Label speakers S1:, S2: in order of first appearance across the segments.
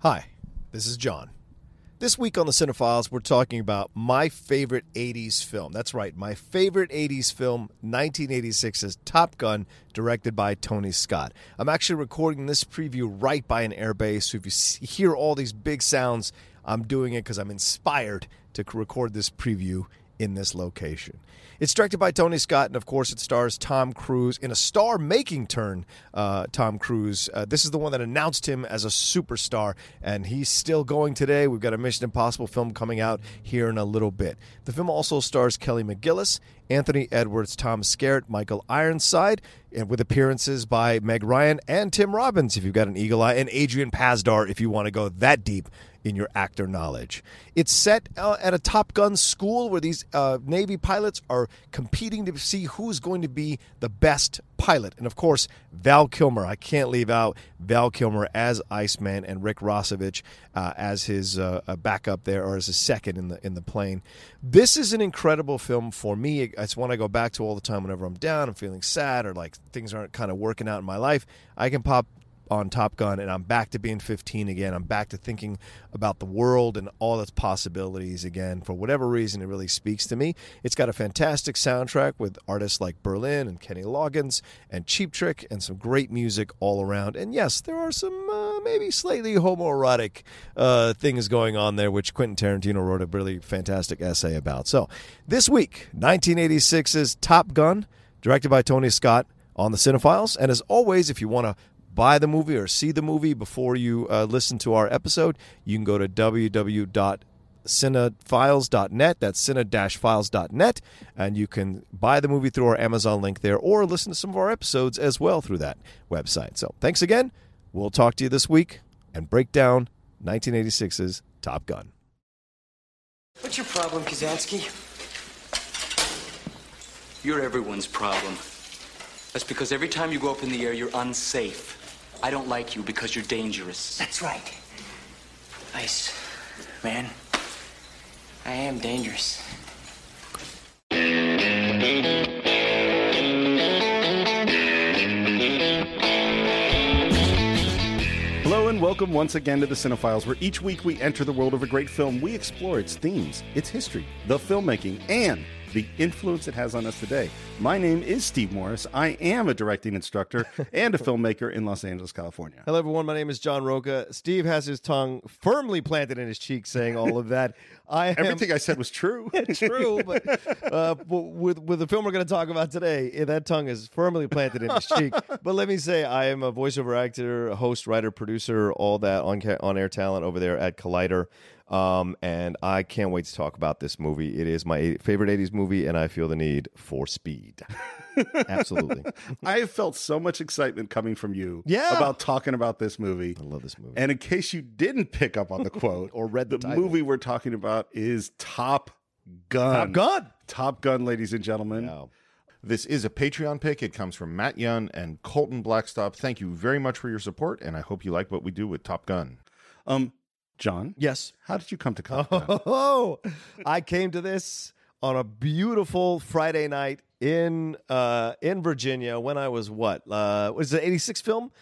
S1: Hi, this is John. This week on The Cinephiles, we're talking about my favorite 80s film. That's right, my favorite 80s film, 1986's Top Gun, directed by Tony Scott. I'm actually recording this preview right by an airbase, so if you s- hear all these big sounds, I'm doing it because I'm inspired to c- record this preview in this location. It's directed by Tony Scott, and of course, it stars Tom Cruise in a star making turn. Uh, Tom Cruise, uh, this is the one that announced him as a superstar, and he's still going today. We've got a Mission Impossible film coming out here in a little bit. The film also stars Kelly McGillis, Anthony Edwards, Tom Skerritt, Michael Ironside, and with appearances by Meg Ryan and Tim Robbins, if you've got an eagle eye, and Adrian Pazdar, if you want to go that deep in your actor knowledge. It's set uh, at a Top Gun school where these uh, Navy pilots are competing to see who's going to be the best pilot. And of course, Val Kilmer. I can't leave out Val Kilmer as Iceman and Rick Rossovich uh, as his uh, uh, backup there or as his second in the in the plane. This is an incredible film for me. It's one I go back to all the time whenever I'm down, I'm feeling sad or like things aren't kind of working out in my life. I can pop on Top Gun, and I'm back to being 15 again. I'm back to thinking about the world and all its possibilities again. For whatever reason, it really speaks to me. It's got a fantastic soundtrack with artists like Berlin and Kenny Loggins and Cheap Trick and some great music all around. And yes, there are some uh, maybe slightly homoerotic uh, things going on there, which Quentin Tarantino wrote a really fantastic essay about. So this week, 1986's Top Gun, directed by Tony Scott on the Cinephiles. And as always, if you want to buy the movie or see the movie before you uh, listen to our episode, you can go to www.cinefiles.net. That's cine-files.net. And you can buy the movie through our Amazon link there or listen to some of our episodes as well through that website. So thanks again. We'll talk to you this week and break down 1986's Top Gun.
S2: What's your problem, Kazansky?
S3: You're everyone's problem. That's because every time you go up in the air, you're unsafe. I don't like you because you're dangerous.
S2: That's right. Ice, man. I am dangerous.
S4: Hello and welcome once again to the Cinephiles, where each week we enter the world of a great film. We explore its themes, its history, the filmmaking, and the influence it has on us today. My name is Steve Morris. I am a directing instructor and a filmmaker in Los Angeles, California.
S1: Hello, everyone. My name is John Roca. Steve has his tongue firmly planted in his cheek saying all of that. I am
S4: Everything I said was true.
S1: true, but uh, w- with with the film we're going to talk about today, eh, that tongue is firmly planted in his cheek. But let me say, I am a voiceover actor, host, writer, producer, all that on ca- on air talent over there at Collider. Um, and I can't wait to talk about this movie. It is my eight- favorite 80s movie, and I feel the need for speed. Absolutely.
S4: I have felt so much excitement coming from you
S1: Yeah.
S4: about talking about this movie. I
S1: love this movie.
S4: And in case you didn't pick up on the quote
S1: Or read the
S4: the
S1: title.
S4: movie we're talking about is Top Gun.
S1: Top Gun.
S4: Top Gun, ladies and gentlemen.
S1: Wow.
S5: This is a Patreon pick. It comes from Matt Young and Colton Blackstop. Thank you very much for your support, and I hope you like what we do with Top Gun.
S4: Um, John,
S1: Yes.
S4: how did you come to Top Gun?
S1: Oh, I came to this on a beautiful Friday night in uh, in Virginia when I was what uh, was it eighty six film?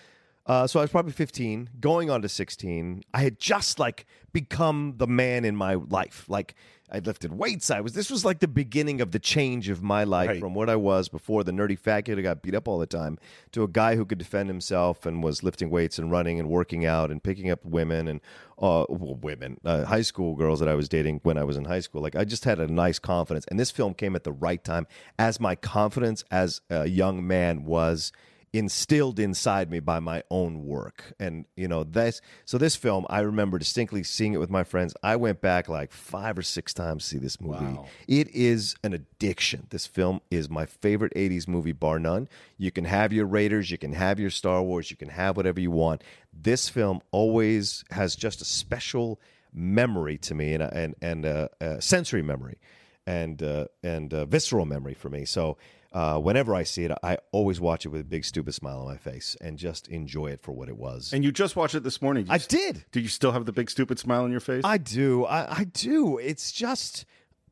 S1: Uh, so I was probably fifteen, going on to sixteen. I had just like become the man in my life. Like I lifted weights. I was this was like the beginning of the change of my life
S4: Right.
S1: from what I was before the nerdy fat kid who got beat up all the time to a guy who could defend himself and was lifting weights and running and working out and picking up women and uh, well, women, uh, high school girls that I was dating when I was in high school. Like I just had a nice confidence, and this film came at the right time as my confidence as a young man was instilled inside me by my own work. And you know, that's so this film I remember distinctly seeing it with my friends. I went back like five or six times to see this movie. Oh. It is an addiction. This film is my favorite 80s movie bar none. You can have your Raiders, you can have your Star Wars, you can have whatever you want. This film always has just a special memory to me and a- and and a, a sensory memory and uh, and uh, visceral memory for me. So uh, whenever I see it, I always watch it with a big stupid smile on my face and just enjoy it for what it was.
S4: And you just watched it this morning. You
S1: I
S4: s-
S1: did.
S4: Do you still have the big stupid smile on your face?
S1: I do. I, I do. It's just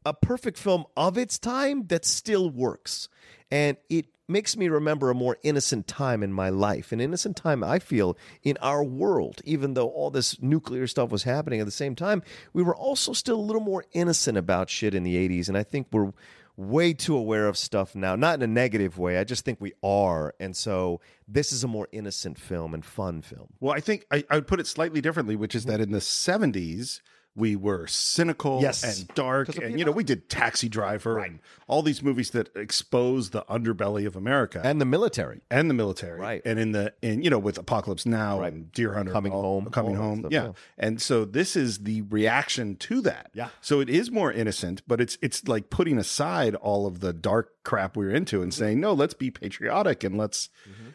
S1: a perfect film of its time that still works. And it makes me remember a more innocent time in my life. An innocent time, I feel, in our world, even though all this nuclear stuff was happening at the same time, we were also still a little more innocent about shit in the 80s. And I think we're way too aware of stuff now not in a negative way i just think we are and so this is a more innocent film and fun film
S4: Well, I think I, I would put it slightly differently, which is that in the 70s, we were cynical
S1: Yes.
S4: and dark. And, you know, we did Taxi Driver and all these movies that expose the underbelly of America and,
S1: and the military
S4: the military.
S1: Right.
S4: And in the, and, you know, with Apocalypse Now and Deer Hunter,
S1: Coming
S4: all-
S1: Home,
S4: coming
S1: all that
S4: home.
S1: stuff,
S4: yeah.
S1: yeah.
S4: And so this is the reaction to that.
S1: Yeah.
S4: So it is more innocent, but it's, it's like putting aside all of the dark crap we were into and
S1: Mm-hmm.
S4: saying, no, let's be patriotic and let's,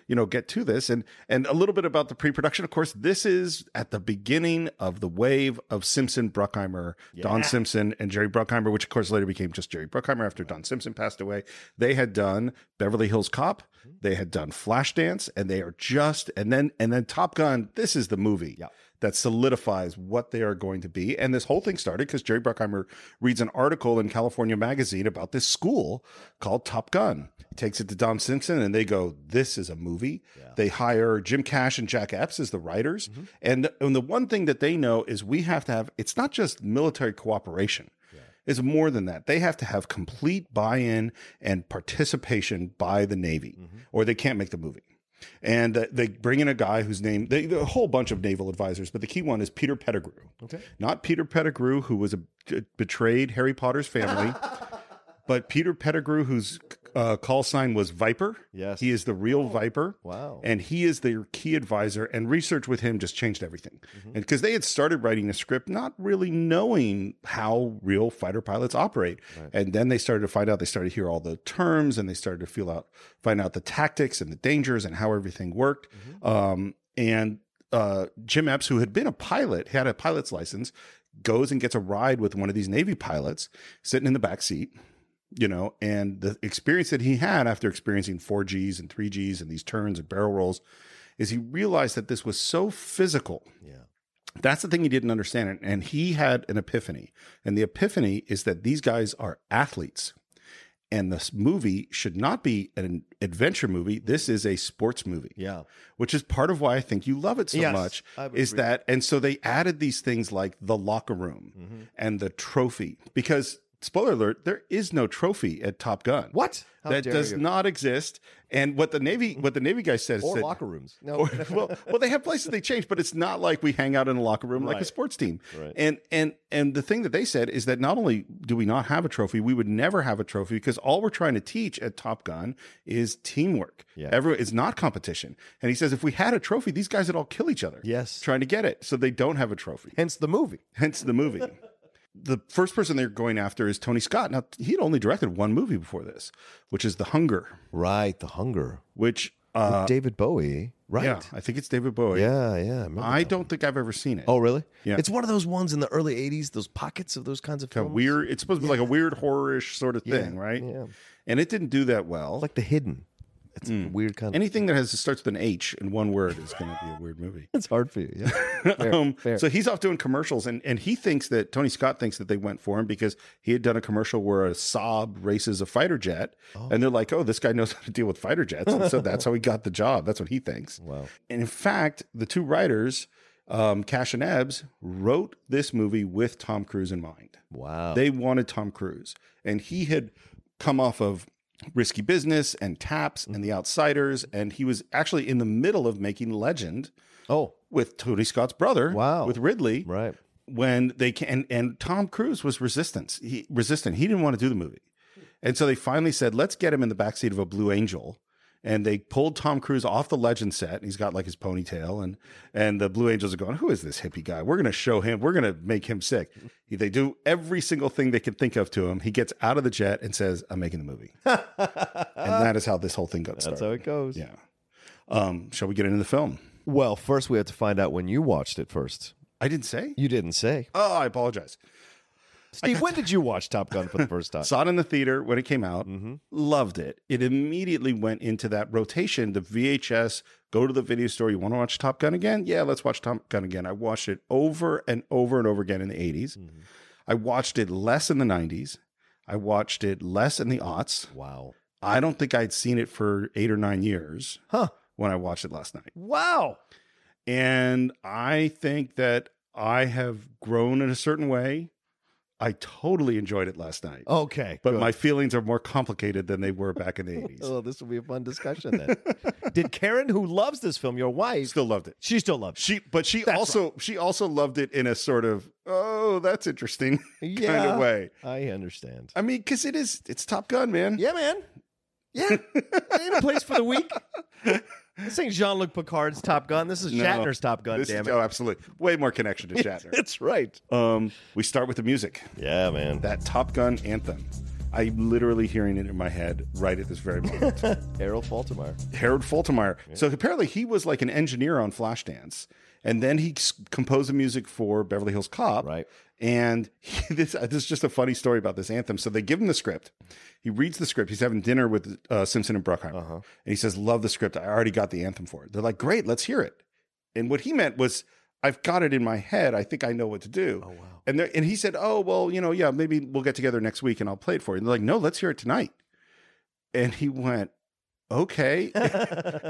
S4: you know get to this and and a little bit about the pre-production of course this is at the beginning of the wave of simpson bruckheimer don simpson and jerry bruckheimer which of course later became just jerry bruckheimer after don simpson passed away they had done beverly hills cop
S1: Mm-hmm.
S4: they had done flashdance and they are just and then and then top gun this is the movie
S1: Yeah.
S4: that solidifies what they are going to be. And this whole thing started because Jerry Bruckheimer reads an article in California Magazine about this school called Top Gun. He takes it to Don Simpson and they go, This is a movie. They hire Jim Cash and Jack Epps as the writers. And, and the one thing that they know is we have to have, it's not just military cooperation. It's more than that. They have to have complete buy in and participation by the Navy, or they can't make the movie and uh, they bring in a guy whose name they, a whole bunch of naval advisors but the key one is peter pettigrew okay not peter pettigrew who was a, uh, betrayed harry potter's family but peter pettigrew whose uh, call sign was viper
S1: Yes.
S4: he is the real viper
S1: wow.
S4: and he is their key advisor and research with him just changed everything
S1: Mm-hmm.
S4: and because they had started writing a script not really knowing how real fighter pilots operate and then they started to find out they started to hear all the terms and they started to feel out find out the tactics and the dangers and how everything worked
S1: Mm-hmm.
S4: um, and uh, jim epps who had been a pilot had a pilot's license goes and gets a ride with one of these navy pilots sitting in the back seat you know, and the experience that he had after experiencing 4Gs and 3Gs and these turns and barrel rolls is he realized that this was so physical. Yeah. That's the thing he didn't understand. And- And he had an epiphany. And the epiphany is that these guys are athletes. And this movie should not be an adventure movie. This is a sports movie.
S1: Yeah.
S4: Which is part of why I think you love it so
S1: Yes,
S4: much.
S1: I would
S4: Is
S1: agree.
S4: that and so they added these things like the locker room
S1: Mm-hmm.
S4: and the trophy. Because spoiler alert, there is no trophy at Top Gun.
S1: What? How
S4: that
S1: dare
S4: does
S1: you.
S4: not exist. And what the Navy what the Navy guy says
S1: or
S4: that-
S1: locker rooms. No,
S4: or- well, well, they have places they change, but it's not like we hang out in a locker room like a
S1: Right.
S4: sports team.
S1: Right.
S4: And and and the thing that they said is that not only do we not have a trophy, we would never have a trophy because all we're trying to teach at Top Gun is teamwork.
S1: Yeah.
S4: Everyone it's not competition. And he says if we had a trophy, these guys would all kill each other.
S1: Yes.
S4: Trying to get it. So they don't have a trophy
S1: hence the movie.
S4: hence the movie. the first person they're going after is Tony Scott. Now, he'd only directed one movie before this, which is The Hunger,
S1: Right, the hunger.
S4: which, uh,
S1: David Bowie. Right.
S4: yeah, I think it's David Bowie.
S1: yeah. yeah, I remember
S4: I
S1: that.
S4: don't think I've ever seen it.
S1: Oh, really?
S4: Yeah.
S1: It's one of those ones in the early '80s. Those pockets of those kinds of
S4: Kind
S1: films.
S4: of weird. It's supposed to be like a weird horror-ish sort of thing, right?
S1: yeah.
S4: And it didn't do that well.
S1: like the hidden. It's
S4: Hmm.
S1: a weird kind. of...
S4: Anything that has starts with an H in one word is going to be a weird movie.
S1: It's hard for you. Yeah.
S4: um, So he's off doing commercials, and, and he thinks that Tony Scott thinks that they went for him because he had done a commercial where a Saab races a fighter jet, and they're like, "Oh, this guy knows how to deal with fighter jets," and so that's how he got the job. That's what he thinks. Wow. And in fact, the two writers, um, Cash and Ebbs, wrote this movie with Tom Cruise in mind.
S1: wow.
S4: They wanted Tom Cruise, and he had come off of Risky Business and Taps and The Outsiders, and he was actually in the middle of making Legend
S1: oh,
S4: with Tony Scott's brother,
S1: Wow.
S4: with Ridley,
S1: right.
S4: when they can and, and Tom Cruise was resistance. He resistant. He didn't want to do the movie. And so they finally said, let's get him in the backseat of a Blue Angel and they pulled Tom Cruise off the Legend set. And he's got like his ponytail, and and the Blue Angels are going, "Who is this hippie guy? We're going to show him. We're going to make him sick." He- They do every single thing they can think of to him. He gets out of the jet and says, "I'm making the movie," and that is how this whole thing got
S1: That's how
S4: started.
S1: it goes.
S4: yeah. Um, shall we get into the film?
S1: Well, first we have to find out when you watched it first.
S4: I didn't say.
S1: You didn't say.
S4: Oh, I apologize.
S1: Steve, when did you watch Top Gun for the first time? Mm-hmm.
S4: Saw it in the theater when it came out. Loved it. It immediately went into that rotation. The VHS, go to the video store. You want to watch Top Gun again? Yeah, let's watch Top Gun again. I watched it over and over and over again in the 80s.
S1: Mm-hmm.
S4: I watched it less in the 90s. I watched it less in the aughts.
S1: wow.
S4: I don't think I'd seen it for eight or nine years
S1: Huh.
S4: when I watched it last night.
S1: Wow.
S4: And I think that I have grown in a certain way. I totally enjoyed it last night
S1: Okay.
S4: but
S1: Oh, good.
S4: my feelings are more complicated than they were back in the 80s.
S1: Oh, this will be a fun discussion then. did Karen, who loves this film, your wife,
S4: Still loved it.
S1: she still loves
S4: She but she also she also loved it in a sort of oh that's interesting
S1: it?
S4: kind of way.
S1: I understand.
S4: I mean cuz it is it's Top Gun, man.
S1: Yeah, man. Yeah. Ain't a place for the weak. This ain't Jean Luc Picard's Top Gun. This is
S4: No.
S1: Shatner's Top Gun,
S4: This
S1: damn
S4: is-
S1: it.
S4: Oh, absolutely. Way more connection to Shatner.
S1: That's right.
S4: um we start with the music.
S1: Yeah, man.
S4: That Top Gun anthem. I'm literally hearing it in my head right at this very moment.
S1: Errol Faltermeyer.
S4: Harold Faltermeyer. So apparently he was like an engineer on Flashdance, and then he s- composed the music for Beverly Hills Cop.
S1: Right.
S4: And he, this, uh, this is just a funny story about this anthem. So they give him the script. He reads the script. He's having dinner with uh, Simpson and Bruckheimer, and he says, "Love the script. I already got the anthem for it." They're like, "Great, let's hear it." And what he meant was, "I've got it in my head. I think I know what to do." Oh wow. And they're- and he said, "Oh well, you know, yeah, maybe we'll get together next week and I'll play it for you." And they're like, "No, let's hear it tonight." And he went, okay.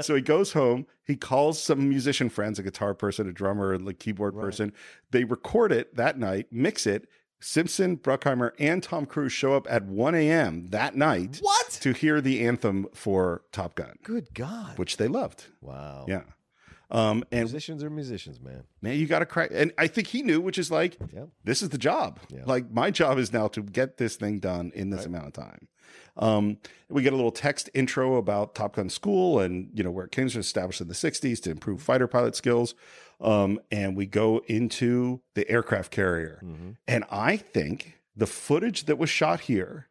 S4: so he goes home. He calls some musician friends, a guitar person, a drummer, a keyboard person. They record it that night, mix it. Simpson, Bruckheimer, and Tom Cruise show up at 1 a.m. that night.
S1: What?
S4: To hear the anthem for Top Gun,
S1: Good God.
S4: which they loved.
S1: Wow.
S4: Yeah. Um, and
S1: Musicians are musicians, man.
S4: man, you got to crack. And I think he knew, which is like,
S1: Yeah.
S4: this is the job.
S1: Yeah.
S4: Like my job is now to get this thing done in this amount of time. Um, we get a little text intro about Top Gun School and you know where it came from, established in the '60s to improve fighter pilot skills. Um, and we go into the aircraft carrier,
S1: Mm-hmm.
S4: and I think the footage that was shot here,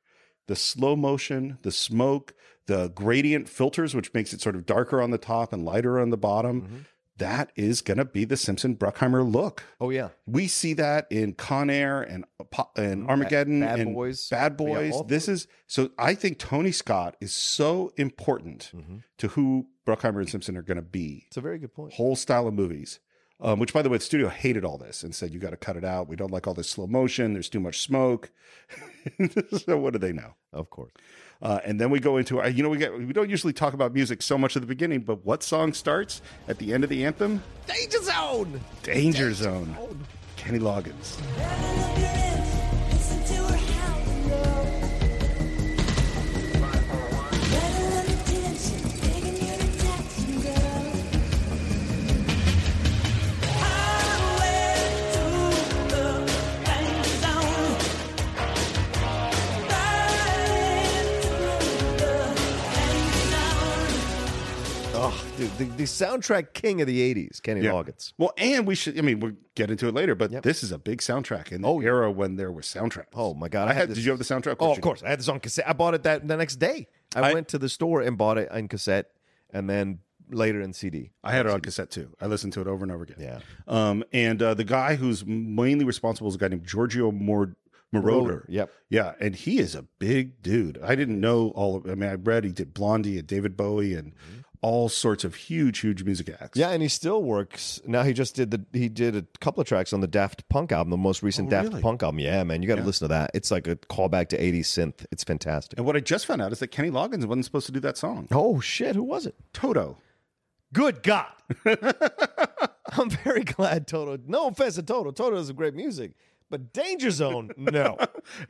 S4: the slow motion, the smoke, the gradient filters, which makes it sort of darker on the top and lighter on the bottom.
S1: Mm-hmm.
S4: That is going to be the Simpson Bruckheimer look.
S1: Oh, yeah.
S4: We see that in Con Air and Apo- and Armageddon,
S1: Mm-hmm. Bad
S4: and
S1: Boys.
S4: Bad
S1: Yeah,
S4: Boys.
S1: all
S4: this is so. I think Tony Scott is so important
S1: Mm-hmm.
S4: to who Bruckheimer and Simpson are going to be.
S1: It's a very good point.
S4: Whole style of movies, um, which by the way, the studio hated all this and said you got to cut it out. We don't like all this slow motion. There's too much smoke. so what do they know?
S1: Of course.
S4: Uh, and then we go into uh, you know we get we don't usually talk about music so much at the beginning, but what song starts at the end of the anthem?
S1: Danger Zone!
S4: Danger Zone. Kenny Loggins.
S1: Oh, dude, the, the soundtrack king of the 80s, Kenny Loggins.
S4: Well, and we should. I mean, we'll get into it later, but this is a big soundtrack in the era when there were soundtracks.
S1: Oh, my God.
S4: I had,
S1: this-
S4: did you have the soundtrack?
S1: Oh,
S4: Which-
S1: of course. I had this on cassette. I bought it that the next day. I,
S4: I-
S1: went to the store and bought it on cassette and then later in CD.
S4: I had it on cassette too. I listened to it over and over again.
S1: Yeah.
S4: Um, and uh, the guy who's mainly responsible is a guy named Giorgio Mor- Moroder.
S1: Yep.
S4: Yeah, and he is a big dude. I didn't know all of. I mean, I read he did Blondie and David Bowie and all sorts of huge, huge music acts.
S1: Mm-hmm. Yeah, and he still works. Now he just did the he did a couple of tracks on the Daft Punk album, the most recent Daft
S4: really?
S1: Punk album. Oh, Yeah, man, you got to listen to that. It's like a callback to 80s synth. It's fantastic.
S4: And what I just found out is that Kenny Loggins wasn't supposed to do that song.
S1: Oh shit, who was it?
S4: Toto.
S1: Good God. I'm very glad Toto. No offense to Toto. Toto does some great music, but Danger Zone, no.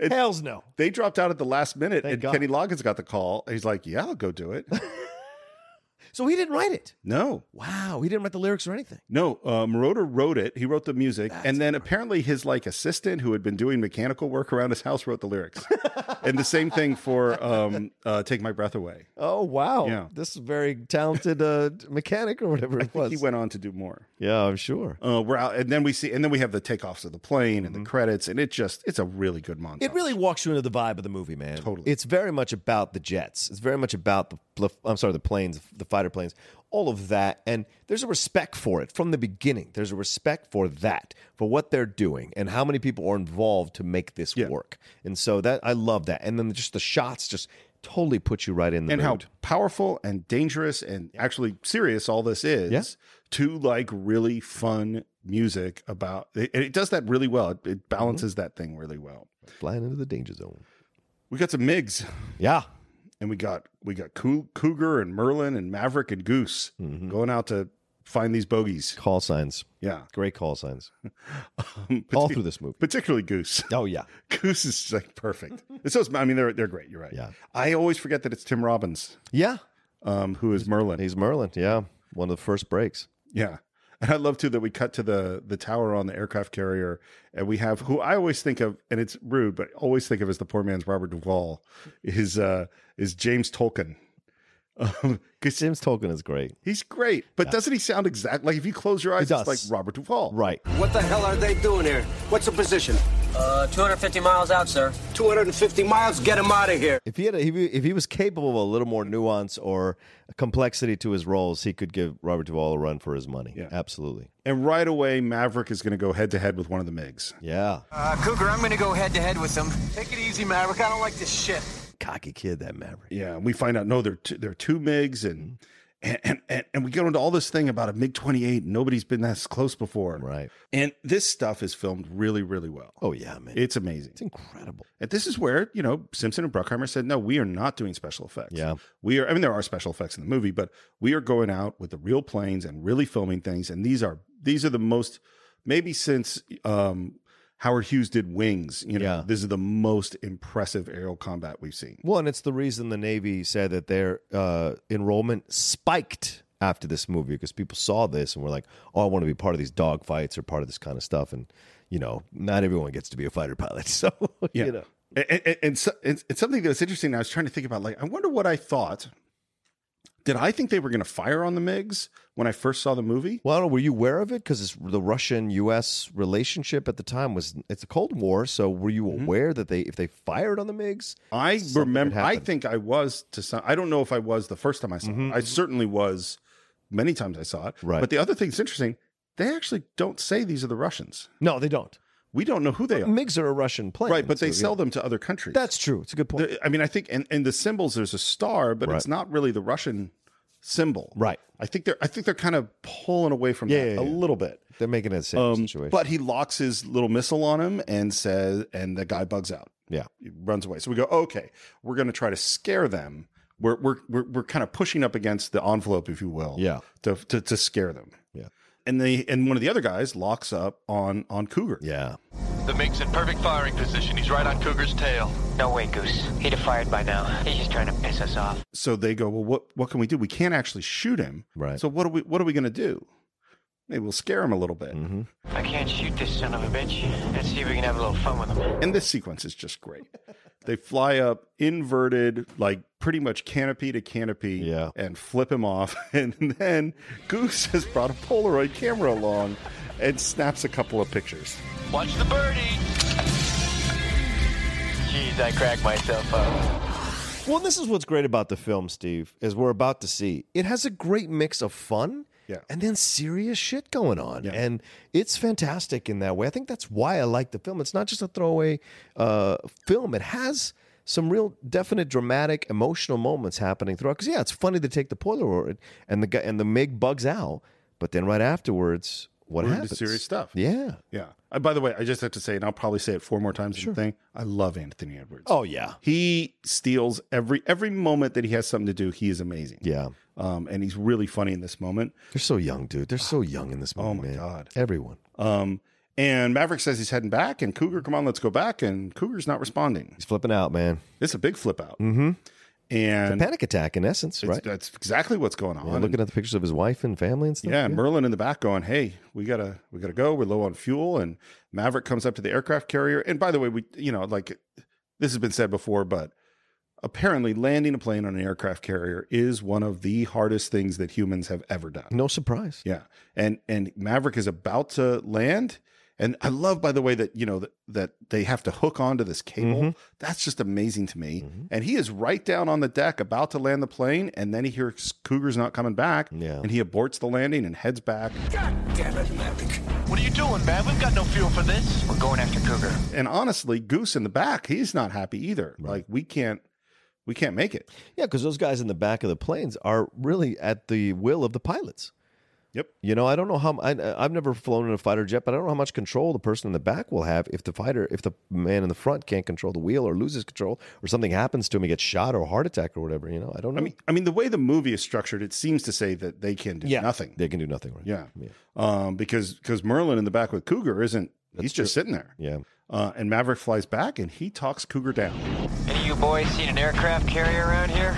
S1: Hell's no.
S4: They dropped out at the last minute,
S1: Thank
S4: and
S1: God.
S4: Kenny Loggins got the call. And he's like, "Yeah, I'll go do it."
S1: So he didn't write it.
S4: No.
S1: Wow, he didn't write the lyrics or anything.
S4: No, uh, Moroder wrote it. He wrote the music, and then apparently his like assistant, who had been doing mechanical work around his house, wrote the lyrics. and the same thing for um, uh, "Take My Breath Away."
S1: Oh wow,
S4: Yeah.
S1: this is very talented uh, mechanic or whatever it
S4: I think
S1: was.
S4: he went on to do more.
S1: yeah, I'm sure.
S4: Uh, we're out, and then we see, and then we have the takeoffs of the plane and the credits, and it just it's a really good montage.
S1: Mm-hmm. It really walks you into the vibe of the movie, man.
S4: Totally.
S1: It's very much about the jets. It's very much about the pl- I'm sorry, the planes, the fighter planes, all of that. And there's a respect for it from the beginning. There's a respect for that, for what they're doing, and how many people are involved to make this
S4: Yeah.
S1: work. And so that I love that. And then just the shots just totally put you right in the
S4: and how
S1: mood.
S4: powerful and dangerous and actually serious all this is
S1: Yeah.
S4: to like really fun music about it, and it does that really well it,
S1: Mm-hmm.
S4: it balances that thing really well
S1: flying into the danger zone.
S4: we got some migs
S1: Yeah.
S4: and we got we got Coo- cougar and merlin and maverick and goose
S1: Mm-hmm.
S4: going out to find these bogeys
S1: Call signs.
S4: yeah Um,
S1: Great call signs. all through this movie.
S4: particularly goose
S1: Oh yeah.
S4: goose is like perfect it's so i mean they're, they're great you're right
S1: Yeah.
S4: i always forget that it's tim robbins
S1: Yeah.
S4: um, who is merlin
S1: He's Merlin. Yeah. One of the first breaks.
S4: Yeah. And I love too that we cut to the the tower on the aircraft carrier, and we have who I always think of, and it's rude, but I always think of as the poor man's Robert Duvall, is uh is James Tolkien, because
S1: James Tolkien is great.
S4: he's great, but doesn't he sound exact? Like if you close your eyes,
S1: does.
S4: it's like Robert Duvall,
S1: Right.
S6: What the hell are they doing here? What's the position?
S3: Uh, 250 miles out, sir.
S6: 250 miles? Get them out of here.
S1: If he had, a, if, he, if he was capable of a little more nuance or complexity to his roles, he could give Robert Duvall a run for his money.
S4: Yeah.
S1: absolutely.
S4: And right away, Maverick is going to go head to head with one of the Migs.
S1: Yeah,
S3: Uh, Cougar, I'm gonna go head to head with him.
S6: Take it easy, Maverick. I don't like this shit.
S1: cocky kid, that Maverick.
S4: Yeah, and we find out no, they're two, they're two Migs, and,
S1: Mm-hmm.
S4: and and and and we go into all this thing about a Mig twenty eight. Nobody's been this close before,
S1: Right.
S4: And this stuff is filmed really, really well.
S1: Oh yeah, man,
S4: It's amazing.
S1: it's incredible.
S4: And this is where, you know, Simpson and Bruckheimer said, no, we are not doing special effects.
S1: Yeah.
S4: We are, I mean, there are special effects in the movie, but we are going out with the real planes and really filming things. And these are, these are the most, maybe since, um, Howard Hughes did Wings, you know,
S1: Yeah.
S4: this is the most impressive aerial combat we've seen.
S1: Well, and it's the reason the Navy said that their uh, enrollment spiked after this movie because people saw this and were like, "Oh, I want to be part of these dogfights or part of this kind of stuff." And you know, not everyone gets to be a fighter pilot, so
S4: Yeah.
S1: you know,
S4: And, and, and, so, and, and something that's interesting, I was trying to think about, like, I wonder what I thought. Did I think they were going to fire on the MiGs when I first saw the movie?
S1: Well, I don't know, were you aware of it? Because the Russian-U.S. relationship at the time was—it's a Cold War. So, were you aware that they, if they fired on the MIGs,
S4: Mm-hmm. I
S1: something
S4: remember.
S1: had
S4: I
S1: happened. Mm-hmm,
S4: think I was to some. I don't know if I was the first time I saw it. I certainly was many times I saw it.
S1: Right.
S4: But the other thing that's interesting, they actually don't say these are the Russians.
S1: no, they don't.
S4: We don't know who they are.
S1: MIGs are a Russian plane,
S4: Right. But they
S1: so,
S4: sell
S1: yeah.
S4: them to other countries.
S1: That's true. It's a good point.
S4: The- I mean, I think, and, and the symbols. There's a star, but it's
S1: Right.
S4: not really the Russian symbol.
S1: Right.
S4: I think they're. I think they're kind of pulling away from
S1: Yeah,
S4: that
S1: yeah,
S4: a
S1: yeah.
S4: little bit.
S1: They're making it a same
S4: Um,
S1: situation.
S4: but he locks his little missile on him and says, and the guy bugs out.
S1: yeah,
S4: He runs away. So we go, okay, we're going to try to scare them. We're we're we're, we're kind of pushing up against the envelope, if you will.
S1: Yeah.
S4: To to, to scare them.
S1: Yeah.
S4: And they and one of the other guys locks up on on Cougar.
S1: yeah.
S7: The MiG's in perfect firing position. He's right on Cougar's tail.
S3: No way, Goose. He'd have fired by now. He's just trying to piss us off.
S4: So they go, well, what what can we do? We can't actually shoot him.
S1: Right.
S4: So what are we what are we going to do? Maybe we'll scare him a little
S1: Mm-hmm.
S4: bit.
S3: I can't shoot this son of a bitch. Let's see if we can have a little fun with him.
S4: And this sequence is just great. they fly up inverted, like pretty much canopy to canopy,
S1: Yeah.
S4: and flip him off. And then Goose has brought a Polaroid camera along and snaps a couple of pictures.
S7: Watch the birdie.
S3: Jeez, I cracked myself up.
S1: Well, this is what's great about the film, Steve, as we're about to see. It has a great mix of fun
S4: Yeah.
S1: and then serious shit going on.
S4: Yeah.
S1: And it's fantastic in that way. I think that's why I like the film. It's not just a throwaway uh, film, it has some real definite dramatic emotional moments happening throughout. Because, yeah, it's funny to take the Polaroid and the, guy, and the MiG bugs out, but then right afterwards, what
S4: We're into
S1: happens?
S4: serious stuff.
S1: Yeah.
S4: Yeah. Uh, by the way, I just have to say, and I'll probably say it four more times in the thing. I love Anthony Edwards.
S1: Oh, yeah.
S4: He steals every every moment that he has something to do. He is amazing.
S1: Yeah.
S4: Um, and he's really funny in this moment.
S1: They're so young, dude. They're so young in this movie.
S4: Oh, my
S1: man.
S4: God.
S1: Everyone.
S4: Um, and Maverick says he's heading back, and Cougar, come on, let's go back. And Cougar's not responding.
S1: He's flipping out, man.
S4: It's a big flip out. and
S1: It's a panic attack in essence,
S4: it's-
S1: Mm-hmm. right?
S4: that's exactly what's going on.
S1: Yeah, looking at the pictures of his wife and family and stuff.
S4: Yeah, Merlin in the back going, "Hey, we gotta, we gotta go. We're low on fuel." And Maverick comes up to the aircraft carrier. And by the way, we, you know, like this has been said before, but apparently, landing a plane on an aircraft carrier is one of the hardest things that humans have ever done.
S1: No surprise.
S4: Yeah, and and Maverick is about to land, and I love, by the way, that you know that, that they have to hook onto this cable.
S1: Mm-hmm.
S4: That's just amazing to me. And he is right down on the deck, about to land the plane, and then he hears Cougar's not coming back.
S1: Yeah.
S4: and he aborts the landing and heads back.
S6: Damn it, Maverick.
S8: What are you doing, man? We've got no fuel for this.
S2: We're going after Cougar.
S4: And honestly, Goose in the back, he's not happy either. Like we can't, we can't make it.
S1: Yeah, because those guys in the back of the planes are really at the will of the pilots.
S4: Yep.
S1: You know, I don't know how I, I've never flown in a fighter jet, but I don't know how much control the person in the back will have if the fighter, if the man in the front can't control the wheel or loses control, or something happens to him, he gets shot or a heart attack or whatever. You know, I don't know.
S4: I mean, I mean, the way the movie is structured, it seems to say that they can do nothing.
S1: They can do nothing. Right?
S4: Yeah.
S1: Yeah.
S4: Um, because because Merlin in the back with Cougar isn't he's just sitting there.
S1: Yeah.
S4: Uh, and Maverick flies back and he talks Cougar down.
S2: Any of you boys seen an aircraft carrier around here?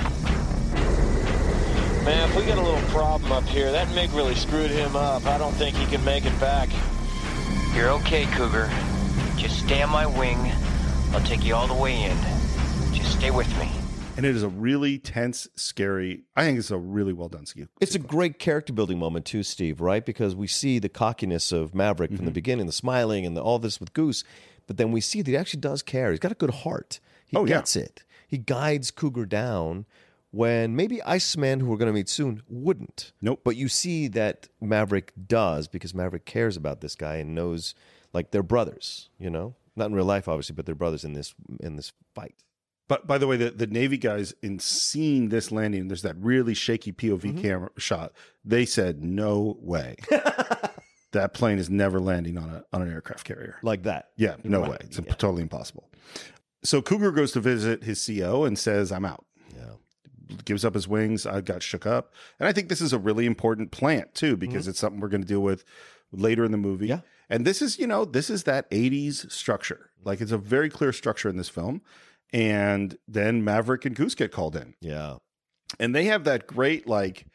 S9: Man, if we got a little problem up here, that MiG really screwed him up. I don't think he can make it back.
S2: You're okay, Cougar. Just stay on my wing. I'll take you all the way in. Just stay with me.
S4: And it is a really tense, scary. I think it's a really well done sequence.
S1: It's a great character building moment too, Steve. Right? Because we see the cockiness of Maverick from
S4: Mm-hmm.
S1: the beginning, the smiling and the, all this with Goose, but then we see that he actually does care. He's got a good heart. He
S4: Oh, yeah.
S1: gets it. He guides Cougar down when maybe Iceman, who we're going to meet soon, wouldn't.
S4: Nope.
S1: But you see that Maverick does because Maverick cares about this guy and knows, like they're brothers. You know, not in real life, obviously, but they're brothers in this in this fight.
S4: But by the way, the, the Navy guys in seeing this landing, there's that really shaky POV
S1: Mm-hmm.
S4: camera shot. They said, "No way, that plane is never landing on a on an aircraft carrier."
S1: Like that.
S4: Yeah, no
S1: Right.
S4: way. It's totally impossible. So Cougar goes to visit his CO and says, I'm out.
S1: Yeah.
S4: Gives up his wings. I got shook up. And I think this is a really important plant too, because it's something we're going to deal with later in the movie.
S1: Mm-hmm. Yeah.
S4: And this is, you know, this is that 80s structure. Like it's a very clear structure in this film. And then Maverick and Goose get called in.
S1: Yeah.
S4: And they have that great, like,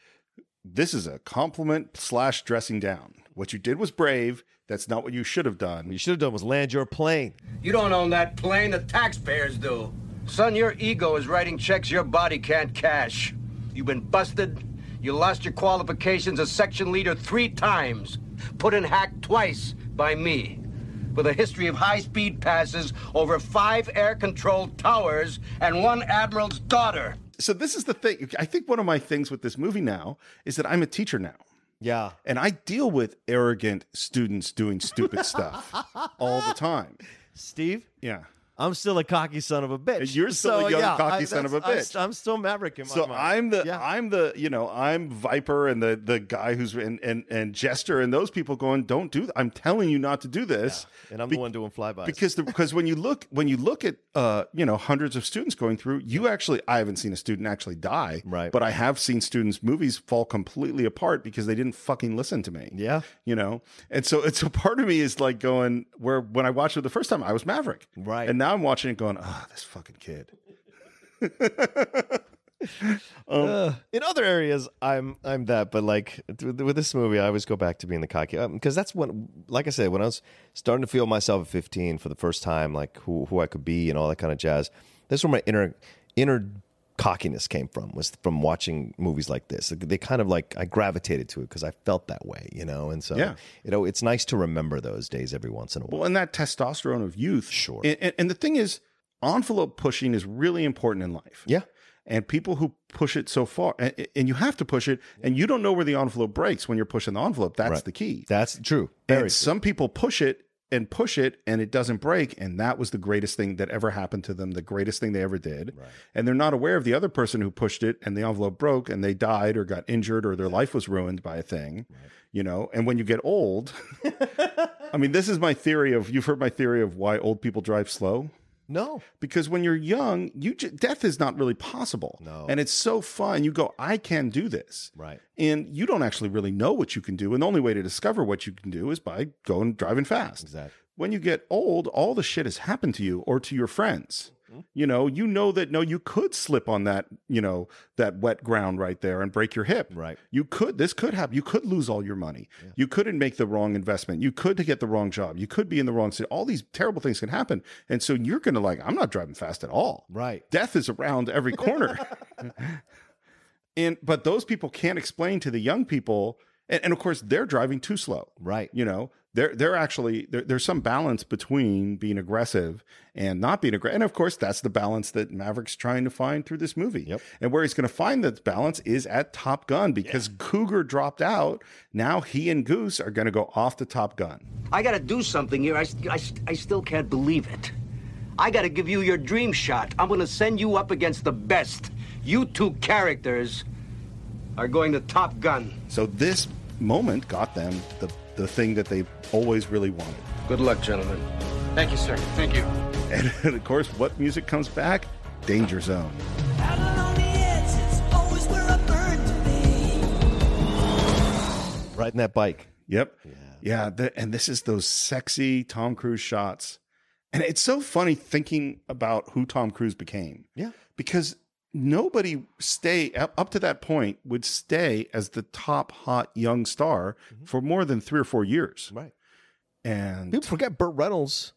S4: this is a compliment slash dressing down. What you did was brave. That's not what you should have done.
S1: What you should have done was land your plane.
S6: You don't own that plane, the taxpayers do. Son, your ego is writing checks your body can't cash. You've been busted. You lost your qualifications as section leader three times. Put in hack twice by me. With a history of high speed passes over five air controlled towers and one admiral's daughter.
S4: so this is the thing. I think one of my things with this movie now is that I'm a teacher now.
S1: Yeah.
S4: And I deal with arrogant students doing stupid stuff all the time.
S1: Steve.
S4: Yeah.
S1: I'm still a cocky son of a bitch.
S4: You're still a young cocky son of a
S1: that's- I'm
S4: bitch.
S1: st- I'm, still Maverick in my
S4: So
S1: mind.
S4: I'm the
S1: Yeah.
S4: I'm the you know I'm Viper and the the guy who's and and and Jester and those people going don't do th- I'm telling you not to do this
S1: and I'm
S4: Be-
S1: the one doing flybys.
S4: because the, because when you look when you look at uh you know hundreds of students going through you actually I haven't seen a student actually die
S1: Right.
S4: but I have seen students movies fall completely apart because they didn't fucking listen to me
S1: yeah,
S4: you know and so it's a part of me is like going where when i watched it the first time i was maverick
S1: Right.
S4: and now i'm watching it going oh this fucking kid
S1: in other areas I'm I'm that, but like th- with this movie, I always go back to being the cocky because that's when, like I said, when I was starting to feel myself at 15 for the first time, like who who I could be and all that kind of jazz. That's where my inner inner cockiness came from was from watching movies like this. They kind of like I gravitated to it because I felt that way, you know. And so
S4: Yeah.
S1: you know, it's nice to remember those days every once in a while.
S4: well and that testosterone of youth
S1: Sure.
S4: and, and, and the thing is envelope pushing is really important in life
S1: Yeah.
S4: and people who push it so far and, and you have to push it and you don't know where the envelope breaks when you're pushing the envelope that's
S1: Right.
S4: the key
S1: That's true. Very
S4: and some people push it and push it and it doesn't break and that was the greatest thing that ever happened to them the greatest thing they ever did and they're not aware of the other person who pushed it and the envelope broke and they died or got injured or their life was ruined by a thing you know and when you get old i mean this is my theory of you've heard my theory of why old people drive slow
S1: No.
S4: because when you're young you ju- death is not really possible
S1: No.
S4: and it's so fun you go i can do this
S1: Right.
S4: and you don't actually really know what you can do and the only way to discover what you can do is by going driving fast
S1: Exactly.
S4: when you get old all the shit has happened to you or to your friends
S10: Mm-hmm.
S4: You know, you know that no, you could slip on that, you know, that wet ground right there and break your hip.
S10: Right.
S4: You could, this could happen. You could lose all your money. You couldn't make the wrong investment. You could get the wrong job. You could be in the wrong city. All these terrible things can happen. And so you're going to like, I'm not driving fast at all.
S10: Right.
S4: Death is around every corner. and, but those people can't explain to the young people. And, and of course, they're driving too slow
S10: Right.
S4: you know they're they're actually there, there's some balance between being aggressive and not being aggressive and of course that's the balance that maverick's trying to find through this movie
S1: Yep.
S4: and where he's going to find that balance is at top gun because cougar dropped out now he and goose are going to go off the top gun
S6: I gotta do something here. I, st- I, st- I still can't believe it. I gotta give you your dream shot. I'm gonna send you up against the best. You two characters are going to Top Gun.
S4: so this moment got them the the thing that they've always really wanted
S6: Good luck, gentlemen.
S8: Thank you, sir. Thank you.
S4: and, and of course what music comes back danger zone
S3: Out along the edge is always where I burn to be.
S1: Riding that bike.
S4: Yep. Yeah. th- and this is those sexy Tom Cruise shots. And it's so funny thinking about who Tom Cruise became.
S1: Yeah.
S4: Because nobody stay up up to that point would stay as the top hot young star for more than 3 or 4 years.
S1: Mm-hmm. Right.
S4: And
S10: People forget Burt Reynolds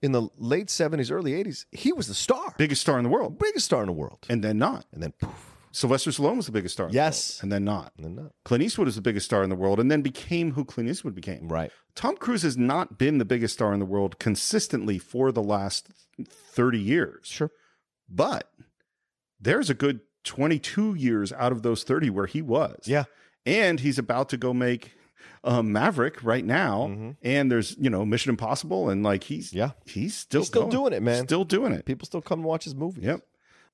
S10: in the late 70s, early 80s. He was the star.
S4: biggest star in the world.
S10: biggest star in the world.
S4: And then not.
S10: And then poof.
S4: Sylvester Stallone was the biggest star. in the
S1: Yes.
S4: world, and then not.
S10: And then not.
S4: Clint Eastwood was the biggest star in the world and then became who Clint Eastwood became.
S10: Right.
S4: Tom Cruise has not been the biggest star in the world consistently for the last 30 years.
S10: Sure.
S4: But there's a good 22 years out of those 30 where he was.
S1: Yeah.
S4: And he's about to go make uh, Maverick right now. And there's, you know, Mission Impossible. And like he's,
S1: Mm-hmm. Yeah.
S4: he's still,
S1: He's still
S4: going.
S1: doing it, man.
S4: Still doing it.
S1: People still come and watch his movies.
S4: Yep.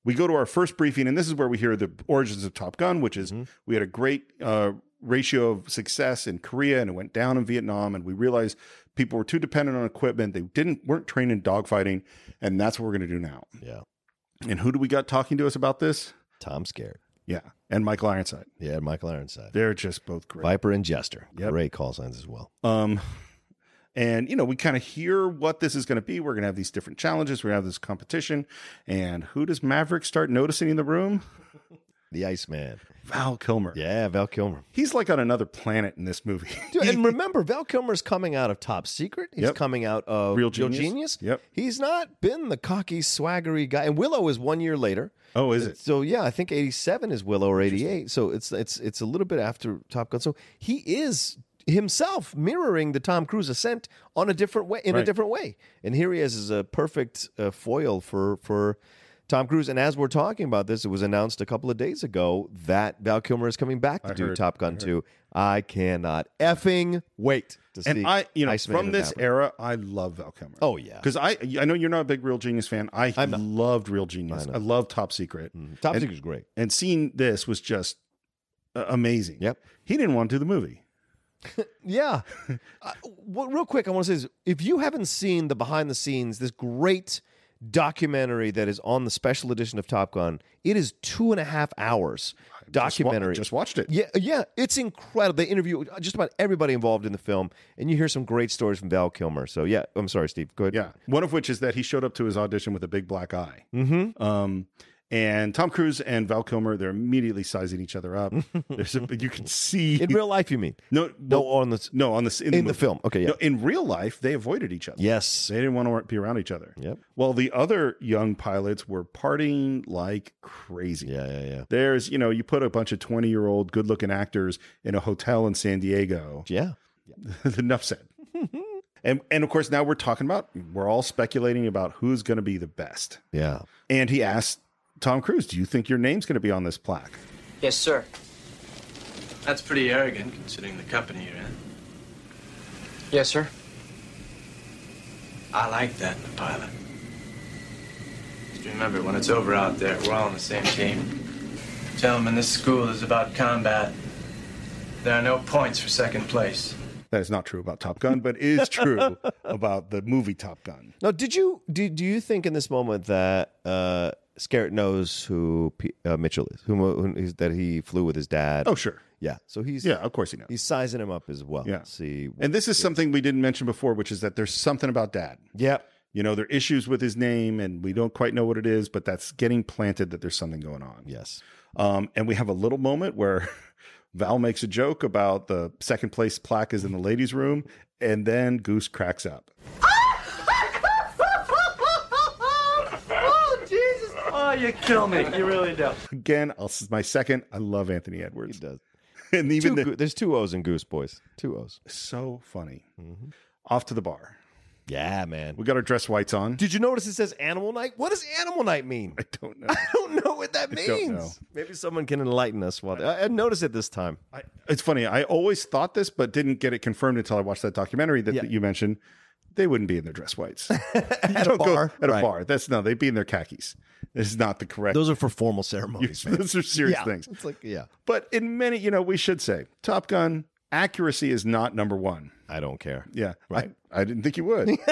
S4: We go to our first briefing, and this is where we hear the origins of Top Gun, which is we had a great uh, ratio of success in Korea, and it went down in Vietnam, and we realized people were too dependent on equipment. They didn't weren't trained in dogfighting, and that's what we're going to do now.
S1: Yeah.
S4: And who do we got talking to us about this?
S1: Tom Scared.
S4: Yeah, and Michael Ironside.
S1: Yeah, Michael Ironside.
S4: They're just both great.
S1: Viper and Jester.
S4: Yep.
S1: Great call signs as well.
S4: Um, and you know, we kind of hear what this is going to be. We're going to have these different challenges. We're going to have this competition. And who does Maverick start noticing in the room?
S1: The Iceman.
S4: Val Kilmer.
S1: Yeah, Val Kilmer.
S4: He's like on another planet in this movie.
S1: Dude, and remember, Val Kilmer's coming out of Top Secret. He's
S4: Yep.
S1: coming out of
S4: Real Genius. Yep.
S1: He's not been the cocky, swaggery guy. And Willow is one year later.
S4: oh, is it?
S1: So yeah, I think eighty seven is Willow or eighty eight. So it's it's it's a little bit after Top Gun. So he is himself mirroring the Tom Cruise ascent on a different way in a
S4: Right.
S1: different way. And here he is as a perfect uh, foil for for Tom Cruise. And as we're talking about this, it was announced a couple of days ago that Val Kilmer is coming back to
S4: I
S1: do
S4: heard,
S1: Top Gun two. I cannot effing wait to see.
S4: And I, you know,
S1: Iceman
S4: from
S1: and
S4: this
S1: Maverick.
S4: era, I love Val Kilmer.
S1: Oh, yeah.
S4: because I, I know you're not a big Real Genius fan. I loved Real Genius. I, love Top Secret.
S1: Mm-hmm. Top
S4: and,
S1: Secret is great.
S4: and seeing this was just uh, amazing.
S1: Yep.
S4: He didn't want to do the movie.
S1: Yeah. uh, well, real quick, I want to say this. If you haven't seen the behind the scenes, this great documentary that is on the special edition of Top Gun, it is two and a half hours
S4: Just wa-
S1: documentary.
S4: Just, watched it.
S1: Yeah, yeah, it's incredible. They interview uh, just about everybody involved in the film, and you hear some great stories from Val Kilmer. So, yeah, I'm sorry, Steve. Go ahead.
S4: Yeah. One of which is that he showed up to his audition with a big black eye. Mm-hmm. Um, and Tom Cruise and Val Kilmer, they're immediately sizing each other up. There's a, you can see
S1: In real life, you mean?
S4: no
S1: No,
S4: well,
S1: on the.
S4: no on the in,
S1: In the
S4: movie.
S1: film. Okay, yeah.
S4: No, in real life, they avoided each other.
S1: Yes.
S4: They didn't want to be around each other.
S1: Yep.
S4: Well, the other young pilots were partying like crazy.
S1: Yeah, yeah, yeah.
S4: There's, you know, you put a bunch of 20 year old good looking actors in a hotel in San Diego.
S1: Yeah.
S4: Enough said. and, and of course, now we're talking about, we're all speculating about who's going to be the best.
S1: Yeah.
S4: And he asked Tom Cruise, Do you think your name's going to be on this plaque?
S6: Yes, sir.
S9: That's pretty arrogant considering the company you're in.
S6: Yes, sir.
S9: I like that in a pilot. Just remember, when it's over out there, we're all on the same team. Gentlemen, this school is about combat. There are no points for second place.
S4: That is not true about Top Gun, but is true about the movie Top Gun.
S1: Now, did you do, do you think in this moment that uh, Scarrett knows who P- uh, Mitchell is, who, who he's, that he flew with his dad?
S4: Oh, sure.
S1: yeah. So he's
S4: Yeah, of course he knows.
S1: he's sizing him up as well.
S4: Yeah.
S1: See.
S4: And this is something we didn't mention before, which is that there's something about dad.
S1: yep.
S4: you know, there are issues with his name and we don't quite know what it is, but that's getting planted that there's something going on.
S1: Yes.
S4: Um, and we have a little moment where Val makes a joke about the second place plaque is in the ladies' room, and then Goose cracks up.
S3: oh, Jesus.
S9: Oh, you kill me. You really do.
S4: Again, I'll, this is my second. I love Anthony Edwards. He
S1: does.
S4: And even
S1: Two
S4: the-
S1: Goo- there's two O's in Goose Boys. Two O's.
S4: So funny.
S1: Mm-hmm.
S4: Off to the bar.
S1: Yeah, man.
S4: We got our dress whites on.
S1: Did you notice it says Animal Night? What does Animal Night mean? I
S4: don't know.
S1: I don't know what that
S4: I don't know.
S1: means. Maybe someone can enlighten us. While I, I noticed it this time.
S4: I, it's funny. I always thought this, but didn't get it confirmed until I watched that documentary that, that you mentioned. They wouldn't be in their dress whites at a bar. at a
S1: right.
S4: bar. That's no. They'd be in their khakis. This is not the correct.
S1: Those are for formal ceremonies. man.
S4: Those are serious
S1: Yeah.
S4: things.
S1: It's like yeah.
S4: But in many, you know, we should say Top Gun accuracy is not number one.
S1: I don't care.
S4: Yeah, I, I didn't think you would.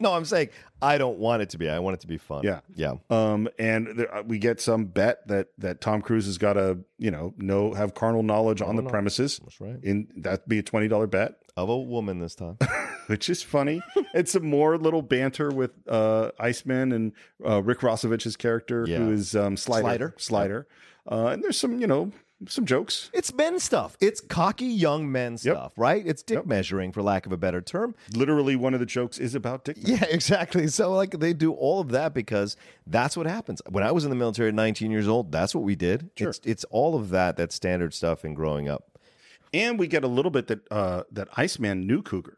S1: No, I'm saying I don't want it to be. I want it to be fun.
S4: Yeah.
S1: Yeah.
S4: Um, and there, we get some bet that that Tom Cruise has got to you know know have carnal knowledge on
S1: Carnal
S4: the
S1: knowledge.
S4: premises.
S1: That's right.
S4: In that'd be a twenty dollar bet,
S1: Of a woman this time.
S4: which is funny. and some more little banter with uh, Iceman and uh, Rick Rossovich's character,
S1: Yeah.
S4: who is um, Slider.
S1: Slider.
S4: Slider. Uh, and there's some you know some jokes.
S1: It's men stuff. It's cocky young men stuff, right? It's dick measuring, for lack of a better term.
S4: Literally, one of the jokes is about dick.
S1: Yeah, exactly. So, like, they do all of that because that's what happens. When I was in the military at 19 years old, that's what we did.
S4: Sure.
S1: It's, it's all of that, that standard stuff in growing up.
S4: And we get a little bit that uh, that Iceman knew Cougar,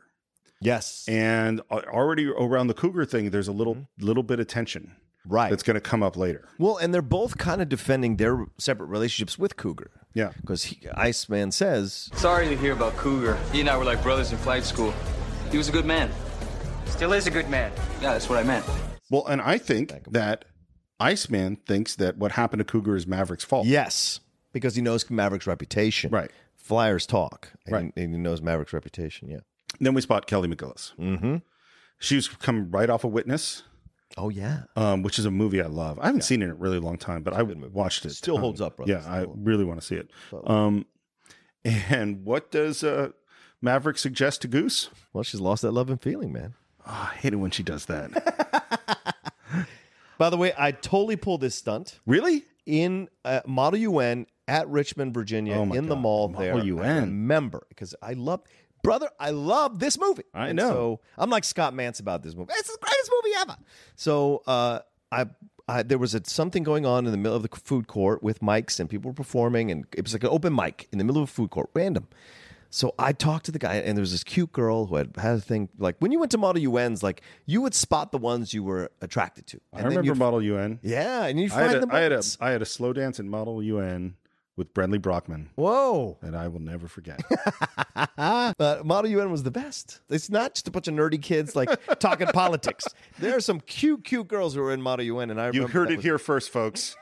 S1: Yes.
S4: and a- already around the Cougar thing, there's a little little bit of tension.
S1: Mm-hmm. Right.
S4: That's going to come up later.
S1: Well, and they're both kind of defending their separate relationships with Cougar.
S4: Yeah.
S1: Because Iceman says,
S9: Sorry to hear about Cougar. He and I were like brothers in flight school. He was a good man. Still is a good man. Yeah, that's what I meant.
S4: Well, and I think that Iceman thinks that what happened to Cougar is Maverick's fault.
S1: yes, because he knows Maverick's reputation.
S4: Right.
S1: Flyers talk. And,
S4: Right.
S1: and he knows Maverick's reputation. Yeah.
S4: Then we spot Kelly McGillis.
S1: Mm-hmm.
S4: She was come right off a Witness,
S1: Oh, yeah.
S4: um, which is a movie I love. I haven't seen it in a really long time, but I watched it. Um,
S1: Still holds up, brother.
S4: Yeah,
S1: Still
S4: I
S1: holds
S4: really want to see it. Um, and what does uh, Maverick suggest to Goose?
S1: Well, she's lost that love and feeling, man.
S4: Oh, I hate it when she does that.
S1: By the way, I totally pulled this stunt
S4: really?
S1: in uh, Model UN at Richmond, Virginia,
S4: Oh,
S1: in
S4: my
S1: the
S4: God.
S1: mall
S4: Model
S1: there. I
S4: UN.
S1: remember because I love, brother, I love this movie.
S4: I
S1: And
S4: know.
S1: So I'm like Scott Mance about this movie. It's the greatest movie ever. So uh, I. I, there was a, something going on in the middle of the food court with mics and people were performing and it was like an open mic in the middle of a food court random so i talked to the guy and there was this cute girl who had had a thing like when you went to model un's like you would spot the ones you were attracted to
S4: I
S1: And then
S4: remember
S1: you'd-
S4: Model UN.
S1: yeah and you
S4: I
S1: find
S4: had,
S1: them
S4: a, I, had a, I had a slow dance in Model UN with Brenly Brockman
S1: whoa
S4: that I will never forget.
S1: But Model UN was the best. It's not just a bunch of nerdy kids like talking politics. There are some cute, cute girls who were in Model UN, and I
S4: You
S1: remember
S4: heard
S1: that
S4: it
S1: was-
S4: here first, folks.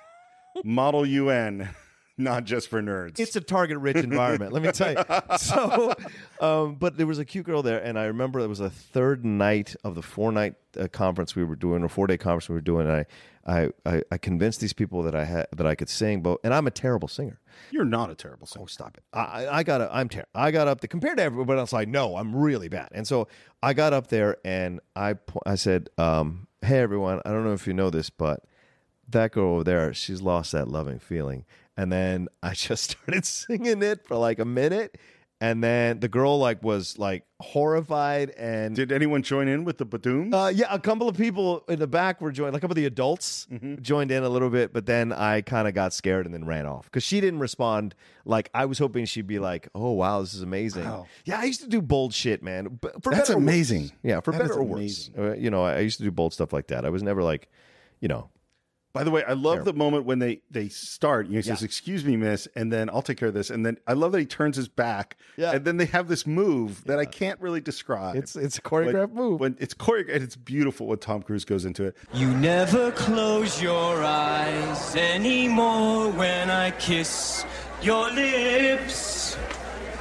S4: Model UN, not just for nerds.
S1: It's a target-rich environment, let me tell you. So, um, but there was a cute girl there, and I remember it was a third night of the four-night uh, conference we were doing, or four-day conference we were doing. And I, I, I, I convinced these people that I had that I could sing, but and I'm a terrible singer.
S4: You're not a terrible singer.
S1: Oh, stop it! I, I- I got up. I'm terrible. I got up there compared to everybody else. Like, no, I'm really bad. And so I got up there and I po- I said, um, "Hey, everyone. I don't know if you know this, but that girl over there, she's lost that loving feeling." And then I just started singing it for like a minute, and then the girl like was like horrified and
S4: Did anyone join in with the Badoom?
S1: uh, yeah, a couple of people in the back were joined. Like a couple of the adults
S4: Mm-hmm.
S1: joined in a little bit, but then I kind of got scared and then ran off because she didn't respond. Like I was hoping she'd be like, "Oh wow, this is amazing."
S4: Wow.
S1: Yeah, I used to do bold shit, man. But for
S4: That's
S1: better or worse.
S4: amazing.
S1: Yeah, for
S4: That
S1: better
S4: is
S1: or worse. Uh, You know, I I used to do bold stuff like that. I was never like, you know,
S4: By the way, I love
S1: Terrible.
S4: the moment when they they start. You know, he says, "Excuse me, miss," and then I'll take care of this. And then I love that he turns his back.
S1: Yeah.
S4: And then they have this move that I can't really describe.
S1: it's it's a
S4: But
S1: choreographed move.
S4: When it's choreographed, it's beautiful when Tom Cruise goes into it.
S9: You never close your eyes anymore when I kiss your lips.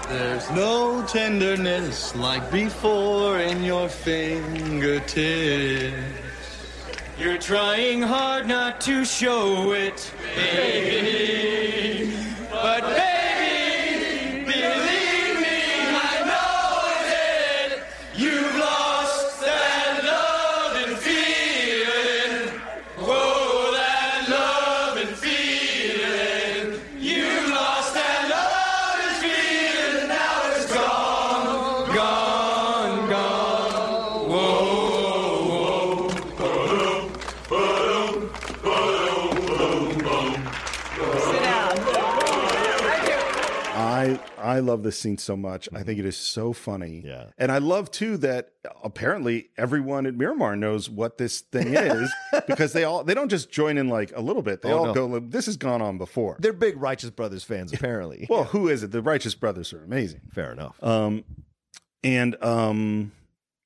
S9: There's no tenderness like before in your fingertips. You're trying hard not to show it, baby. But baby, believe me, I know that you've lost that love and
S4: I love this scene so much. I think it is so funny. Yeah. And I love too that apparently everyone at Miramar knows what this thing is because they all they don't just join in like a little bit. They
S10: Oh,
S4: all
S10: no.
S4: go this has gone on before.
S10: They're big Righteous Brothers fans, apparently.
S4: Well, who is it? The Righteous Brothers are amazing.
S1: Fair enough.
S4: Um and um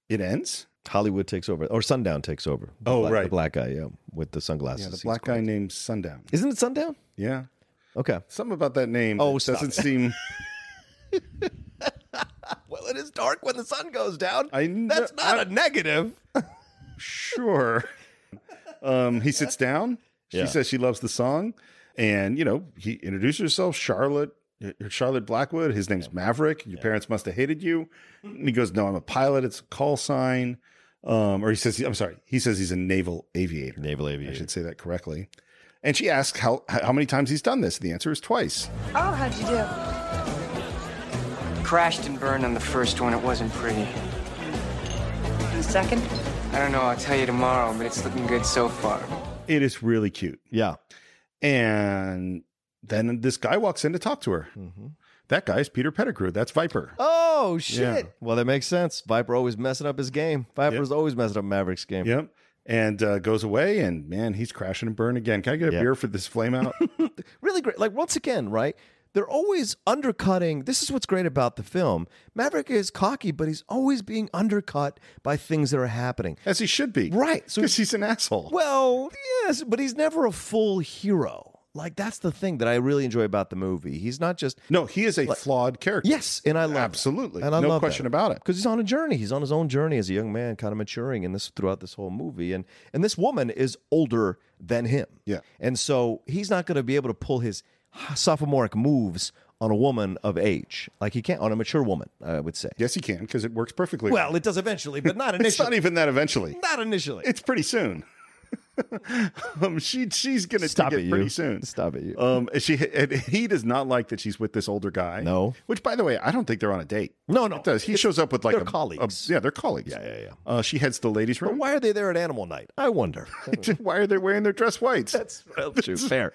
S4: it ends.
S1: Hollywood takes over, or Sundown takes over. The
S4: Oh,
S1: black,
S4: right.
S1: the black guy, yeah, with the sunglasses.
S4: Yeah, the
S1: He's
S4: black guy named Sundown.
S1: Isn't it Sundown?
S4: Yeah.
S1: Okay.
S4: Something about that name
S1: Oh,
S4: that
S1: stop
S4: doesn't
S1: it.
S4: seem
S1: Well, it is dark when the sun goes down.
S4: I kn-
S1: That's not a negative.
S4: sure. Um, he sits down. She
S1: Yeah.
S4: says she loves the song, and you know he introduces herself, Charlotte, uh, Charlotte Blackwood. His name's Maverick. Your parents must have hated you. And he goes, "No, I'm a pilot. It's a call sign." Um, or he says, "I'm sorry." He says he's a naval aviator.
S1: Naval
S4: I
S1: aviation.
S4: should say that correctly. And she asks how how many times he's done this. The answer is twice.
S11: Oh, how'd you do?
S9: Crashed and burned on the first one. It wasn't pretty.
S11: The second?
S9: I don't know. I'll tell you tomorrow, but it's looking good so far.
S4: It is really cute.
S1: Yeah.
S4: And then this guy walks in to talk to her. That guy's Peter Pettigrew. That's Viper.
S1: Mm-hmm. Oh shit. Well, that makes sense. Viper always messing up his game. Viper's always messing up Maverick's game.
S4: Yep. And uh, goes away, and man, he's crashing and burn again. Can I get a
S1: Yeah.
S4: beer for this flame out?
S1: really great. Like once again, right? They're always undercutting. This is what's great about the film. Maverick is cocky, but he's always being undercut by things that are happening.
S4: As he should be.
S1: Right. So
S4: Because he's an asshole.
S1: well, yes, but he's never a full hero. Like that's the thing that I really enjoy about the movie. He's not just
S4: No, he is a flawed character.
S1: Yes, and I love that.
S4: Absolutely.
S1: And I
S4: No
S1: love
S4: question about it.
S1: because he's on a journey. He's on his own journey as a young man, kind of maturing in this throughout this whole movie. And and this woman is older than him.
S4: Yeah.
S1: and so he's not going to be able to pull his sophomoric moves on a woman of age, like he can't on a mature woman. I would say.
S4: Yes, he can, because it works perfectly.
S1: Well, it does eventually, but not
S4: it's not
S1: initially.
S4: even that eventually.
S1: not initially.
S4: It's pretty soon. um, she she's gonna
S1: Stop
S4: dig
S1: it,
S4: it pretty
S1: you.
S4: soon.
S1: Stop it, you.
S4: Um, she and he does not like that she's with this older guy.
S1: No.
S4: which by the way, I don't think they're on a date.
S1: No, no.
S4: It does. He
S1: It's-
S4: shows up with like
S1: they're
S4: a,
S1: colleagues.
S4: A, yeah, they're colleagues.
S1: Yeah, yeah, yeah.
S4: Uh, she heads to the ladies'
S1: But
S4: room.
S1: why are they there at Animal Night? I wonder.
S4: Why are they wearing their dress whites?
S1: That's true. Fair.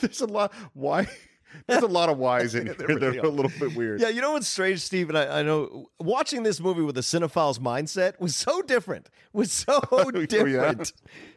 S4: there's a lot why there's a lot of whys in here
S1: really
S4: that are
S1: are.
S4: a little bit weird
S1: Yeah, you know what's strange, Steve? And I, I know watching this movie with a cinephile's mindset was so different. Was so
S4: yeah?
S1: different.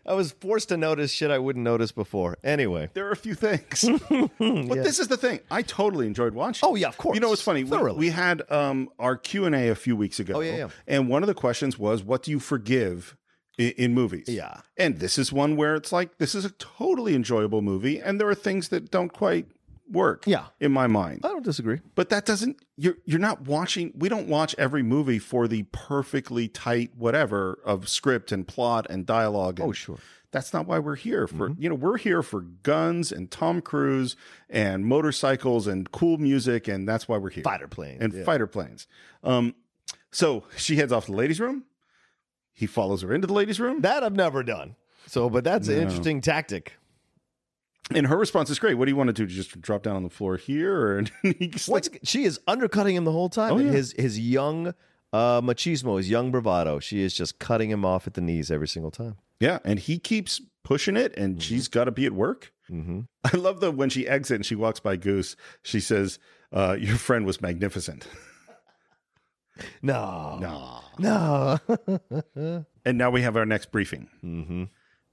S1: I was forced to notice shit I wouldn't notice before. Anyway,
S4: there are a few things but this is the thing i totally enjoyed watching
S1: Oh, yeah, of course.
S4: you know what's funny we,
S1: Thoroughly.
S4: we had um our q&a a few weeks ago
S1: Oh, yeah, yeah.
S4: and one of the questions was what do you forgive in, in movies
S1: Yeah.
S4: and this is one where it's like this is a totally enjoyable movie and there are things that don't quite work
S1: Yeah.
S4: in my mind
S1: I don't disagree.
S4: but that doesn't you're you're not watching we don't watch every movie for the perfectly tight whatever of script and plot and dialogue and
S1: Oh, sure. Mm-hmm.
S4: that's not why we're here for you know we're here for guns and tom cruise and motorcycles and cool music and that's why we're here
S1: Fighter planes,
S4: and
S1: yeah.
S4: fighter planes um so she heads off to the ladies room he follows her into the ladies room
S1: That I've never done. So, but that's an interesting tactic.
S4: and her response is great what do you want to do just drop down on the floor here and he's like,
S1: What's, she is undercutting him the whole time.
S4: Oh,
S1: and
S4: yeah.
S1: His his young uh, machismo, his young bravado. She is just cutting him off at the knees every single time.
S4: Yeah, and he keeps pushing it, and
S1: Mm-hmm.
S4: she's got to be at work. I love that when she exits and she walks by Goose, she says, uh, "Your friend was magnificent."
S1: No,
S4: Nah.
S1: no.
S4: And now we have our next briefing.
S1: mm-hmm.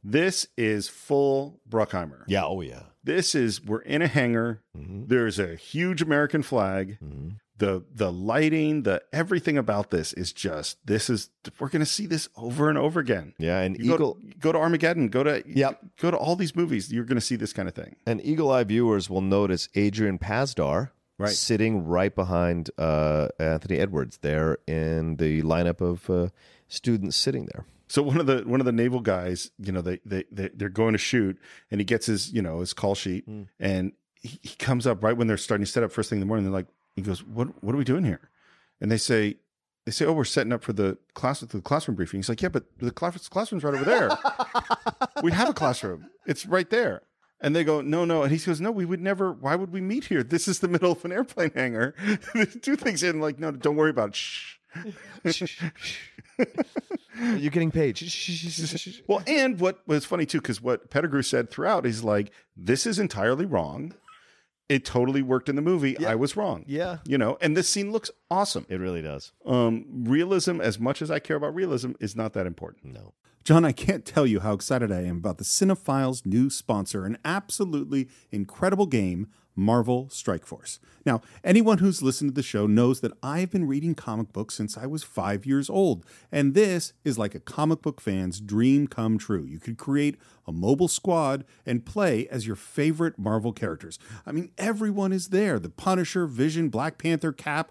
S4: This is full Bruckheimer.
S1: Yeah. Mm-hmm. Oh, yeah.
S4: This is we're in a hangar. There's a huge American flag.
S1: Mm-hmm.
S4: The the lighting, the everything about this is just this is we're gonna see this over and over again.
S1: Yeah, and
S4: You
S1: eagle.
S4: go, to, go to Armageddon. Go to
S1: Yep.
S4: Go to all these movies. You're gonna see this kind of thing.
S1: And eagle eye viewers will notice Adrian Pazdar
S4: Right.
S1: sitting right behind uh, Anthony Edwards there in the lineup of uh, students sitting there.
S4: So one of the one of the naval guys, you know, they they, they they're going to shoot, and he gets his you know his call sheet, and he, he comes up right when they're starting to set up first thing in the morning. They're like, he goes, "What what are we doing here?" And they say, "They say, oh, we're setting up for the class the classroom briefing." He's like, "Yeah, but the class, classroom's right over there. we have a classroom. It's right there." And they go, no, no. And he goes, no, we would never. Why would we meet here? This is the middle of an airplane hangar. Do things in like, no, don't worry about it. Shh.
S1: You're getting paid. Shh, shh, shh, shh, shh, shh.
S4: Well, and what was funny too, because what Pettigrew said throughout is like, this is entirely wrong. It totally worked in the movie. I was wrong.
S1: Yeah.
S4: You know, and this scene looks awesome.
S1: It really does.
S4: Um, realism, as much as I care about realism, is not that important. No.
S12: John, I can't tell you how excited I am about the Cinephiles' new sponsor, an absolutely incredible game, Marvel Strike Force. Now, anyone who's listened to the show knows that I've been reading comic books since I was five years old, and this is like a comic book fan's dream come true. You could create a mobile squad and play as your favorite Marvel characters. I mean, everyone is there the Punisher, Vision, Black Panther, Cap,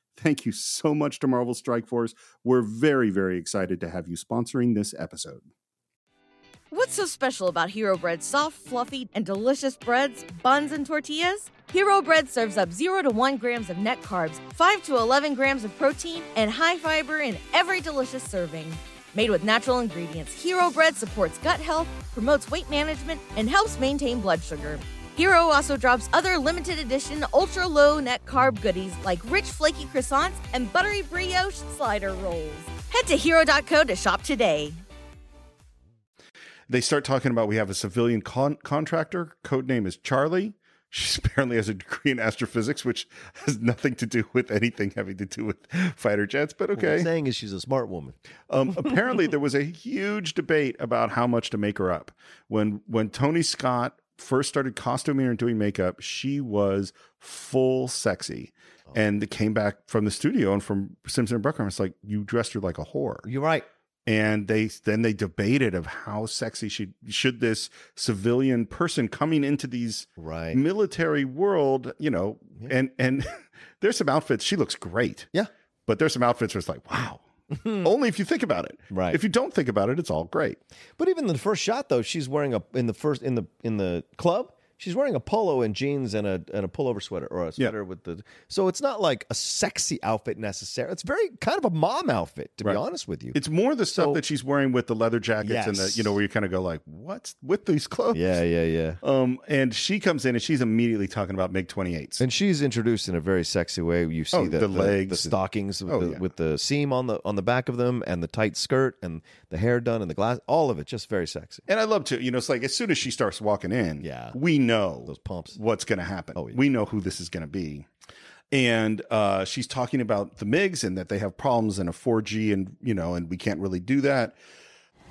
S12: thank you so much to Marvel Strike Force. We're very, very excited to have you sponsoring this episode.
S13: What's so special about Hero Bread's soft, fluffy, and delicious breads, buns, and tortillas? Hero Bread serves up 0 to 1 grams of net carbs, 5 to 11 grams of protein, and high fiber in every delicious serving. Made with natural ingredients, Hero Bread supports gut health, promotes weight management, and helps maintain blood sugar. Hero also drops other limited edition ultra low net carb goodies like rich flaky croissants and buttery brioche slider rolls. Head to hero.co to shop today.
S4: They start talking about we have a civilian con- contractor. Code name is Charlie. She apparently has a degree in astrophysics, which has nothing to do with anything having to do with fighter jets. But
S1: What
S4: okay,
S1: I'm saying is she's a smart woman.
S4: Um, apparently, there was a huge debate about how much to make her up. When when Tony Scott first started costuming and doing makeup, she was full sexy, and they came back from the studio and from Simpson and Bruckheimer. It's like you dressed her like a whore.
S1: You're right.
S4: And they then they debated of how sexy she should this civilian person coming into these
S1: right.
S4: military world, you know, and and there's some outfits. She looks great.
S1: Yeah.
S4: But there's some outfits where it's like, wow. Only if you think about it.
S1: Right.
S4: If you don't think about it, it's all great.
S1: But even the first shot though, she's wearing a in the first in the in the club, she's wearing a polo and jeans and a and a pullover sweater or a sweater with the so it's not like a sexy outfit necessarily. It's very kind of a mom outfit, to be honest with you.
S4: It's more the stuff that she's wearing with the leather jackets and the,
S1: Yes.
S4: you know, where you kind of go like, what's with these clothes?
S1: Yeah, yeah, yeah.
S4: Um, and she comes in and she's immediately talking about MiG 28s.
S1: And she's introduced in a very sexy way. You see
S4: Oh,
S1: the, the
S4: the legs.
S1: stockings with,
S4: Oh,
S1: the,
S4: yeah.
S1: with the seam on the on the back of them, and the tight skirt, and the hair done, and the glass. All of it, just very sexy.
S4: And I love to, you know, it's like as soon as she starts walking in, yeah, we know those
S1: pumps,
S4: what's going to happen. Oh, we know who this is going to be. And uh, she's talking about the MIGs and that they have problems in a 4G, and you know, and we can't really do that.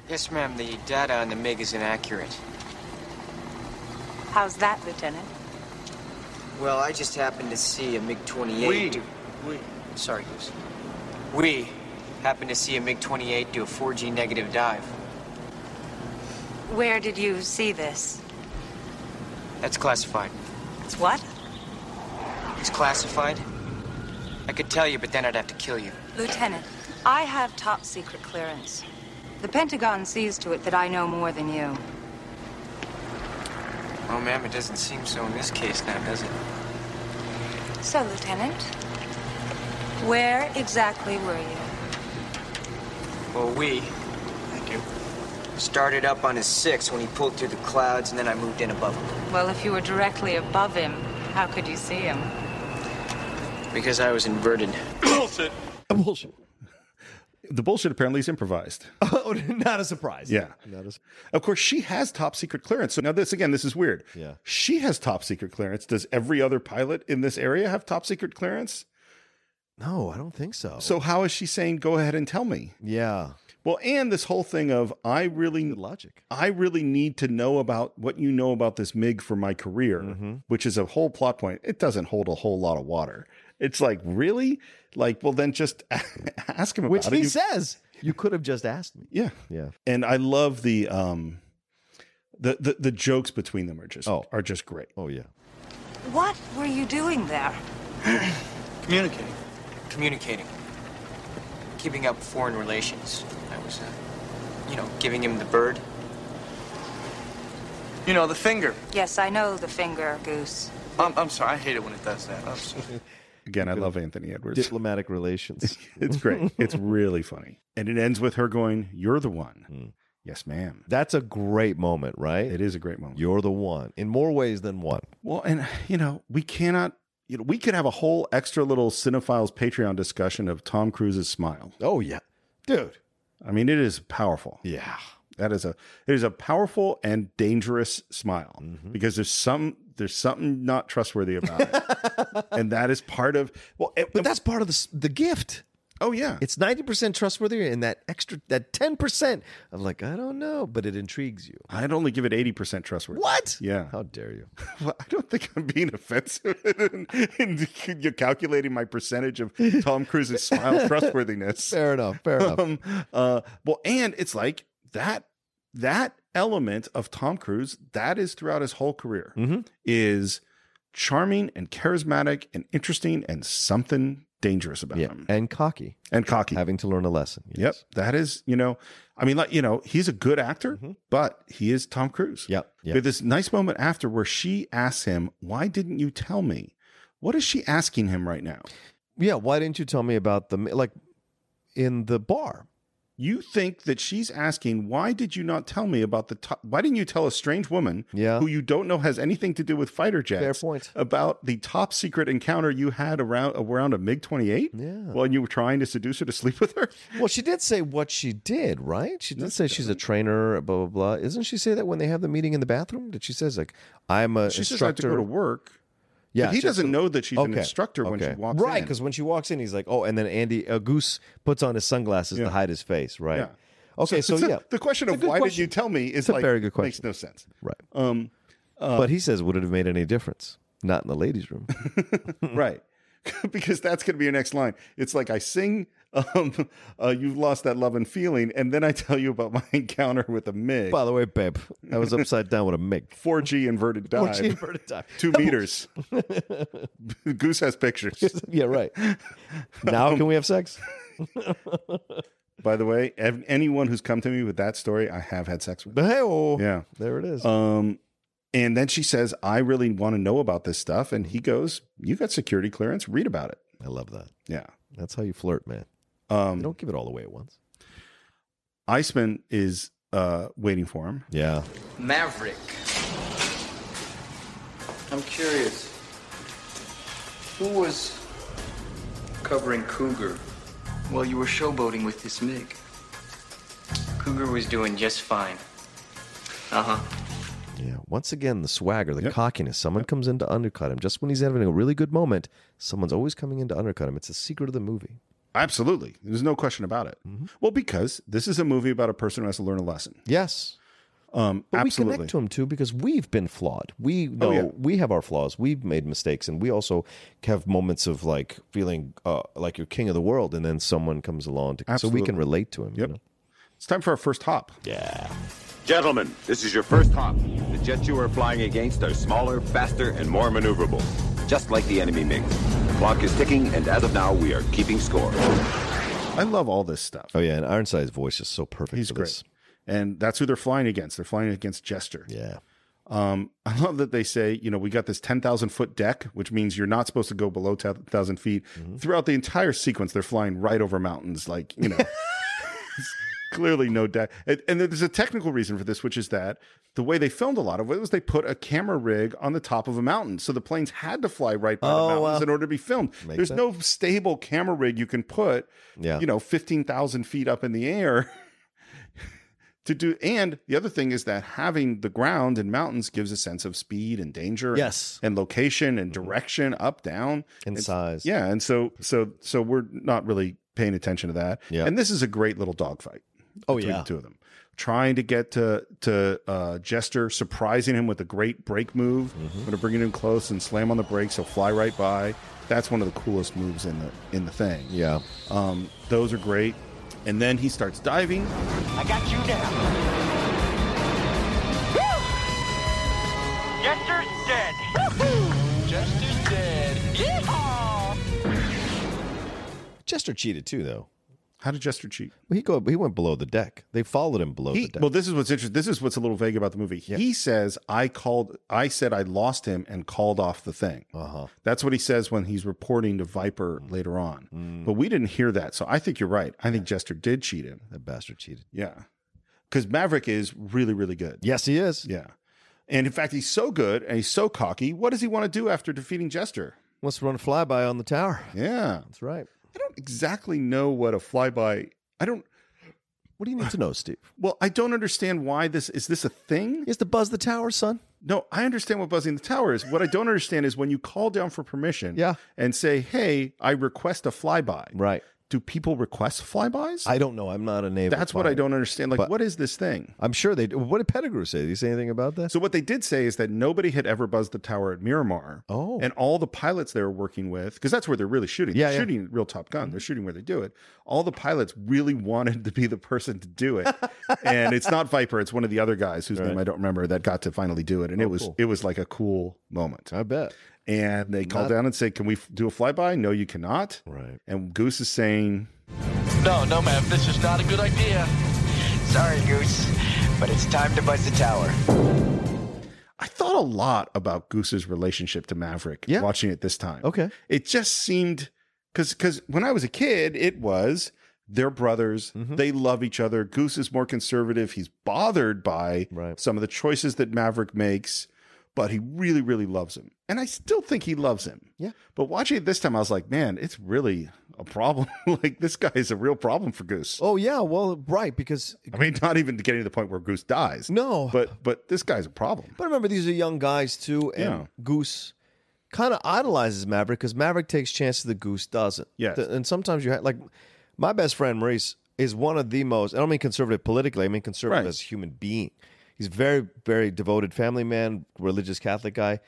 S2: Yes, ma'am, the data on the MiG is inaccurate.
S11: How's that, Lieutenant?
S2: Well, I just happened to see a MiG 28.
S11: We-
S2: do- Sorry, Goose. We happened to see a MiG 28 do a 4G negative dive.
S11: Where did you see this?
S2: That's classified.
S11: It's what?
S2: It's classified? I could tell you, but then I'd have to kill you.
S11: Lieutenant, I have top secret clearance. The Pentagon sees to it that I know more than you.
S2: Oh, ma'am, it doesn't seem so in this case now, does it?
S11: So, Lieutenant, where exactly were you?
S2: Well, we. Thank you. Started up on his six when he pulled through the clouds, and then I moved in above him.
S11: Well, if you were directly above him, how could you see him?
S2: Because I was inverted. Bullshit.
S1: Bullshit.
S4: The bullshit apparently is improvised.
S1: Oh, not a surprise.
S4: Yeah.
S1: Not a,
S4: Of course, she has top secret clearance. So now this again, this is weird.
S1: Yeah.
S4: She has top secret clearance. Does every other pilot in this area have top secret clearance?
S1: no, I don't think so.
S4: So how is she saying go ahead and tell me?
S1: Yeah.
S4: Well, and this whole thing of I really
S1: logic.
S4: I really need to know about what you
S1: Mm-hmm.
S4: know about this MIG for my career, which is a whole plot point. It doesn't hold a whole lot of water. It's like, really? Like, well, then just ask him about
S1: Which
S4: it.
S1: he
S4: You-
S1: says you could have just asked me.
S4: Yeah.
S1: Yeah.
S4: And I love the um the the, the jokes between them are just oh. are just great.
S1: Oh yeah.
S11: What were you doing there?
S9: Communicating.
S2: Communicating. Keeping up foreign relations. I was, uh, you know, giving him the bird.
S9: You know, the finger.
S11: Yes, I know the finger, Goose.
S9: I'm, I'm sorry. I hate it when it does that. I'm sorry.
S4: Again, I love Anthony Edwards.
S1: Diplomatic relations.
S4: it's great. It's really funny. And it ends with her going, You're the one.
S1: Hmm.
S4: Yes, ma'am.
S1: That's a great moment, right?
S4: It is a great moment.
S1: You're the one in more ways than one.
S4: Well, and you know, we cannot you know, we could have a whole extra little Cinephiles Patreon discussion of Tom Cruise's smile.
S1: Oh yeah. Dude.
S4: I mean, it is powerful.
S1: Yeah.
S4: That is a it is a powerful and dangerous smile
S1: Mm-hmm.
S4: because there's some there's something not trustworthy about it, and that is part of well. It,
S1: But that's part of the s- the gift.
S4: oh yeah,
S1: It's 90% trustworthy and that extra that 10% of like I don't know, but it intrigues you.
S4: I'd only give it eighty percent trustworthy.
S1: What? Oh.
S4: Yeah,
S1: How dare you?
S4: Well, I don't think I'm being offensive in, in, you're calculating my percentage of Tom Cruise's smile trustworthiness.
S1: Fair enough. Fair enough.
S4: Um, uh, well, and it's like that that element of Tom Cruise that is throughout his whole career
S1: Mm-hmm.
S4: is charming and charismatic and interesting and something dangerous about
S1: yeah.
S4: him
S1: And cocky.
S4: and cocky.
S1: Having to learn a lesson.
S4: Yep, that is you know, I mean, like you know, he's a good actor, but he is Tom Cruise.
S1: Mm-hmm. Yep, yep.
S4: There's this nice moment after where she asks him, "Why didn't you tell me?" What is she asking him right now?
S1: Yeah, why didn't you tell me about the like in the bar?
S4: You think that she's asking, "Why did you not tell me about the? To- why didn't you tell a strange woman,
S1: Yeah.
S4: who you don't know has anything to do with fighter jets,
S1: Fair point.
S4: about the top secret encounter you had around around a MiG 28? Yeah, while you were trying to seduce her to sleep with her.
S1: Well, she did say what she did, right? She did say she's a trainer, blah blah blah. Isn't she say that when they have the meeting in the bathroom? Did she says like I'm a
S4: She says I have to
S1: instructor?
S4: go to work.
S1: yeah,
S4: but he
S1: just-
S4: doesn't know that she's an
S1: Okay,
S4: instructor when
S1: okay.
S4: she walks
S1: right?
S4: in.
S1: Because when she walks in, he's like, oh, and then Andy uh, Goose puts on his sunglasses
S4: Yeah.
S1: to hide his face, right?
S4: Yeah.
S1: Okay, so,
S4: it's a-
S1: yeah,
S4: the question
S1: It's a
S4: of
S1: good
S4: why did
S1: question.
S4: you tell me is
S1: It's a
S4: like
S1: very good question.
S4: Makes no sense.
S1: right?
S4: Um,
S1: but he says, would it have made any difference? Not in the ladies' room.
S4: right, because that's going to be your next line. It's like I sing, um, uh, you've lost that love and feeling, and then I tell you about my encounter with a Mig.
S1: By the way, babe, I was upside down with a mig.
S4: 4G inverted dive.
S1: 4G inverted dive.
S4: Two meters. Goose has pictures.
S1: yeah, right. Now can we have sex?
S4: By the way, ev- anyone who's come to me with that story, I have had sex with.
S1: Hey-oh.
S4: Yeah.
S1: There it is.
S4: Um, and then she says, I really want to know about this stuff. And he goes, You got security clearance, read about it.
S1: I love that.
S4: Yeah.
S1: That's how you flirt, man. You
S4: Um,
S1: don't give it all away at once.
S4: Iceman is uh, waiting for him.
S1: Yeah.
S2: Maverick.
S9: I'm curious. Who was
S2: Covering Cougar.
S9: Well, you were showboating with this MiG.
S2: Cougar was doing just fine.
S9: Uh huh.
S1: Yeah. Once again, the swagger, the
S4: Yep.
S1: cockiness. Someone comes in to undercut him. Just when he's having a really good moment, someone's always coming in to undercut him. It's the secret of the movie.
S4: Absolutely. There's no question about it.
S1: Mm-hmm.
S4: Well, because this is a movie about a person who has to learn a lesson.
S1: Yes.
S4: Um,
S1: But we
S4: absolutely. Oh,
S1: connect to him too because we've been flawed. We know
S4: yeah.
S1: we have our flaws. We've made mistakes, and we also have moments of like feeling uh, like you're king of the world, and then someone comes along to so we can
S4: Absolutely.
S1: relate to him. you
S4: Yep.
S1: know?
S4: it's time for our first hop.
S14: Gentlemen, this is your first hop. The jets you are flying against are smaller, faster, and more maneuverable, just like the enemy MiGs. The clock is ticking, and as of now, we are keeping score.
S4: I love all this stuff.
S1: Oh yeah, and Ironside's voice is so perfect.
S4: He's
S1: for
S4: great.
S1: This.
S4: And that's who they're flying against. They're flying against Jester.
S1: Yeah.
S4: Um, I love that they say, you know, we got this 10,000 foot deck, which means you're not supposed to go below 10,000 feet.
S1: Mm-hmm.
S4: Throughout the entire sequence, they're flying right over mountains. Like, you know, it's clearly no deck. And, and there's a technical reason for this, which is that the way they filmed a lot of it was they put a camera rig on the top of a mountain. So the planes had to fly right by
S1: Oh,
S4: the mountains
S1: wow.
S4: in order to be filmed.
S1: Makes
S4: there's
S1: sense.
S4: no stable camera rig you can put,
S1: Yeah.
S4: you know, 15,000 feet up in the air to do and the other thing is that having the ground and mountains gives a sense of speed and danger
S1: Yes. Mm-hmm.
S4: and, location and direction up down
S1: And
S4: It's-
S1: size.
S4: yeah and so so so we're not really paying attention to that
S1: Yeah.
S4: and this is a great little dogfight
S1: Oh,
S4: between
S1: yeah.
S4: the two of them trying to get to to uh, Jester, surprising him with a great break move.
S1: Mm-hmm.
S4: I'm going to bring it in close and slam on the brakes. He'll fly right by. That's one of the coolest moves in the in the thing.
S10: Yeah,
S4: um, those are great. And then he starts diving.
S2: I got you now. Jester's dead. Jester's dead. Yeehaw!
S1: Chester cheated too, though.
S4: How did Chester cheat?
S1: Well, he go. He went below the deck. They followed him below
S4: He-
S1: the deck.
S4: well, this is what's interesting. This is what's a little vague about the movie. He says, "I called. I said I lost him and called off the thing."
S1: Uh-huh.
S4: That's what he says when he's reporting to Viper later on. But we didn't hear that, so I think you're right. I think Jester did cheat him.
S1: That bastard cheated.
S4: Yeah, because Maverick is really, really good.
S1: Yes, he is.
S4: Yeah, and in fact, he's so good and he's so cocky. What does he want to do after defeating Jester?
S1: Let's run a flyby on the tower.
S4: Yeah,
S1: That's right.
S4: I don't exactly know what a flyby. I don't.
S1: What do you need to know, Steve?
S4: Well, I don't understand why this is this a thing?
S1: Is to buzz the tower, son?
S4: No, I understand what buzzing the tower is. What I don't understand is when you call down for permission
S1: Yeah.
S4: and say, "Hey, I request a flyby."
S1: Right.
S4: Do people request flybys?
S1: I don't know. I'm not a naval.
S4: That's what I
S1: pilot.
S4: don't understand. Like,
S1: But-
S4: what is this thing?
S1: I'm sure they. What did Pettigrew say? Did he say anything about that?
S4: So what they did say is that nobody had ever buzzed the tower at Miramar.
S1: Oh.
S4: And all the pilots they were working with, because that's where they're really shooting.
S1: Yeah, Mm-hmm.
S4: they're
S1: yeah.
S4: shooting real Top Gun. They're shooting where they do it. All the pilots really wanted to be the person to do it. and it's not Viper, it's one of the other guys whose name I don't remember that got to finally do it. And
S1: Oh,
S4: it was
S1: cool.
S4: it was like a cool moment.
S1: I bet.
S4: And they called
S1: Not-
S4: down and said, Can we f- do a flyby? No, you cannot.
S1: Right.
S4: And Goose is saying,
S8: No, no, ma'am. This is not a good idea.
S2: Sorry, Goose, but it's time to buzz the tower.
S4: I thought a lot about Goose's relationship to Maverick
S1: Yeah.
S4: watching it this time.
S1: Okay.
S4: It just seemed cuz cuz when I was a kid it was they're brothers,
S1: Mm-hmm.
S4: they love each other. Goose is more conservative. He's bothered by
S1: Right.
S4: some of the choices that Maverick makes, but he really really loves him. And I still think he loves him.
S1: Yeah.
S4: But watching it this time I was like, man, it's really a problem. like this guy is a real problem for Goose.
S1: Oh yeah. Well, right. Because
S4: I mean, not even to getting to the point where Goose dies.
S1: no.
S4: But but this guy's a problem.
S1: But remember, these are young guys too, and
S4: Yeah.
S1: Goose kind of idolizes Maverick because Maverick takes chances that Goose doesn't.
S4: Yes.
S1: Th- and sometimes you ha- like my best friend Maurice is one of the most. I don't mean conservative politically. I mean conservative
S4: Right.
S1: as a human being. He's a very very devoted family man, religious Catholic guy,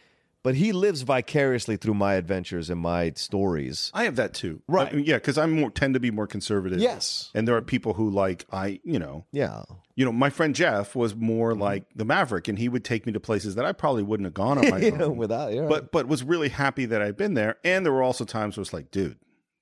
S1: but he lives vicariously through my adventures and my stories.
S4: I have that too.
S1: Right.
S4: I mean, yeah, because I'm more tend to be more conservative.
S1: Yes.
S4: And there are people who like I, you know,
S1: Yeah.
S4: you know, my friend Jeff was more
S1: Mm-hmm.
S4: like the Maverick, and he would take me to places that I probably wouldn't have gone on my
S1: Yeah,
S4: own.
S1: without- yeah.
S4: But but was really happy that I'd been there. And there were also times where it's like, dude,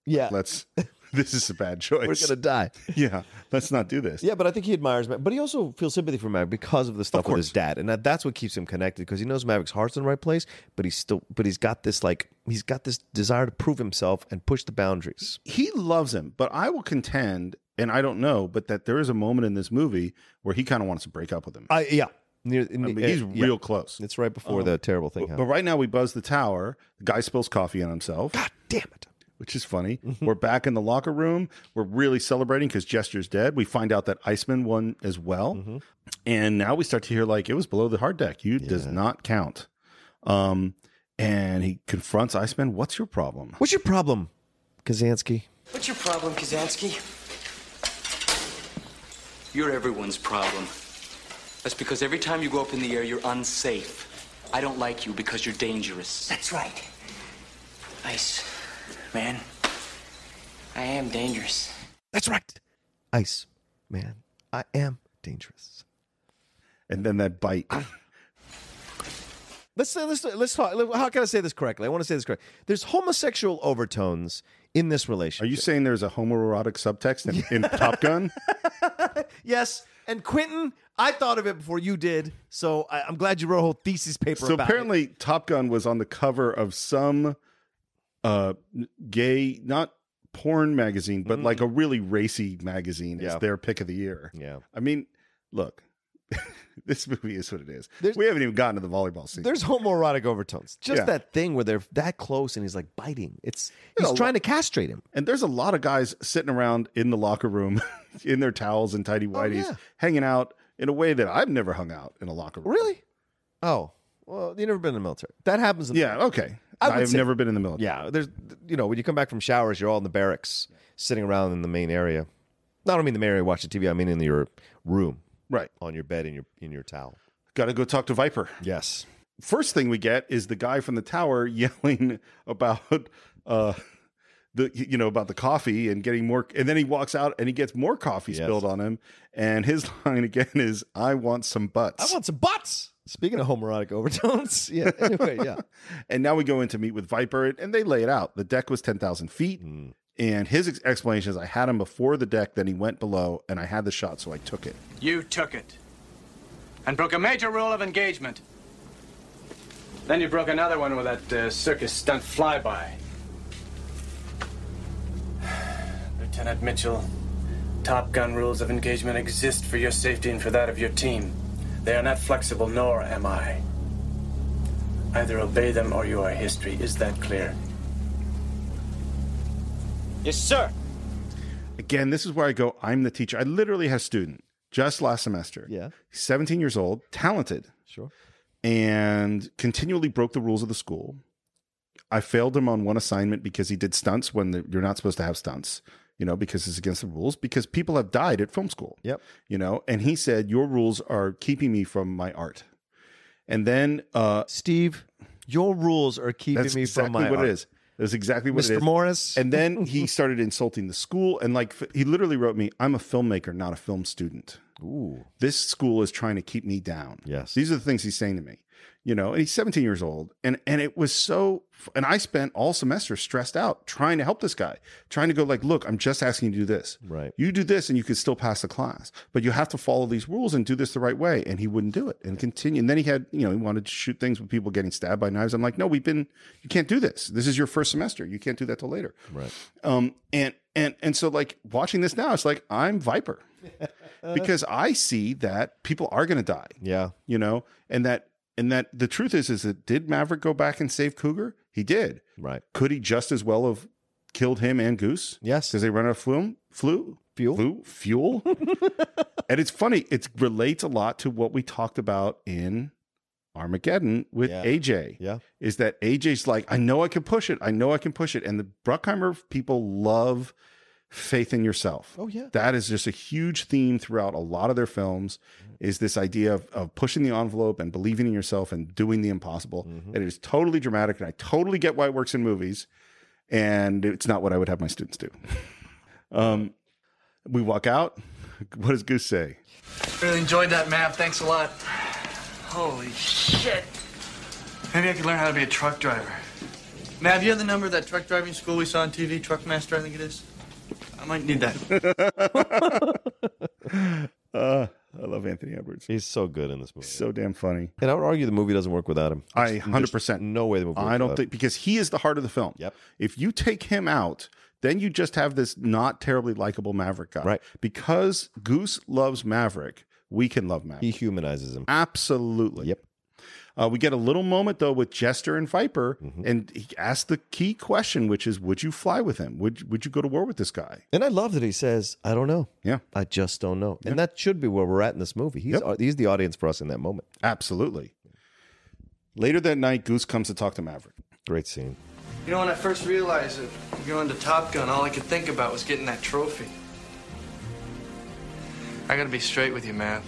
S1: Yeah.
S4: let's this is a bad choice.
S1: We're gonna die.
S4: yeah, let's not do this.
S1: Yeah, but I think he admires Maverick. But he also feels sympathy for Maverick because of the stuff with his dad, and that, that's what keeps him connected because he knows Maverick's heart's in the right place. But he's still, but he's got this like he's got this desire to prove himself and push the boundaries.
S4: He loves him, but I will contend, and I don't know, but that there is a moment in this movie where he kind of wants to break up with him.
S1: I yeah, Near-
S4: I mean,
S1: uh,
S4: he's
S1: yeah. Um,
S4: real close.
S1: It's right before the terrible thing
S4: But, but
S1: happened.
S4: right now we buzz the tower. The guy spills coffee on himself. God
S1: damn it.
S4: Which is funny.
S1: Mm-hmm.
S4: We're back in the locker room. We're really celebrating because Jester's dead. We find out that Iceman won as well.
S1: Mm-hmm.
S4: And now we start to hear like it was below the hard deck. You does not count. Um and he confronts Iceman. What's your problem?
S1: What's your problem, Kazansky?
S2: What's your problem, Kazansky?
S15: You're everyone's problem. That's because every time you go up in the air, you're unsafe. I don't like you because you're dangerous.
S9: That's right.
S2: Ice, man. I am dangerous.
S1: That's right, Ice Man. I am dangerous.
S4: And then that bite.
S1: Let's say let's let's talk. How can I say this correctly? I want to say this correctly. There's homosexual overtones in this relationship.
S4: Are you saying there's a homoerotic subtext in, in Top Gun?
S1: Yes. And Quentin, I thought of it before you did, so I, I'm glad you wrote a whole thesis paper
S4: so
S1: about it.
S4: apparently top gun was on the cover of some uh gay not porn magazine but like a really racy magazine
S1: Mm. Yeah.
S4: is their pick of the year
S1: Yeah.
S4: i mean look this movie is what it is
S1: There's-
S4: we haven't even gotten to the volleyball scene
S1: There's homoerotic overtones. Just
S4: Yeah.
S1: that thing where they're that close and he's like biting. It's
S4: You
S1: he's
S4: know,
S1: trying to castrate him.
S4: and there's a lot of guys sitting around in the locker room in their towels and tidy whities
S1: Oh, yeah.
S4: hanging out in a way that i've never hung out in a locker room
S1: Really? Oh. Well, you've never been in the military. That happens in
S4: yeah okay
S1: I would
S4: i've
S1: say-
S4: never been in the military
S1: Yeah. There's you know, when you come back from showers, you're all in the barracks sitting around in the main area. No, I don't mean the main area watching TV, I mean in your room.
S4: right
S1: on your bed in your in your towel.
S4: Got to go talk to Viper.
S1: Yes.
S4: First thing we get is the guy from the tower yelling about uh the you know about the coffee and getting more and then he walks out and he gets more coffee
S1: Yes.
S4: spilled on him and his line again is I want some butts.
S1: I want some butts. Speaking of homoerotic overtones, yeah. Anyway, yeah.
S4: and now we go in to meet with Viper, and- and they lay it out. The deck was 10,000 feet.
S1: Mm.
S4: And his ex- explanation is I had him before the deck, then he went below, and I had the shot, so I took it.
S9: You took it. And broke a major rule of engagement. Then you broke another one with that uh, circus stunt flyby. Lieutenant Mitchell, Top Gun rules of engagement exist for your safety and for that of your team. They are not flexible, nor am I. Either obey them or you are history. Is that clear? Yes, sir.
S4: Again, this is where I go, I'm the teacher. I literally had a student just last semester.
S1: Yeah.
S4: He's 17 years old, talented.
S1: Sure.
S4: And continually broke the rules of the school. I failed him on one assignment because he did stunts when the, you're not supposed to have stunts, you know, because it's against the rules, because people have died at film school.
S1: Yep.
S4: You know, and he said, Your rules are keeping me from my art. And then uh
S1: Steve, your rules are keeping
S4: that's
S1: me
S4: exactly
S1: from my
S4: what
S1: art.
S4: it is. That's exactly what it
S1: Mr.
S4: is.
S1: Morris.
S4: And then he started insulting the school and like f- he literally wrote me, "I'm a filmmaker, not a film student.
S1: Ooh.
S4: This school is trying to keep me down."
S1: Yes.
S4: These are the things he's saying to me. You know, and he's 17 years old and and it was so and I spent all semester stressed out trying to help this guy, trying to go like, "Look, I'm just asking you to do this.
S1: Right.
S4: You do this and you could still pass the class, but you have to follow these rules and do this the right way." And he wouldn't do it and continue. And then he had, you know, he wanted to shoot things with people getting stabbed by knives. I'm like, "No, we've been you can't do this. This is your first semester. You can't do that till later."
S1: Right.
S4: um and and and so like watching this now it's like i'm viper because i see that people are going to die
S1: Yeah.
S4: you know and that and that the truth is is that did maverick go back and save cougar he did
S1: Right.
S4: could he just as well have killed him and goose
S1: Yes.
S4: because they run out of flume flu
S1: Fuel.
S4: flu, fuel and it's funny it relates a lot to what we talked about in armageddon with
S1: Yeah.
S4: aj
S1: Yeah.
S4: is that AJ's like, I know I can push it. I know I can push it. And the Bruckheimer people love faith in yourself.
S1: Oh, yeah.
S4: That is just a huge theme throughout a lot of their films
S1: Mm-hmm.
S4: is this idea of, of pushing the envelope and believing in yourself and doing the impossible.
S1: Mm-hmm.
S4: And it is totally dramatic. And I totally get why it works in movies. And it's not what I would have my students do. um, we walk out. What does Goose say?
S9: Really enjoyed that map. Thanks a lot. Holy shit. Maybe I could learn how to be a truck driver. Mav, you have the number of that truck driving school we saw on TV, Truck Master, I think it is. I might need that.
S4: Uh, I love Anthony Edwards.
S1: He's so good in this movie.
S4: So damn funny.
S1: and I would argue the movie doesn't work without him.
S4: I 100%
S1: There's no way the movie.
S4: I
S1: works
S4: don't
S1: without
S4: think
S1: him.
S4: because he is the heart of the film.
S1: Yep.
S4: If you take him out, then you just have this not terribly likable Maverick guy.
S1: Right.
S4: Because Goose loves Maverick, we can love Maverick.
S1: he humanizes him.
S4: Absolutely.
S1: Yep.
S4: Uh, we get a little moment though with Jester and Viper,
S5: Mm-hmm.
S4: and he asks the key question, which is, "Would you fly with him? Would Would you go to war with this guy?"
S1: And I love that he says, "I don't know.
S4: Yeah.
S1: I just don't know." And that should be where we're at in this movie. He's he's the audience for us in that moment.
S4: Absolutely. Later that night, Goose comes to talk to Maverick.
S1: Great scene.
S9: you know, when I first realized that we're going to Top Gun, all I could think about was getting that trophy. I gotta be straight with you, Mav.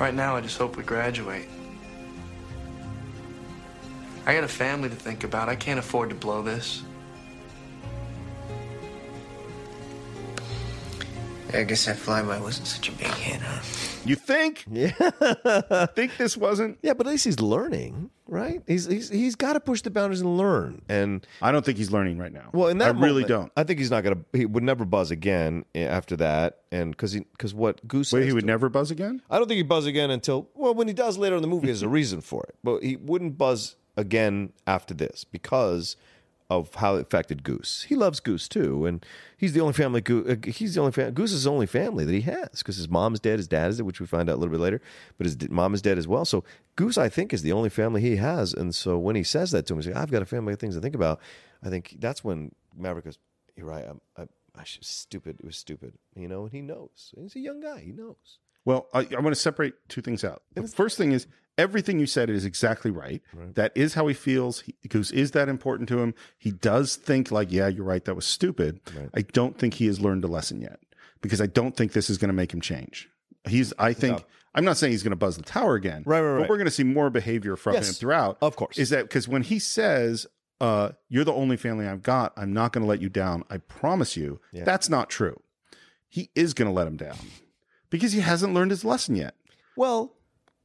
S9: Right now, I just hope we graduate. I got a family to think about. I can't afford to blow this. I guess that flyby wasn't such a big hit, huh?
S4: You think?
S1: Yeah.
S4: Think this wasn't?
S1: Yeah, but at least he's learning, right? He's he's he's got to push the boundaries and learn. And
S4: I don't think he's learning right now.
S1: well, in that
S4: I really
S1: moment,
S4: don't.
S1: I think he's not gonna. He would never buzz again eh, after that. And because he because what Goose
S4: Wait,
S1: says
S4: he would
S1: to him-
S4: never buzz again?
S1: I don't think he buzz again until well, when he does later in the movie, there's a reason for it. But he wouldn't buzz again after this because of how it affected Goose. He loves Goose too, and he's the only family. Goose, uh, he's the only fam- Goose is the only family that he has because his mom's dead, his dad is dead, which we find out a little bit later. But his d- mom is dead as well, so Goose, I think, is the only family he has. And so when he says that to him, he's like, "I've got a family of things to think about." I think that's when Maverick goes, "You're right. I'm, I, I should stupid. It was stupid, you know." And he knows. He's a young guy. He knows.
S4: Well, I, I want to separate two things out. The first thing is everything you said is exactly right. That is how he feels. He, Goose is that important to him. He does think like, yeah, you're right. That was stupid. I don't think he has learned a lesson yet because I don't think this is going to make him change. He's, I think,
S5: No.
S4: I'm not saying he's going to buzz the tower again.
S5: Right, right,
S4: But
S5: right.
S4: we're going to see more behavior from
S5: Yes,
S4: him throughout. Of course. Is that because when he says, uh, you're the only family I've got, I'm not going to let you down, I promise you,
S1: Yeah.
S4: that's not true. He is going to let him down because he hasn't learned his lesson yet.
S1: Well,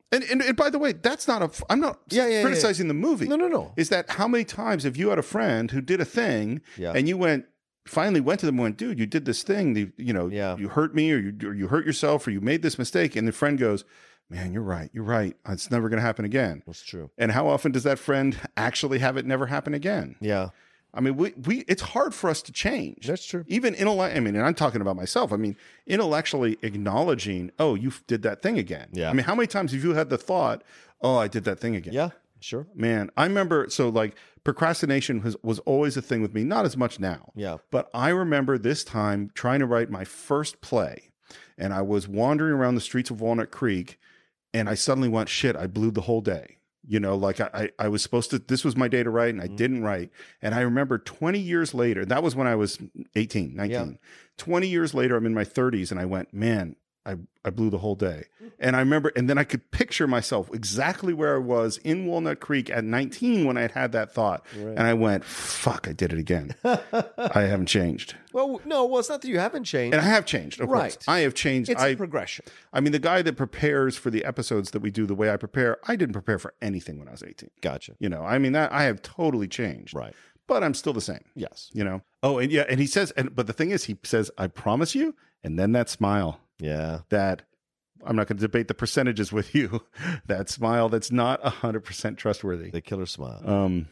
S4: and, and, and by the way, that's not a. f- I'm not
S1: Yeah, yeah, yeah, yeah.
S4: criticizing the movie.
S1: No, no, no.
S4: Is that how many times have you had a friend who did a thing,
S1: Yeah.
S4: and you went finally went to them and went, dude, you did this thing. You, you know, you hurt me, or you or you hurt yourself, or you made this mistake, and the friend goes, man, you're right, you're right. It's never going to happen again.
S1: That's true.
S4: And how often does that friend actually have it never happen again?
S1: Yeah.
S4: I mean, we, we it's hard for us to change. That's true. Even intellect. I mean, and I'm talking about myself. I mean, intellectually acknowledging, oh, you f- did that thing again.
S1: Yeah.
S4: I mean, how many times have you had the thought, oh, I did that thing again? Yeah.
S1: Sure.
S4: Man, I remember. So like procrastination was was always a thing with me. Not as much now.
S1: Yeah.
S4: But I remember this time trying to write my first play, and I was wandering around the streets of Walnut Creek, and I suddenly went, shit, I blew the whole day. You know, like I, I I was supposed to, this was my day to write,
S1: Mm-hmm.
S4: and I didn't write. And I remember 20 years later, that was when I was 18, 19. 20 years later, I'm in my 30s, and I went, man, I, I blew the whole day.
S1: Mm-hmm.
S4: And I remember, and then I could picture myself exactly where I was in Walnut Creek at 19 when I had had that thought.
S1: Right.
S4: And I went, fuck, I did it again. I haven't changed.
S1: Well, no. Well, it's not that you haven't changed.
S4: And I have changed. Of
S1: right.
S4: Course. I have changed.
S1: It's
S4: I
S1: a progression.
S4: I mean, the guy that prepares for the episodes that we do the way I prepare, I didn't prepare for anything when I was 18.
S1: Gotcha.
S4: You know, I mean, that I have totally changed. Right. But I'm still the same.
S1: Yes.
S4: You know? Oh, and yeah. And he says, and but the thing is, he says, I promise you. And then that smile.
S1: Yeah.
S4: That I'm not going to debate the percentages with you. that smile that's not 100% trustworthy.
S1: The killer smile.
S4: Um,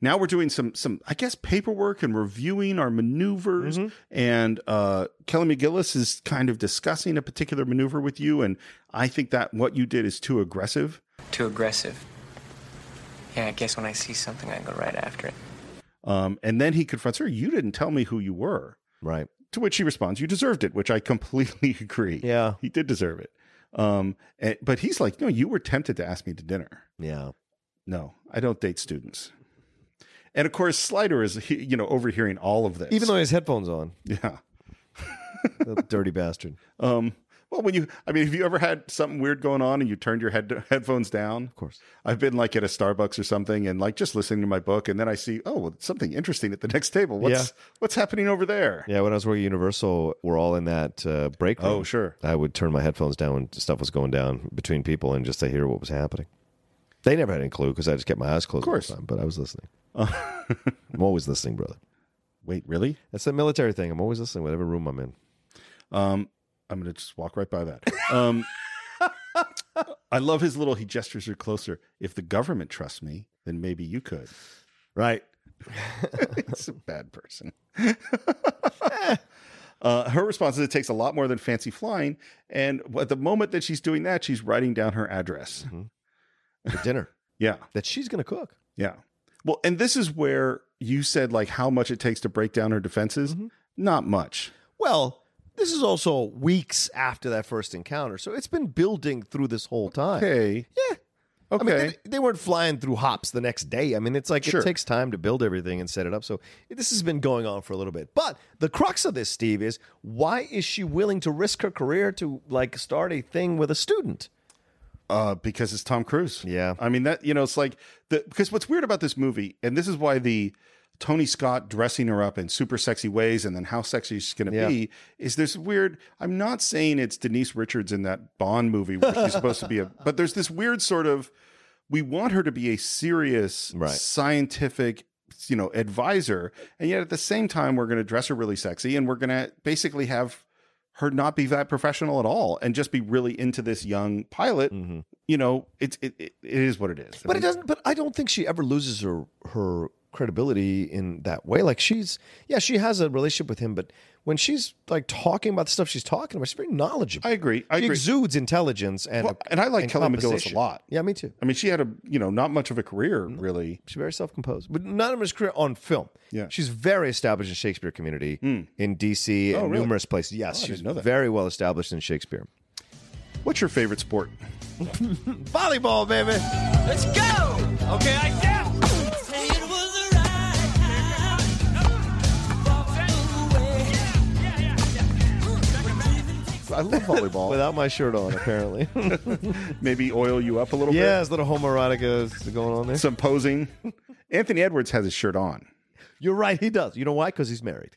S4: now we're doing some some I guess paperwork and reviewing our maneuvers and uh Kelly McGillis is kind of discussing a particular maneuver with you and I think that what you did is too aggressive.
S9: Too aggressive. Yeah, I guess when I see something, I go right after it.
S4: Um and then he confronts her, you didn't tell me who you were.
S1: Right.
S4: To which she responds, you deserved it, which I completely agree.
S1: Yeah.
S4: He did deserve it. Um and, but he's like, no, you were tempted to ask me to dinner.
S1: Yeah.
S4: No, I don't date students. And of course, Slider is he- you know overhearing all of this.
S1: Even though he has headphones on.
S4: Yeah.
S1: That dirty bastard.
S4: Um, well, when you, I mean, have you ever had something weird going on and you turned your head headphones down? Of
S1: course.
S4: I've been like at a Starbucks or something and like just listening to my book, and then I see, oh, well, something interesting at the next table. What's
S1: Yeah.
S4: what's happening over there?
S1: Yeah, when I was working at Universal, we're all in that uh, break room.
S4: Oh, sure.
S1: I would turn my headphones down when stuff was going down between people and just to hear what was happening. They never had any clue because I just kept my eyes closed. Of
S4: course.
S1: the time, but I was listening. I'm always listening, brother.
S4: Wait, really?
S1: That's a military thing. I'm always listening, whatever room I'm in.
S4: Um, I'm gonna just walk right by that. Um, I love his little. He gestures her closer. If the government trusts me, then maybe you could.
S1: Right.
S4: He's a bad person. Uh, her response is it takes a lot more than fancy flying. And at the moment that she's doing that, she's writing down her address.
S1: For dinner
S4: Yeah.
S1: that she's going to cook.
S4: Yeah. Well, and this is where you said like how much it takes to break down her defenses. Not much.
S1: Well, this is also weeks after that first encounter, so it's been building through this whole time.
S4: Okay.
S1: Yeah.
S4: Okay.
S1: I mean, they, they weren't flying through hops the next day. I mean, it's like
S4: Sure.
S1: it takes time to build everything and set it up. So this has been going on for a little bit. But the crux of this, Steve, is why is she willing to risk her career to like start a thing with a student?
S4: Uh, because it's Tom Cruise.
S1: Yeah.
S4: I mean that you know it's like the because what's weird about this movie, and this is why the Tony Scott dressing her up in super sexy ways, and then how sexy she's going to
S1: Yeah.
S4: be is this weird. I'm not saying it's Denise Richards in that Bond movie where she's supposed to be a, but there's this weird sort of we want her to be a serious,
S1: Right.
S4: scientific, you know, advisor, and yet at the same time we're going to dress her really sexy, and we're going to basically have her not be that professional at all and just be really into this young pilot
S1: Mm-hmm.
S4: you know it's it, it, it is what it is
S1: But it doesn't. But I don't think she ever loses her her credibility in that way. Like she's yeah, she has a relationship with him, but when she's like talking about the stuff she's talking about, she's very knowledgeable.
S4: I agree. I
S1: she
S4: agree.
S1: exudes intelligence and
S4: Well, and I like Kelly McGillis a
S1: composition.
S4: lot.
S1: Yeah, me too.
S4: i mean she had a you know not much of a career really
S1: She's very self composed, but not in his career on film.
S4: Yeah. Hmm.
S1: she's very established in Shakespeare community in D.C.
S4: Oh,
S1: and
S4: really?
S1: numerous places. Yes,
S4: Oh, I
S1: she's
S4: didn't know that.
S1: very well established in Shakespeare.
S4: what's your favorite sport
S1: Volleyball, baby.
S3: Let's go! Okay, I down. It was the right time. Walked
S5: I
S3: away.
S5: love volleyball
S1: without my shirt on. Apparently,
S4: maybe oil you up a little bit.
S1: Yeah, there's a little homoerotica going on there.
S4: Some posing. Anthony Edwards has his shirt on.
S1: You're right. He does. You know why? Because he's married.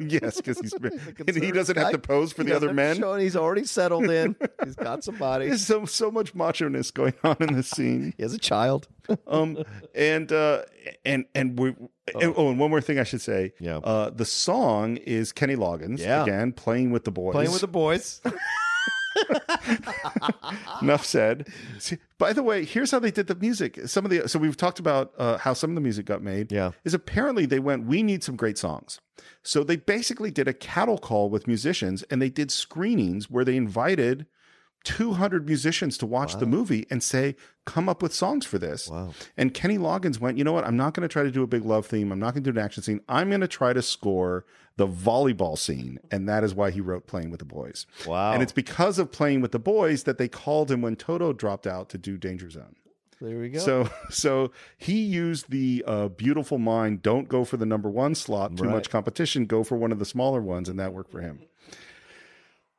S4: yes, because he's and he doesn't have to pose for
S1: He
S4: the other
S1: doesn't
S4: men.
S1: show- he's already settled in. he's got somebody.
S4: There's so so much macho ness going on in this scene.
S1: he has a child.
S4: um and uh and and we and, oh and one more thing I should say.
S1: Yeah.
S4: Uh the song is Kenny Loggins
S1: Yeah.
S4: again playing with the boys.
S1: Playing with the boys.
S4: Enough said. See, by the way, here's how they did the music. Some of the so we've talked about uh, how some of the music got made.
S1: Yeah.
S4: is apparently they went. We need some great songs. So they basically did a cattle call with musicians, and they did screenings where they invited 200 musicians to watch the movie and say, "Come up with songs for this." Wow. And Kenny Loggins went, "You know what? I'm not going to try to do a big love theme. I'm not going to do an action scene. I'm going to try to score." The volleyball scene, and that is why he wrote "Playing with the Boys."
S1: Wow.
S4: And it's because of playing with the boys that they called him when Toto dropped out to do Danger Zone.
S1: There we go.
S4: So, so he used the uh, beautiful mind. Don't go for the number one slot. Too
S1: Right.
S4: much competition. Go for one of the smaller ones, and that worked for him.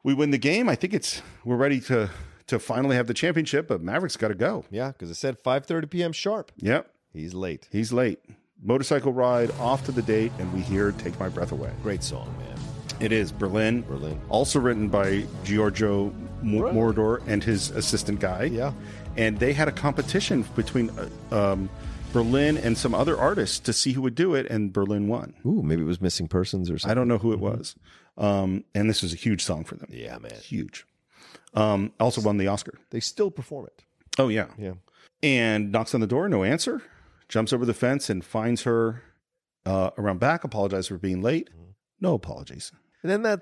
S4: We win the game. I think it's we're ready to to finally have the championship. But Mavericks got to go.
S1: yeah, because it said 5:30 p.m. sharp.
S4: Yep,
S1: He's late.
S4: he's late. Motorcycle ride off to the date, and we hear "Take My Breath Away."
S1: Great song, man.
S4: It is Berlin.
S1: Berlin.
S4: Also written by Giorgio Mo-
S1: Right.
S4: Moroder and his assistant guy.
S1: Yeah.
S4: And they had a competition between uh, um, Berlin and some other artists to see who would do it, and Berlin won.
S1: Ooh, maybe it was missing persons or something.
S4: I don't know who it was. Um, and this was a huge song for them. Yeah, man. Huge. Um, also won the Oscar.
S1: They still perform it.
S4: Oh, yeah.
S1: Yeah.
S4: And knocks on the door, no answer, jumps over the fence and finds her uh, around back, apologizes for being late. No apologies.
S1: And then that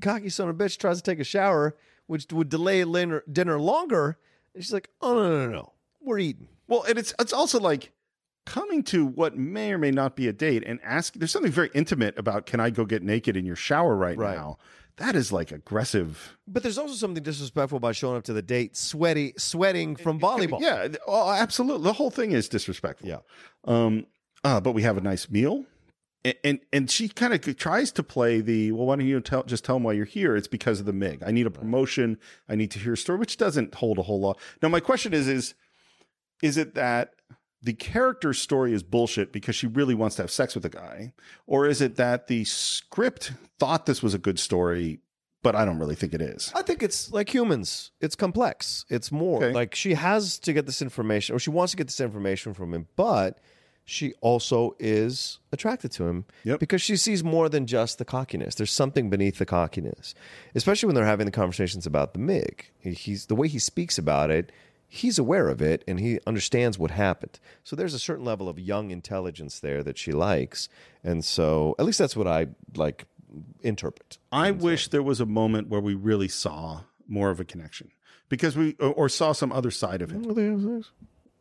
S1: cocky son of a bitch tries to take a shower, which would delay dinner, dinner longer. And she's like, "Oh no, no, no, no, we're eating."
S4: Well, and it's it's also like coming to what may or may not be a date and ask there's something very intimate about can I go get naked in your shower right,
S1: Right.
S4: now? That is like aggressive.
S1: But there's also something disrespectful about showing up to the date sweaty, sweating from volleyball.
S4: Yeah, th- oh, absolutely. The whole thing is disrespectful.
S1: Yeah.
S4: Um uh, but we have a nice meal. And and, and she kind of tries to play the well why don't you tell just tell them why you're here? It's because of the MIG. I need a promotion. I need to hear a story which doesn't hold a whole lot. Now my question is is is it that the character's story is bullshit because she really wants to have sex with a guy or is it that the script thought this was a good story but i don't really think it is
S1: I think it's like humans. It's complex. It's more
S4: Okay.
S1: like she has to get this information, or she wants to get this information from him, but she also is attracted to him because she sees more than just the cockiness. There's something beneath the cockiness, especially when they're having the conversations about the MIG. He's the way he speaks about it. He's aware of it and he understands what happened. So there's a certain level of young intelligence there that she likes, and so at least that's what I like interpret.
S4: i wish there was a moment where we really saw more of a connection because we or, or saw some other side of him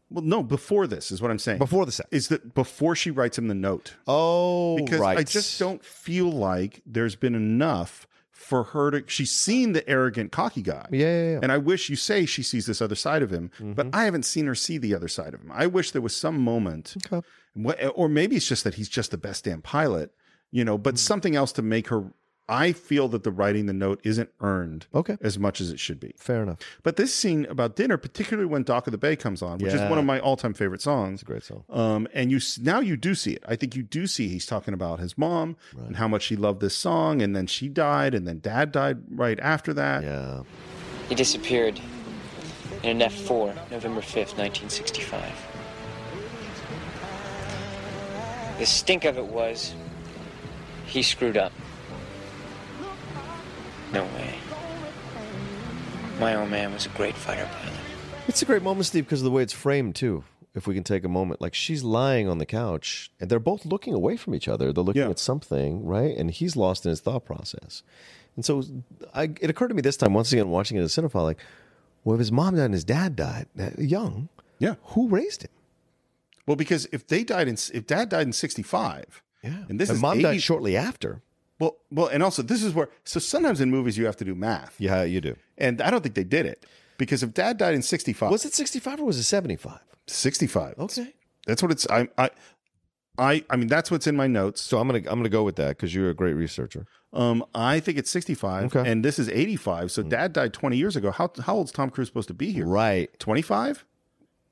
S4: well no before this is what i'm saying
S1: Before the sex,
S4: is that before she writes him the note
S1: oh,
S4: because
S1: right.
S4: I just don't feel like there's been enough for her to. She's seen the arrogant, cocky guy.
S1: Yeah, yeah, Mm-hmm. yeah.
S4: And I wish you say she sees this other side of him, but I haven't seen her see the other side of him. I wish there was some moment, Wh- or maybe it's just that he's just the best damn pilot, you know.
S1: Mm.
S4: But something else to make her. I feel that the writing the note isn't earned
S1: Okay.
S4: as much as it should be.
S1: Fair enough.
S4: But this scene about dinner, particularly when Dock of the Bay comes on, which
S1: Yeah.
S4: is one of my all-time favorite songs.
S1: Great song.
S4: Um, and you s- now you do see it. I think you do see he's talking about his mom and how much she loved this song, and then she died, and then dad died right after that.
S1: Yeah.
S16: He disappeared in an F4, November 5th, 1965. The stink of it was he screwed up. No way. My old man was a great fighter pilot.
S1: It's a great moment, Steve, because of the way it's framed too. If we can take a moment, like she's lying on the couch and they're both looking away from each other. They're looking at something, right? And he's lost in his thought process. And so I, it occurred to me this time, once again, watching it as a cinephile, like, well, if his mom died and his dad died uh, young,
S4: Yeah.
S1: who raised him?
S4: Well, because if they died in s- if dad died in sixty five,
S1: Yeah.
S4: and this
S1: and
S4: is
S1: mom died
S4: 80
S1: shortly after.
S4: Well, well, and also this is where so sometimes in movies you have to do math.
S1: Yeah, you do.
S4: And I don't think they did it because if dad died in sixty five,
S1: Was it 65 or was it 75?
S4: 65.
S1: Okay.
S4: That's what it's. I. I I I mean that's what's in my notes.
S1: So I'm gonna I'm gonna go with that because you're a great researcher.
S4: Um, I think it's 65,
S1: Okay. Hmm.
S4: and this is 85. So Dad died 20 years ago. How how old's Tom Cruise supposed to be here?
S1: Right.
S4: 25.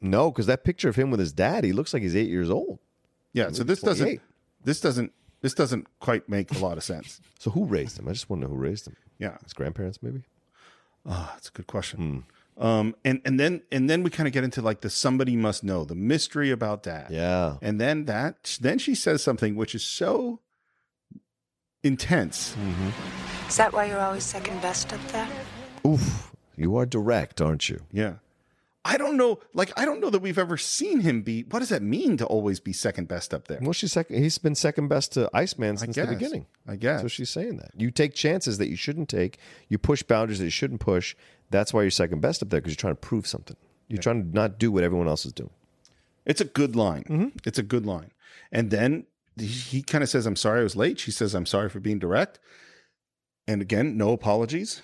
S1: No, because that picture of him with his dad, he looks like he's eight years old.
S4: Yeah. So this
S1: 28.
S4: doesn't this doesn't this doesn't quite make a lot of sense.
S1: So who raised him? I just want to know who raised him.
S4: Yeah.
S1: His grandparents, maybe.
S4: Ah, that's a good
S1: Hmm.
S4: question. Um, and and then and then we kind of get into like the somebody must know the mystery about that.
S1: Yeah.
S4: And then that then she says something which is so intense.
S11: Is that why you're always second best up there?
S1: Oof, you are direct, aren't you?
S4: Yeah. I don't know. Like I don't know that we've ever seen him be. What does that mean to always be second best up there?
S1: Well, she's second. He's been second best to Iceman
S4: I
S1: since the
S4: guess.
S1: beginning.
S4: I guess.
S1: So she's saying that you take chances that you shouldn't take. You push boundaries that you shouldn't push. That's why you're second best up there because you're trying to prove something. You're trying to not do what everyone else is doing.
S4: It's a good line.
S1: Mm-hmm.
S4: It's a good line. And then he- he kind of says, I'm sorry I was late. She says, I'm sorry for being direct. And again, no apologies.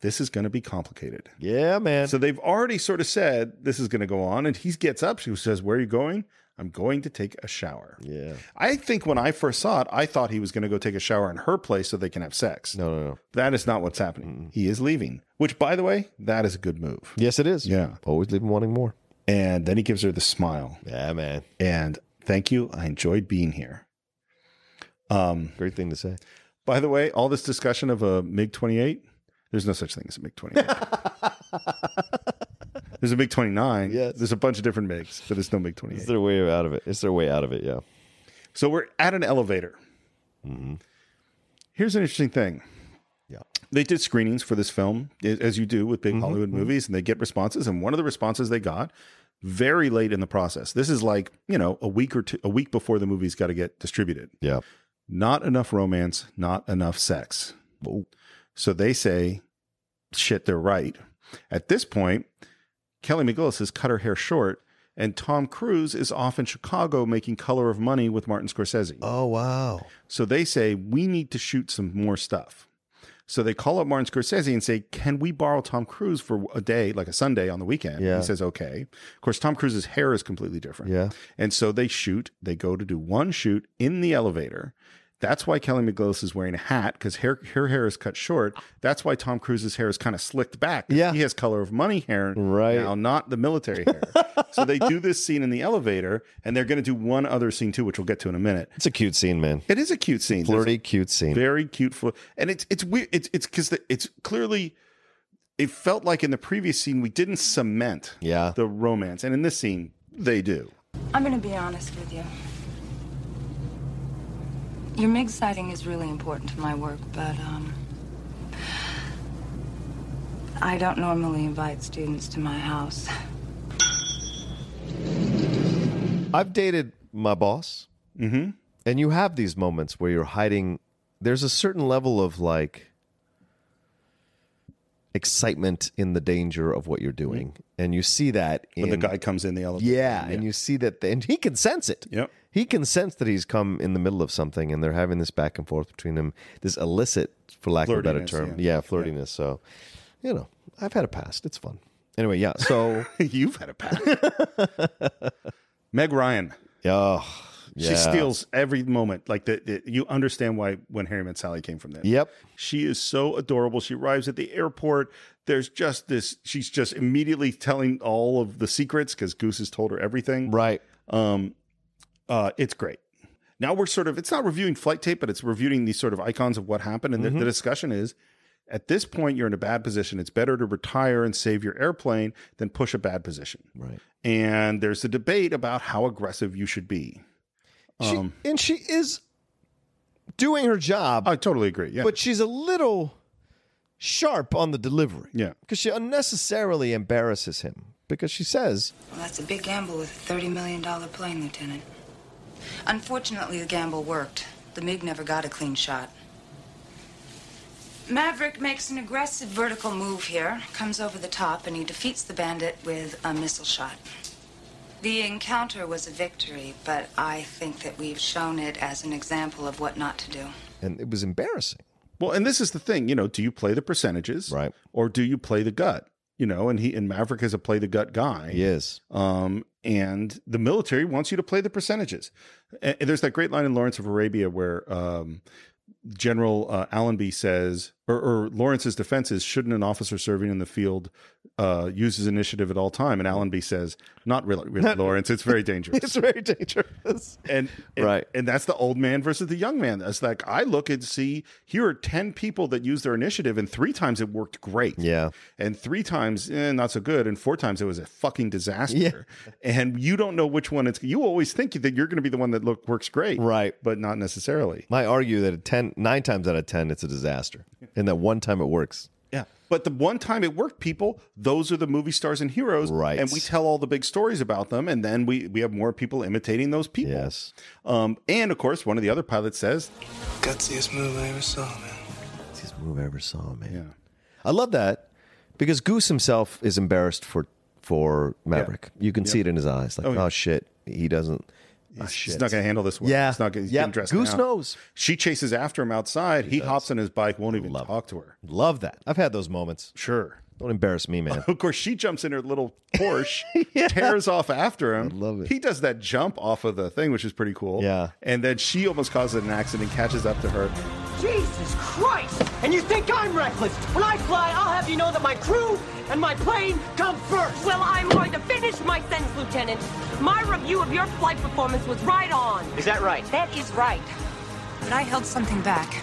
S4: This is going to be complicated.
S1: Yeah, man.
S4: So they've already sort of said this is going to go on. And he gets up. She says, Where are you going? I'm going to take a shower.
S1: Yeah.
S4: I think when I first saw it, I thought he was going to go take a shower in her place so they can have sex.
S1: No, no, no.
S4: That is not what's happening. He is leaving, which, by the way, that is a good move.
S1: Yes, it is.
S4: Yeah.
S1: Always leaving wanting more.
S4: And then he gives her the smile.
S1: Yeah, man.
S4: And thank you. I enjoyed being here. Um,
S1: Great thing to say.
S4: by the way, all this discussion of a MiG 28, there's no such thing as a MiG 28. there's a MiG 29.
S1: Yes.
S4: There's a bunch of different MiGs, but there's no MiG
S1: It's
S4: 28.
S1: their way out of it. It's their way out of it. Yeah.
S4: So we're at an elevator.
S1: Mm-hmm.
S4: Here's an interesting thing.
S1: Yeah.
S4: They did screenings for this film, i- as you do with big Hollywood movies, and they get responses. And one of the responses they got very late in the process. This is like, you know, a week or two, a week before the movie's got to get distributed.
S1: Yeah.
S4: Not enough romance, not enough sex. So they say, shit, they're right. At this point, Kelly McGillis has cut her hair short, and Tom Cruise is off in Chicago making Color of Money with Martin Scorsese.
S1: Oh wow.
S4: So they say, we need to shoot some more stuff. So they call up Martin Scorsese and say, can we borrow Tom Cruise for a day, like a Sunday on the weekend?
S1: Yeah.
S4: He says, okay. Of course, Tom Cruise's hair is completely different.
S1: Yeah.
S4: And so they shoot, they go to do one shoot in the elevator. That's why Kelly McGillis is wearing a hat because her, her hair is cut short. That's why Tom Cruise's hair is kind of slicked back.
S1: Yeah.
S4: He has color of money hair
S1: Right.
S4: now, not the military hair. so they do this scene in the elevator and they're going to do one other scene too, which we'll get to in a minute.
S1: It's a cute scene, man.
S4: It is a cute scene. There's
S1: Flirty, cute
S4: a
S1: scene.
S4: very cute flirt. And it's it's weird. It's it's because it's clearly. It felt like in the previous scene we didn't cement
S1: Yeah.
S4: the romance, and in this scene they do.
S11: I'm gonna be honest with you. Your MIG sighting is really important to my work, but, um. I don't normally invite students to my house.
S1: I've dated my boss,
S4: Mm-hmm.
S1: and you have these moments where you're hiding. There's a certain level of like excitement in the danger of what you're doing, and you see that in
S4: Mm-hmm. When the guy comes in the elevator,
S1: Yeah, and you see that, and he can sense it.
S4: Yep.
S1: He can sense that he's come in the middle of something, and they're having this back and forth between them, this illicit, for lack of a better
S4: Flirtiness,
S1: term,
S4: yeah.
S1: yeah, flirtiness. So, you know, I've had a past. It's fun. Anyway, yeah. So,
S4: you've had a pass. Meg Ryan,
S1: oh, yeah,
S4: she steals every moment. Like the, the- you understand why when Harry Met Sally came from there.
S1: Yep.
S4: She is so adorable. She arrives at the airport. There's just this. She's just immediately telling all of the secrets because Goose has told her everything.
S1: Right.
S4: Um, uh, it's great. Now we're sort of, it's not reviewing flight tape, but it's reviewing these sort of icons of what happened. And the,
S1: Mm-hmm.
S4: the discussion is at this point, you're in a bad position. It's better to retire and save your airplane than push a bad position.
S1: Right.
S4: And there's a debate about how aggressive you should be.
S1: She,
S4: Um,
S1: and she is doing her job,
S4: I totally agree. Yeah.
S1: but she's a little sharp on the delivery.
S4: Yeah.
S1: Because she unnecessarily embarrasses him because she says,
S11: Well, that's a big gamble with a $30 million plane, Lieutenant. Unfortunately, the gamble worked. The MiG never got a clean shot. Maverick makes an aggressive vertical move here, comes over the top, and he defeats the bandit with a missile shot. The encounter was a victory, but I think that we've shown it as an example of what not to do.
S1: and it was embarrassing.
S4: Well, and this is the thing, you know, do you play the percentages?
S1: Right.
S4: Or do you play the gut? you know, and he and Maverick is a play the gut guy.
S1: He is.
S4: Um, and the military wants you to play the percentages. And and there's that great line in Lawrence of Arabia where um, General uh, Allenby says, or, or Lawrence's defense is, shouldn't an officer serving in the field uh, use his initiative at all time? And Allenby says, not really, really Lawrence. It's very dangerous.
S1: It's very dangerous.
S4: and, and right and that's the old man versus the young man that's like i look and see here are 10 people that use their initiative and three times it worked great
S1: yeah
S4: and three times eh, not so good and four times it was a fucking disaster and you don't know which one it's you always think that you're going to be the one that look works great
S1: right
S4: but not necessarily
S1: I argue that a 10, nine times out of 10, it's a disaster. And that one time it works.
S4: yeah but the one time it worked people those are the movie stars and heroes
S1: Right.
S4: and we tell all the big stories about them and then we we have more people imitating those people yes um, and of course one of the other pilots says
S9: Gutsiest move I ever saw, man.
S1: This move I ever saw, man. I love that because Goose himself is embarrassed for for Maverick. You can see it in his eyes. Like, oh,
S4: Oh, yeah.
S1: shit, he doesn't. ah,
S4: He's-
S1: shit.
S4: He's not going to handle this well.
S1: Yeah.
S4: He's not going
S1: Yeah.
S4: to dress
S1: Goose
S4: knows. She chases after him outside. He, hops on his bike, won't even talk to her.
S1: Love that. I've had those moments.
S4: Sure.
S1: Don't embarrass me, man.
S4: Of course, she jumps in her little Porsche, tears off after him. love it. He does that jump off of the thing, which is pretty cool. Yeah. And then she almost causes an accident, catches up to her.
S17: Jesus Christ! And you think I'm reckless? When I fly, I'll have you know that my crew and my plane come first.
S18: Well, I'm going to finish my sentence, Lieutenant. My review of your flight performance was right on.
S11: Is that right?
S18: That is right.
S11: But I held something back.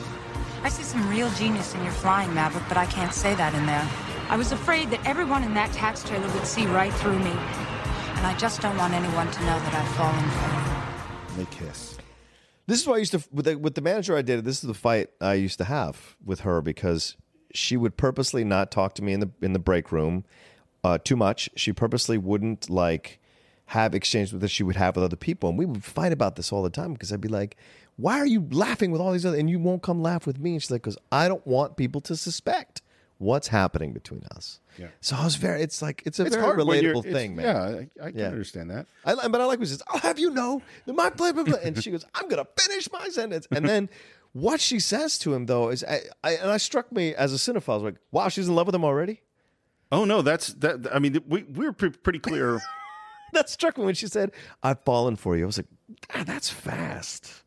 S11: I see some real genius in your flying, Maverick, but I can't say that in there. I was afraid that everyone in that tax trailer would see right through me. And I just don't want anyone to know that I've fallen for you.
S4: They kiss.
S1: This is why I used to with the, with the manager I dated. This is the fight I used to have with her because she would purposely not talk to me in the in the break room uh, too much. She purposely wouldn't like have exchanges that she would have with other people, and we would fight about this all the time because I'd be like, "Why are you laughing with all these other?" And you won't come laugh with me. And she's like, "Because I don't want people to suspect what's happening between us."
S4: Yeah.
S1: So I was very. It's like it's a very
S4: when you're-
S1: relatable
S4: it's-
S1: thing, man.
S4: Yeah, I, I can
S1: Yeah.
S4: understand that.
S1: I, li- but I like what she says, I'll have you know that my blah, blah, blah. And she goes, I'm going to finish my sentence. And then what she says to him, though, is, I, I, and I struck me as a cinephile, I was like, wow, she's in love with him already?
S4: Oh, no, that's, that. I mean, we, we were pre- pretty clear.
S1: that struck me when she said, I've fallen for you. I was like, ah, that's fast.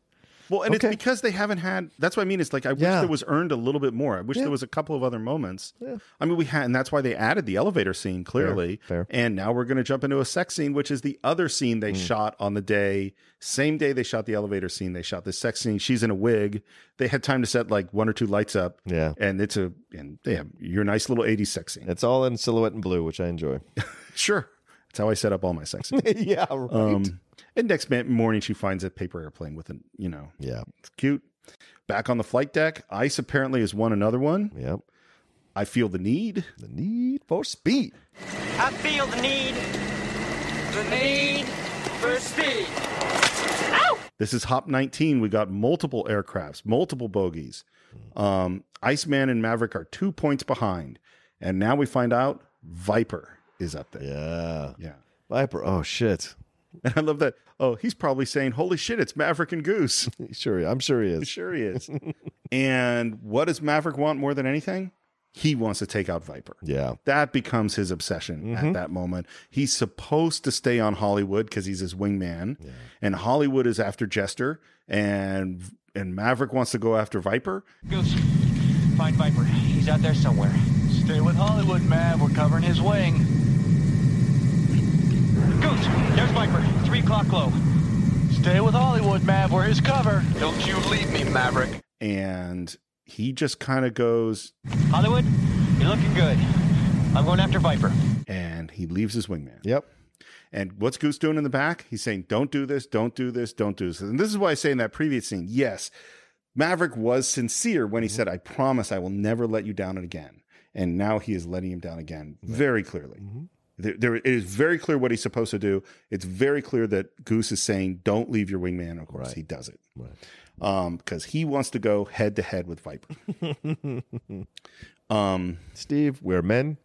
S4: Well, and it's because they haven't had. That's what I mean. It's like I wish there was earned a little bit more. I wish there was a couple of other moments. I mean, we had, and that's why they added the elevator scene clearly.
S1: fair. Mm.
S4: And now we're going to jump into a sex scene, which is the other scene they shot on the day. Same day they shot the elevator scene, they shot the sex scene. She's in a wig. They had time to set like one or two lights up.
S1: Yeah.
S4: and it's a and they have your nice little '80s sex scene.
S1: It's all in silhouette and blue, which I enjoy.
S4: sure, that's how I set up all my sex scenes.
S1: yeah, right.
S4: Um, and next ma- morning, she finds a paper airplane with an, you know,
S1: yeah,
S4: it's cute. Back on the flight deck, ice apparently has won another one.
S1: Yep.
S4: I feel the need.
S1: The need for speed.
S17: I feel the need, the need for speed.
S4: This is Hop 19. We got multiple aircrafts, multiple bogeys. Um, Iceman and Maverick are two points behind. And now we find out Viper is up there.
S1: Yeah.
S4: Yeah.
S1: Viper. Oh, shit.
S4: And I love that. Oh, he's probably saying, Holy shit, it's Maverick and Goose.
S1: sure. I'm sure he is.
S4: Sure he is. and what does Maverick want more than anything? He wants to take out Viper.
S1: Yeah.
S4: That becomes his obsession at that moment. He's supposed to stay on Hollywood because he's his wingman, and Hollywood is after Jester, and and Maverick wants to go after Viper.
S2: Goose, find Viper. He's out there somewhere. Stay with Hollywood, Mav. We're covering his wing. Goose, there's Viper. Three o'clock low. Stay with Hollywood, Mav. We're his cover. Don't you leave me, Maverick.
S4: And he just kind of goes
S2: Hollywood, you're looking good. I'm going after Viper.
S4: and he leaves his wingman.
S1: Yep.
S4: And what's Goose doing in the back? He's saying, "Don't do this. Don't do this. Don't do this." And this is why I say in that previous scene, yes, Maverick was sincere when he said, "I promise, I will never let you down again." And now he is letting him down again, very clearly. There, there it is very clear what he's supposed to do. It's very clear that Goose is saying, "Don't leave your wingman." Of course, he does it because he wants to go head to head with Viper. um,
S1: Steve, we're men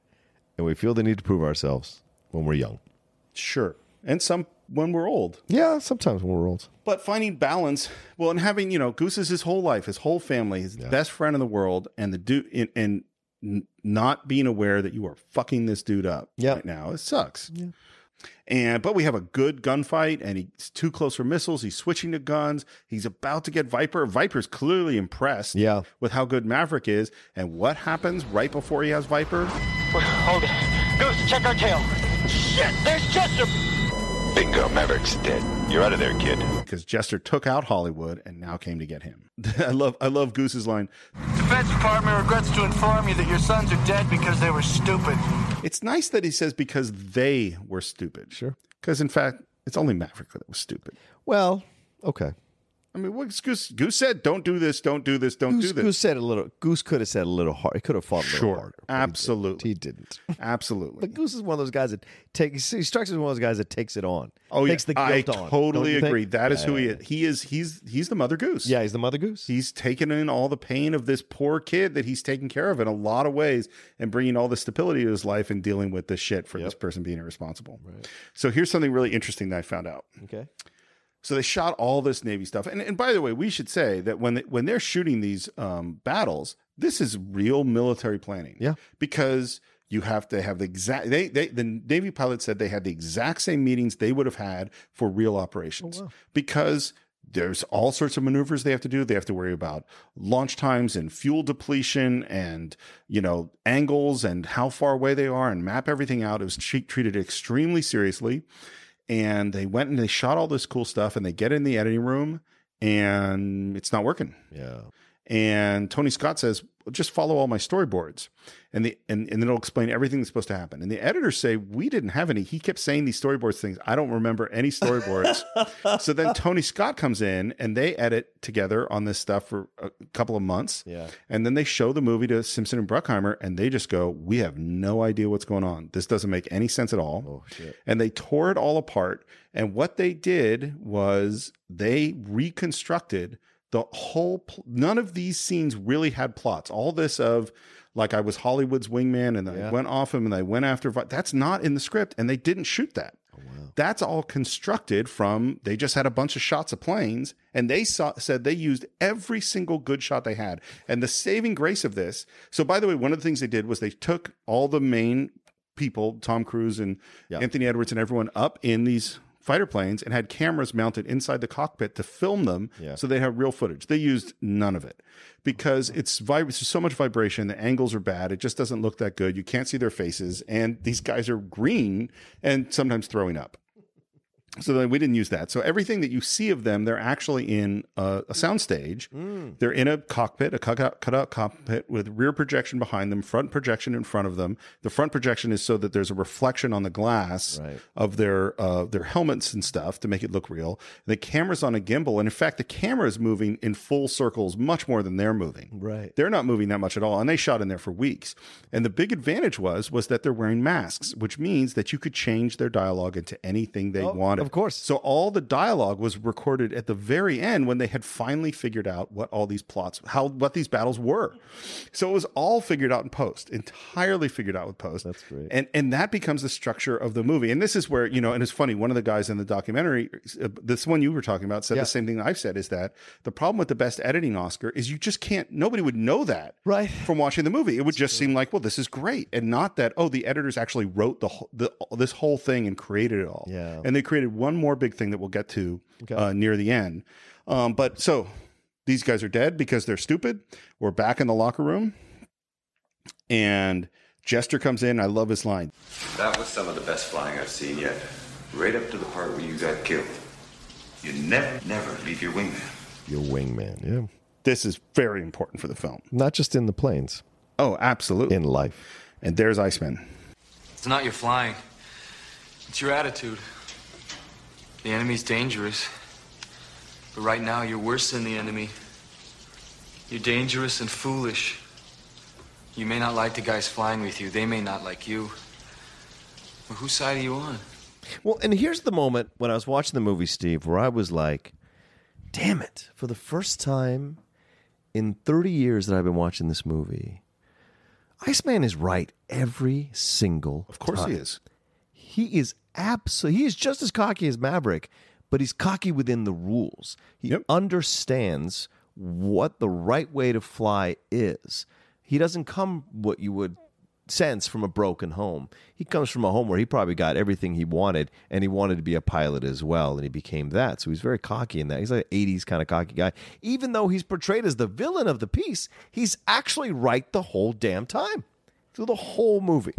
S1: and we feel the need to prove ourselves when we're young.
S4: Sure. And some when we're old.
S1: Yeah, sometimes when we're old.
S4: But finding balance, well, and having you know, Goose is his whole life, his whole family, his best friend in the world, and the dude, and, and n- not being aware that you are fucking this dude up right now. It sucks. And but we have a good gunfight, and he's too close for missiles. He's switching to guns. He's about to get Viper. Viper's clearly impressed yeah. with how good Maverick is. And what happens right before he has Viper?
S2: Hold it. Goose, check our tail. Shit, there's Chester.
S14: Bingo, Maverick's dead. You're out of there, kid.
S4: Because Jester took out Hollywood and now came to get him. I love I love Goose's line.
S19: Defense Department regrets to inform you that your sons are dead because they were stupid.
S4: It's nice that he says because they were stupid. Sure. Because in fact, it's only Maverick that was stupid.
S1: Well, okay.
S4: I mean, what Goose Goose said? Don't do this. Don't do this. Don't
S1: Goose,
S4: do this.
S1: Goose said a little. Goose could have said a little hard. He could have fought a little
S4: Sure.
S1: harder. Absolutely, he didn't.
S4: Absolutely.
S1: But Goose is one of those guys that takes. He strikes me as one of those guys that takes it on.
S4: Oh, yeah.
S1: takes the
S4: I
S1: guilt on,
S4: totally
S1: don't you
S4: agree.
S1: think?
S4: That is
S1: Yeah,
S4: who
S1: yeah,
S4: he
S1: yeah.
S4: is. He is. He's he's the mother goose.
S1: Yeah, he's the mother goose.
S4: He's taking in all the pain of this poor kid that he's taking care of in a lot of ways, and bringing all the stability to his life and dealing with this shit for this person being irresponsible. Right. So here's something really interesting that I found out.
S1: Okay.
S4: So they shot all this Navy stuff, and and by the way, we should say that when they, when they're shooting these um, battles, this is real military planning. Yeah, because you have to have the exact. They, they the Navy pilot said they had the exact same meetings they would have had for real operations because. There's all sorts of maneuvers they have to do. They have to worry about launch times and fuel depletion and, you know, angles and how far away they are and map everything out. It was tre- treated extremely seriously and they went and they shot all this cool stuff and they get in the editing room and it's not working.
S1: Yeah.
S4: And Tony Scott says, well, just follow all my storyboards and the and, and it'll explain everything that's supposed to happen. And the editors say, We didn't have any. He kept saying these storyboards things. I don't remember any storyboards. so then Tony Scott comes in and they edit together on this stuff for a couple of months.
S1: Yeah.
S4: And then they show the movie to Simpson and Bruckheimer and they just go, We have no idea what's going on. This doesn't make any sense at all.
S1: Oh, shit.
S4: And they tore it all apart. And what they did was they reconstructed the whole pl- none of these scenes really had plots. All this of like I was Hollywood's wingman and I
S1: Yeah.
S4: went off him and I went after Vi- that's not in the script and they didn't shoot that. That's all constructed from they just had a bunch of shots of planes and they saw, said they used every single good shot they had. And the saving grace of this. So by the way, one of the things they did was they took all the main people, Tom Cruise and Anthony Edwards and everyone up in these fighter planes and had cameras mounted inside the cockpit to film them
S1: Yeah.
S4: so they have real footage. They used none of it because it's, vib- it's so much vibration. The angles are bad. It just doesn't look that good. You can't see their faces. And these guys are green and sometimes throwing up. So then we didn't use that. So everything that you see of them, they're actually in a, a soundstage.
S1: Mm.
S4: They're in a cockpit, a cutout, cutout cockpit with rear projection behind them, front projection in front of them. The front projection is so that there's a reflection on the glass of their uh, their helmets and stuff to make it look real. The camera's on a gimbal, and in fact, the camera is moving in full circles much more than they're moving.
S1: Right.
S4: They're not moving that much at all, and they shot in there for weeks. And the big advantage was was that they're wearing masks, which means that you could change their dialogue into anything they wanted. Of course. So all the dialogue was recorded at the very end when they had finally figured out what all these plots, how what these battles were. So it was all figured out in post, entirely figured out with post. That's great. And and that becomes the structure of the movie. And this is where you know, and it's funny. One of the guys in the documentary, uh, this one you were talking about, said
S1: Yeah.
S4: the same thing that I've said is that the problem with the best editing Oscar is you just can't. Nobody would know that right from watching the movie. It would just seem like, well, this is great, and not that oh, the editors actually wrote the, whole- the this whole thing and created it all. Yeah, and they created one more big thing that we'll get to uh, near the end. Um, but so these guys are dead because they're stupid. We're back in the locker room, and Jester comes in. I love his line.
S20: That was some of the best flying I've seen yet. Right up to the part where you got killed. You never, never leave your wingman.
S1: Your wingman. Yeah.
S4: This is very important for the film.
S1: Not just in the planes.
S4: Oh, absolutely.
S1: In life.
S4: And there's Iceman.
S9: It's not your flying, it's your attitude. The enemy's dangerous. But right now, you're worse than the enemy. You're dangerous and foolish. You may not like the guys flying with you, they may not like you. But whose side are you on?
S1: Well, and here's the moment when I was watching the movie, Steve, where I was like, damn it, for the first time in 30 years that I've been watching this movie, Iceman is right every single Of
S4: course he is.
S1: He is absolutely, he is just as cocky as Maverick, but he's cocky within the rules. He understands what the right way to fly is. he doesn't come what you would sense from a broken home. He comes from a home where he probably got everything he wanted and he wanted to be a pilot as well and he became that. So he's very cocky in that. He's like an 80s kind of cocky guy. Even though he's portrayed as the villain of the piece, he's actually right the whole damn time. Through the whole movie.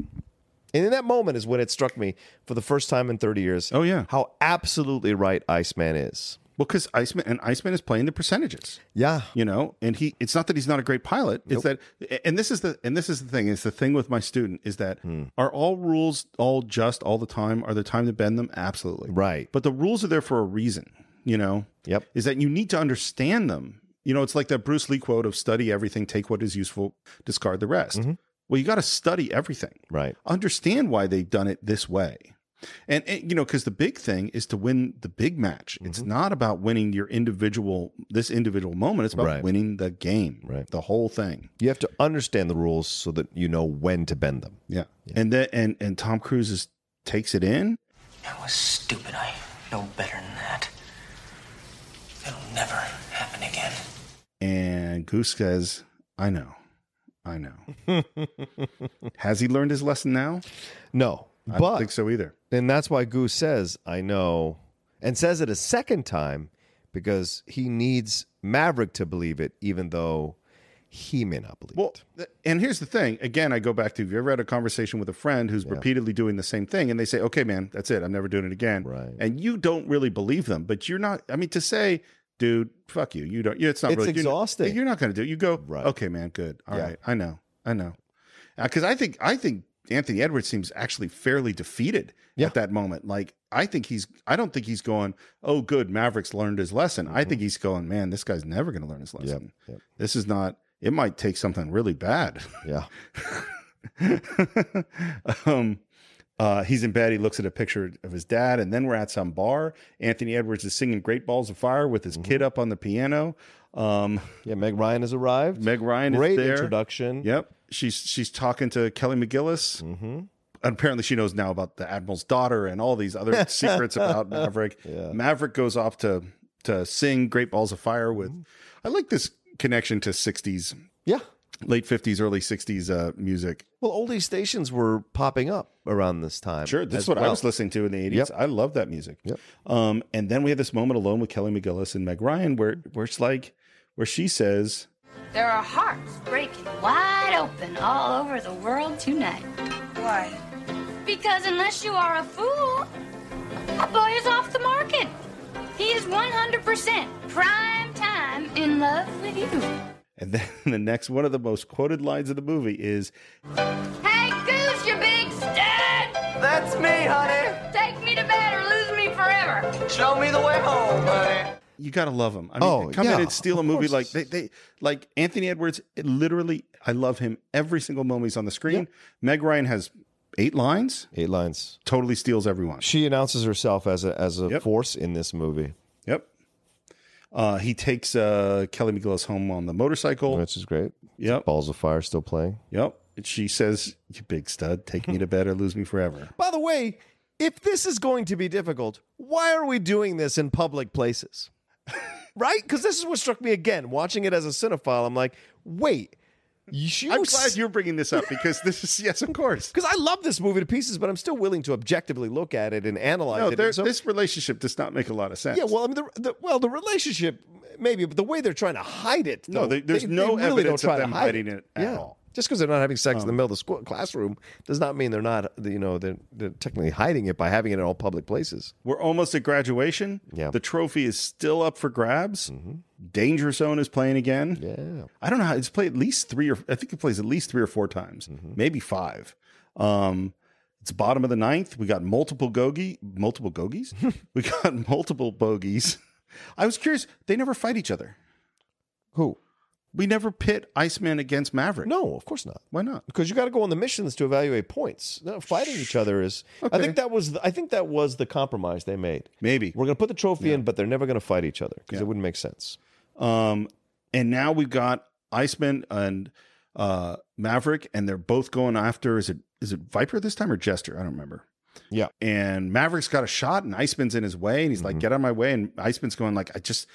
S1: And in that moment is when it struck me for the first time in 30 years. Oh yeah. How absolutely right Iceman is.
S4: Well, because Iceman and Iceman is playing the percentages.
S1: Yeah,
S4: you know, and he. It's not that he's not a great pilot. It's that, and this is the and this is the thing. It's the thing with my student is that
S1: Hmm.
S4: are all rules all just all the time? Are there time to bend them? Absolutely,
S1: right.
S4: But the rules are there for a reason. You know.
S1: Yep.
S4: Is that you need to understand them. You know, it's like that Bruce Lee quote of "Study everything, take what is useful, discard the rest."
S1: Mm-hmm.
S4: Well, you got to study everything.
S1: Right.
S4: Understand why they've done it this way. And, and, you know, because the big thing is to win the big match. It's not about winning your individual this individual moment. It's about
S1: Right.
S4: winning the game, right? The whole thing.
S1: You have to understand the rules so that you know when to bend them.
S4: Yeah. And then and and Tom Cruise is, takes it in.
S9: That was stupid. I know better than that. That'll never happen again.
S4: And Goose says, I know. I know. Has he learned his lesson now?
S1: No.
S4: I
S1: but
S4: don't think so either.
S1: And that's why Goose says, I know, and says it a second time because he needs Maverick to believe it, even though he may not believe
S4: Well, th- and here's the thing. Again, I go back to have you ever had a conversation with a friend who's repeatedly doing the same thing, and they say, "Okay, man, that's it. I'm never doing it again." Right. And you don't really believe them, but you're not. I mean, to say, "Dude, fuck you," you don't. you- It's not.
S1: It's
S4: really, you're not-
S1: exhausting.
S4: You're not, going to do it. You go, "Okay, man, good. All right,
S1: Yeah.
S4: I know, I know," because I think I think Anthony Edwards seems actually fairly defeated at that moment. Like, I think he's. I don't think he's going, "Oh, good, Maverick's learned his lesson." I think he's going, "Man, this guy's never going to learn his lesson. This is not." It might take something really bad.
S1: Yeah.
S4: um, uh, he's in bed. He looks at a picture of his dad, and then we're at some bar. Anthony Edwards is singing "Great Balls of Fire" with his kid up on the piano. Um,
S1: yeah, Meg Ryan has arrived.
S4: Meg Ryan,
S1: Great
S4: is there.
S1: introduction.
S4: Yep, she's she's talking to Kelly McGillis. Mm-hmm. Apparently, she knows now about the admiral's daughter and all these other secrets about Maverick. Maverick goes off to to sing "Great Balls of Fire" with. I like this connection to '60s,
S1: yeah,
S4: late '50s, early '60s uh, music.
S1: Well, oldies stations were popping up around this time.
S4: Sure, this
S1: as
S4: is what I
S1: well.
S4: was listening to in the
S1: Yep.
S4: eighties. I love that music. Um, and then we have this moment alone with Kelly McGillis and Meg Ryan, where where it's like where she says,
S21: There are hearts breaking wide open all over the world tonight. Why? Because unless you are a fool, a boy is off the market. He is 100% prime time in love with you.
S4: and then the next one of the most quoted lines of the movie is,
S21: Hey, Goose, you big stud!
S17: That's me, honey.
S21: Take me to bed or lose me forever.
S17: Show me the way home, honey.
S4: "You gotta love him." I mean,
S1: Oh,
S4: to come
S1: yeah,
S4: in and steal a movie like they, they like Anthony Edwards. It literally, I love him every single moment he's on the screen. Meg Ryan has eight lines.
S1: Eight lines.
S4: Totally steals everyone.
S1: She announces herself as a as a force in this movie.
S4: Yep. Uh, he takes uh, Kelly McGillis home on the motorcycle,
S1: which is great.
S4: Yep.
S1: Balls of Fire still playing.
S4: Yep. And she says, "You big stud, take me to bed or lose me forever."
S1: By the way, if this is going to be difficult, why are we doing this in public places? right? Because this is what struck me again. Watching it as a cinephile, I'm like, wait. You
S4: I'm glad you're bringing this up because this is yes, of course.
S1: Because I love this movie to pieces, but I'm still willing to objectively look at it and analyze
S4: No,
S1: it.
S4: there-
S1: And so-
S4: this relationship does not make a lot of sense.
S1: yeah, well, I mean, the, the, well, the relationship maybe, but the way they're trying to hide it.
S4: No,
S1: though,
S4: there- there's
S1: they-
S4: no
S1: they really don't
S4: evidence of
S1: try to
S4: them
S1: hide
S4: hiding it at
S1: Yeah.
S4: all. Um.
S1: Just because they're not having sex in the middle of the school classroom does not mean they're not, you know, they're, they're technically hiding it by having it in all public places.
S4: We're almost at graduation.
S1: Yeah. Mm-hmm.
S4: The trophy is still up for grabs. Danger Zone is playing again.
S1: Yeah.
S4: I don't know how it's played at least three or I think it plays at least three or four times,
S1: Mm-hmm.
S4: maybe five. Um, it's bottom of the ninth. We got multiple gogi, multiple gogies. we got multiple bogeys. I was curious. They never fight each other.
S1: Who?
S4: We never pit Iceman against Maverick.
S1: No, of course not.
S4: Why not?
S1: Because you got to go on the missions to evaluate points. No, fighting each other is. I
S4: Okay.
S1: think that was. The, I think that was the compromise they made.
S4: Maybe
S1: we're going to put the trophy in, but they're never going to fight each other because it wouldn't make sense.
S4: Um, and now we've got Iceman and uh, Maverick, and they're both going after. Is it is it Viper this time or Jester? I don't remember.
S1: Yeah.
S4: And Maverick's got a shot, and Iceman's in his way, and he's like, "Get out of my way!" And Iceman's going like, "I just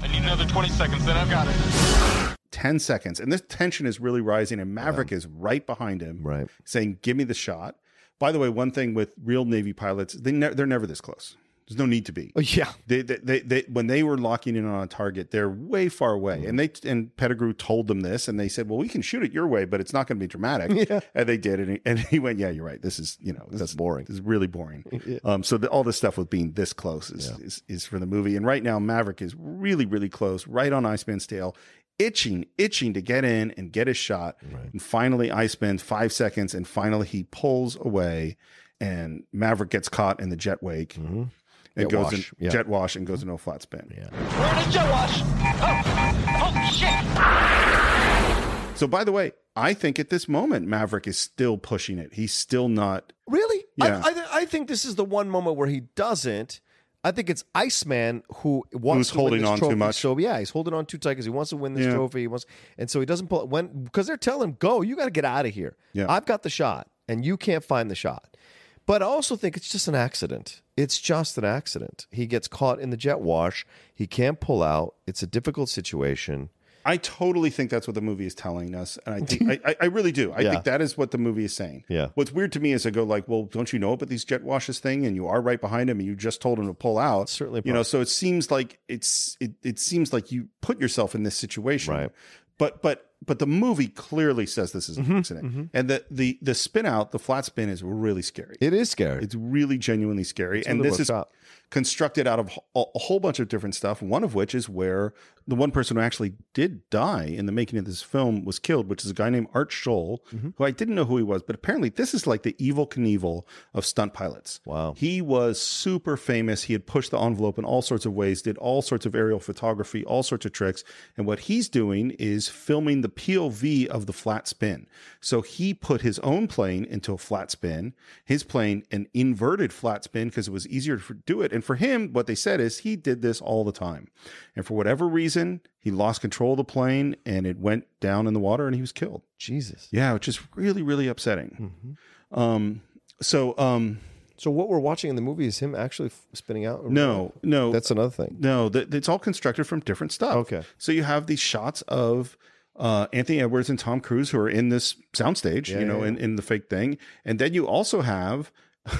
S8: I need another 20 seconds, then I've got it.
S4: 10 seconds. And this tension is really rising, and Maverick is right behind him,
S1: right.
S4: saying, Give me the shot. By the way, one thing with real Navy pilots, they ne- they're never this close. There's no need to be.
S1: Oh, yeah.
S4: They, they, they, they, when they were locking in on a target, they're way far away. And they and Pettigrew told them this, and they said, "Well, we can shoot it your way, but it's not going to be dramatic."
S1: Yeah.
S4: And they did, and he, and he went, "Yeah, you're right. This is you know that's boring. This is really boring." Um, so the, all this stuff with being this close is, is is for the movie. And right now, Maverick is really really close, right on Iceman's tail. Itching, itching to get in and get his shot. And finally, I spend five seconds, and finally he pulls away, and Maverick gets caught in the jet wake. It
S1: Jet
S4: goes
S1: wash,
S4: in
S1: yeah.
S4: jet wash and goes into a flat spin.
S3: Where did you wash? Oh, oh shit!
S4: So, by the way, I think at this moment, Maverick is still pushing it. He's still not.
S10: Really?
S4: Yeah.
S10: I, I, th- I think this is the one moment where he doesn't. I think it's Iceman who
S4: Who's
S10: wants to win
S4: holding
S10: this
S4: on too
S10: trophy.
S4: much.
S10: So yeah, he's holding on too tight because he wants to win this
S4: Yeah.
S10: trophy. He wants, and so he doesn't pull when because they're telling him, "Go, you got to get out of here.
S4: Yeah.
S10: I've got the shot, and you can't find the shot." But I also think it's just an accident. It's just an accident. He gets caught in the jet wash. He can't pull out. It's a difficult situation.
S4: I totally think that's what the movie is telling us, and I think I- I, I really do. I
S10: Yeah.
S4: think that is what the movie is saying.
S1: Yeah.
S4: What's weird to me is I go like, "Well, don't you know about these jet washes thing?" And you are right behind him, and you just told him to pull out. Certainly, you know. So it seems like it's it, it seems like you put yourself in this situation. Right. But but but the movie clearly says this is an accident, and the the the spin out, the flat spin is really scary.
S1: It is scary.
S4: It's really genuinely scary,
S1: It's
S4: and
S1: really
S4: this
S1: well
S4: is
S1: shot.
S4: constructed out of a a whole bunch of different stuff. One of which is where the one person who actually did die in the making of this film was killed, which is a guy named Art Scholl,
S1: Mm-hmm.
S4: who I didn't know who he was, but apparently this is like the evil Knievel of stunt pilots. Wow. He was super famous. He had pushed the envelope in all sorts of ways, did all sorts of aerial photography, all sorts of tricks. And what he's doing is filming the POV of the flat spin. So he put his own plane into a flat spin, his plane an inverted flat spin because it was easier to do it. And for him, what they said is he did this all the time. And for whatever reason, he lost control of the plane and it went down in the water and he was killed.
S1: Jesus.
S4: Yeah, which is really, really upsetting. Um, so, um,
S1: So what we're watching in the movie is him actually f- spinning out. or-
S4: no, no,
S1: that's another thing.
S4: no, th- it's all constructed from different stuff.
S1: Okay.
S4: So you have these shots of uh, Anthony Edwards and Tom Cruise who are in this soundstage,
S1: Yeah,
S4: you know,
S1: yeah,
S4: in, in the fake thing. And then you also have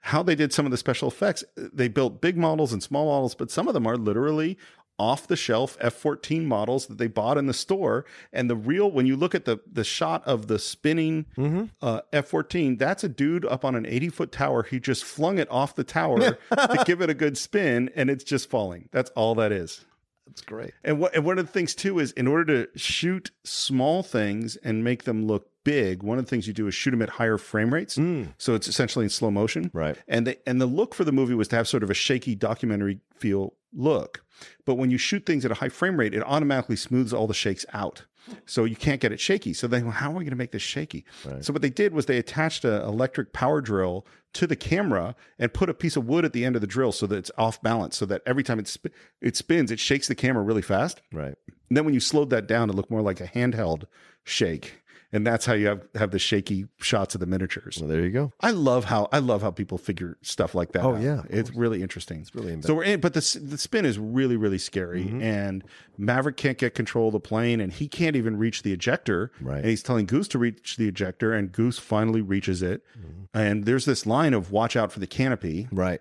S4: how they did some of the special effects. They built big models and small models, but some of them are literally off the shelf F14 models that they bought in the store and the real when you look at the the shot of the spinning
S1: Mm-hmm.
S4: uh, F14 that's a dude up on an 80 foot tower he just flung it off the tower to give it a good spin and it's just falling that's all that is
S1: That's great.
S4: and what and one of the things too is in order to shoot small things and make them look big, one of the things you do is shoot them at higher frame rates. So it's essentially in slow motion.
S1: Right.
S4: And the and the look for the movie was to have sort of a shaky documentary feel look. But when you shoot things at a high frame rate, it automatically smooths all the shakes out. So you can't get it shaky. So then how are we going to make this shaky? So what they did was they attached an electric power drill to the camera and put a piece of wood at the end of the drill so that it's off balance so that every time it, sp- it spins it shakes the camera really fast
S1: Right.
S4: and then when you slowed that down it looked more like a handheld shake and that's how you have, have the shaky shots of the miniatures
S1: Well, there you go.
S4: i love how i love how people figure stuff like that
S1: Oh,
S4: out.
S1: yeah, of
S4: it's really interesting it's
S1: really Mm-hmm.
S4: so we're in but the, s- the spin is really really scary and maverick can't get control of the plane and he can't even reach the ejector
S1: Right.
S4: and he's telling goose to reach the ejector and goose finally reaches it
S1: Mm-hmm.
S4: and there's this line of watch out for the canopy
S1: Right.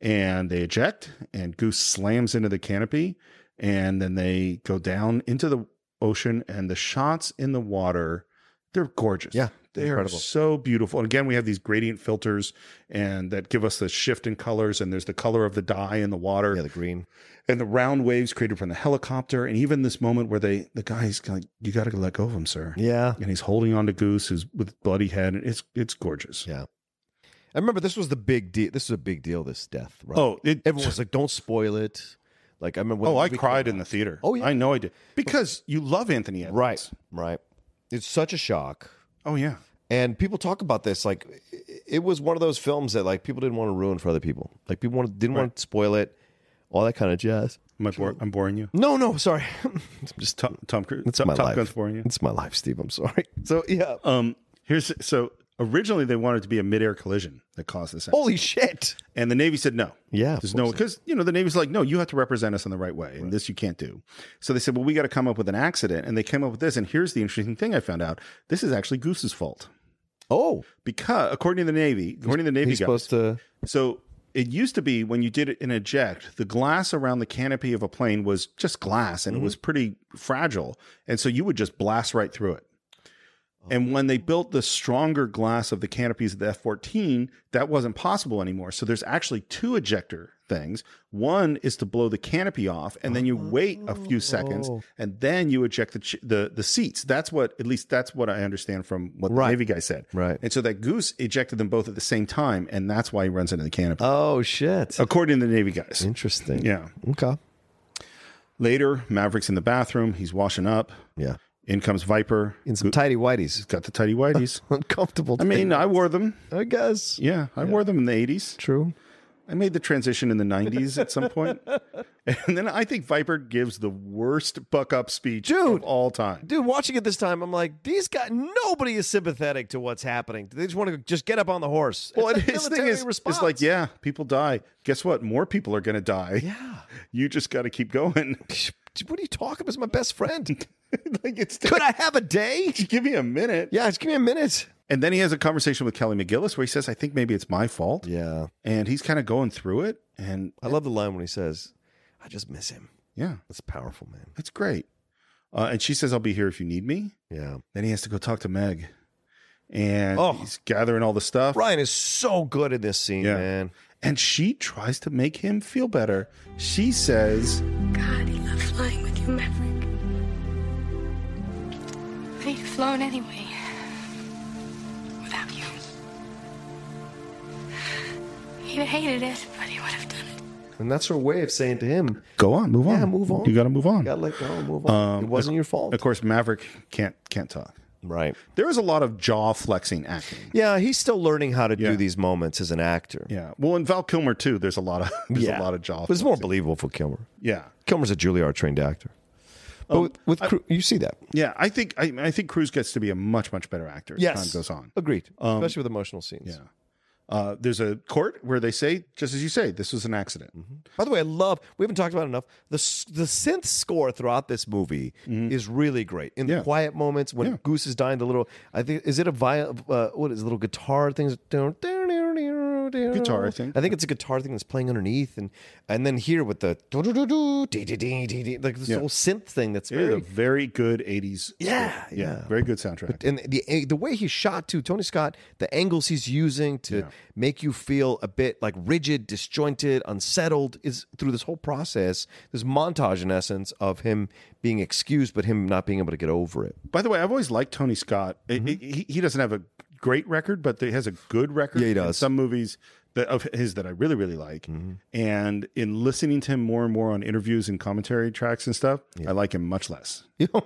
S4: and they eject and goose slams into the canopy and then they go down into the ocean and the shots in the water they're gorgeous
S1: Yeah,
S4: they
S1: incredible.
S4: are so beautiful and again we have these gradient filters and that give us the shift in colors and there's the color of the dye in the water yeah the
S1: green
S4: and the round waves created from the helicopter and even this moment where they the guy's like you got to let go of him sir
S1: Yeah.
S4: and he's holding on to goose who's with bloody head and it's it's gorgeous
S1: yeah I remember this was the big deal. This was a big deal. This death. Right?
S4: Oh, it-
S1: everyone was like, "Don't spoil it." Like I remember.
S4: oh i cried in the theater
S1: Oh, yeah.
S4: i know i did because you love anthony Edwards.
S1: Right. Right. It's such a shock.
S4: oh yeah
S1: And people talk about this like i- it was one of those films that like people didn't want to ruin for other people. Like people wanted, didn't want to spoil it, all that kind of jazz.
S4: Am I bor- I'm boring you.
S1: No, no, sorry.
S4: just Tom, Tom Cruise.
S1: It's
S4: Tom,
S1: my
S4: Top
S1: life.
S4: Gun's boring you.
S1: It's my life, Steve. I'm sorry. So yeah.
S4: Um. Here's so Originally, they wanted it to be a midair collision that caused this.
S1: Holy shit!
S4: And the Navy said no.
S1: Yeah, of
S4: there's no
S1: course.
S4: because you know the Navy's like, no, you have to represent us in the right way, and this you can't do. So they said, well, we got to come up with an accident, and they came up with this. And here's the interesting thing I found out: this is actually Goose's fault.
S1: Oh,
S4: because according to the Navy, according to the Navy,
S1: he's
S4: guys,
S1: supposed to.
S4: So it used to be when you did an eject, the glass around the canopy of a plane was just glass,
S1: Mm-hmm.
S4: and it was pretty fragile, and so you would just blast right through it.
S1: Oh.
S4: And when they built the stronger glass of the canopies of the F 14, that wasn't possible anymore. So there's actually two ejector things. One is to blow the canopy off, and then you
S1: Uh-huh.
S4: wait a few seconds,
S1: Oh.
S4: and then you eject the, ch- the, the seats. That's what, at least that's what I understand from what the Navy guy said.
S1: Right.
S4: And so that goose ejected them both at the same time, and that's why he runs into the canopy.
S1: Oh shit!
S4: According to the Navy guys.
S1: Interesting.
S4: Yeah.
S1: Okay.
S4: Later, Maverick's in the bathroom. He's washing up.
S1: Yeah.
S4: In comes Viper.
S1: In some tidy whities. He's
S4: got the tidy whities.
S1: Uncomfortable.
S4: I mean,
S1: thing.
S4: I wore them.
S1: I guess.
S4: Yeah, I wore them in the 80s.
S1: True.
S4: I made the transition in the 90s at some point. And then I think Viper gives the worst buck up speech of all time.
S1: Dude, watching it this time, I'm like, these guys. Nobody is sympathetic to what's happening. They just want to just get up on the horse.
S4: Well,
S1: It's
S4: and
S1: a
S4: his thing
S1: military
S4: is,
S1: response.
S4: is like, yeah, people die. Guess what? More people are going to die.
S1: Yeah.
S4: You just got to keep going.
S1: what are you talking about? It's my best friend.
S4: like it's
S1: could I have a day?
S4: Give me a minute.
S1: Yeah, just give me a minute.
S4: And then he has a conversation with Kelly McGillis where he says, I think maybe it's my fault.
S1: Yeah.
S4: And he's kind of going through it. And
S1: I love the line when he says, "I just miss him."
S4: yeah,
S1: That's powerful, man.
S4: That's great. Uh, and she says, I'll be here if you need me.
S1: Yeah.
S4: Then he has to go talk to Meg. And
S1: Oh.
S4: he's gathering all the stuff.
S1: Ryan is so good in this scene,
S4: Yeah.
S1: man.
S4: And she tries to make him feel better. She says,
S21: God, he loved flying with you, Maverick. But he'd have flown anyway. Without you. He'd have hated it, but he would have done it.
S1: And that's her way of saying to him,
S4: Go on, move on.
S1: Yeah, move on.
S4: You got to move on. Um,
S1: "Got to let go, move on. it wasn't your fault."
S4: Of course, Maverick can't can't talk.
S1: Right.
S4: There is a lot of jaw flexing acting.
S1: Yeah, he's still learning how to do these moments as an actor.
S4: Yeah. Well, in Val Kilmer too, there's a lot of there's
S1: Yeah.
S4: a lot of jaw.
S1: But it's more believable for Kilmer.
S4: Yeah.
S1: Kilmer's a Juilliard trained actor.
S4: Um,
S1: But with, with Cru- you see that.
S4: Yeah. I think I, I think Cruz gets to be a much much better actor as
S1: Yes. Uh,
S4: time goes on.
S1: Agreed.
S4: Um,
S1: Especially with emotional scenes.
S4: Yeah. Uh, there's a court where they say, just as you say, this was an accident.
S1: By the way, I love we haven't talked about it enough. The s- the synth score throughout this movie
S4: Mm-hmm.
S1: is really great. In the quiet moments when Goose is dying, the little I think is it a viol, uh, what is it, little guitar things guitar
S4: I think.
S1: I think it's a guitar thing that's playing underneath and and then here with the doo-doo-doo-doo, dee-dee-dee-dee-dee, like this
S4: Yeah.
S1: whole synth thing that's
S4: Yeah,
S1: very
S4: the very good 80s.
S1: Yeah,
S4: score. yeah.
S1: yeah.
S4: Very good soundtrack.
S1: and the the way he shot too, Tony Scott, the angles he's using to make you feel a bit like rigid, disjointed, unsettled is through this whole process. This montage, in essence, of him being excused, but him not being able to get over it.
S4: By the way, I've always liked Tony Scott. I-
S1: Mm-hmm.
S4: I- He, he doesn't have a great record, but he has a good record.
S1: Yeah, he
S4: in
S1: does. Mm-hmm.
S4: some movies that of his that I really really like. And in listening to him more and more on interviews and commentary tracks and stuff, I like him much less.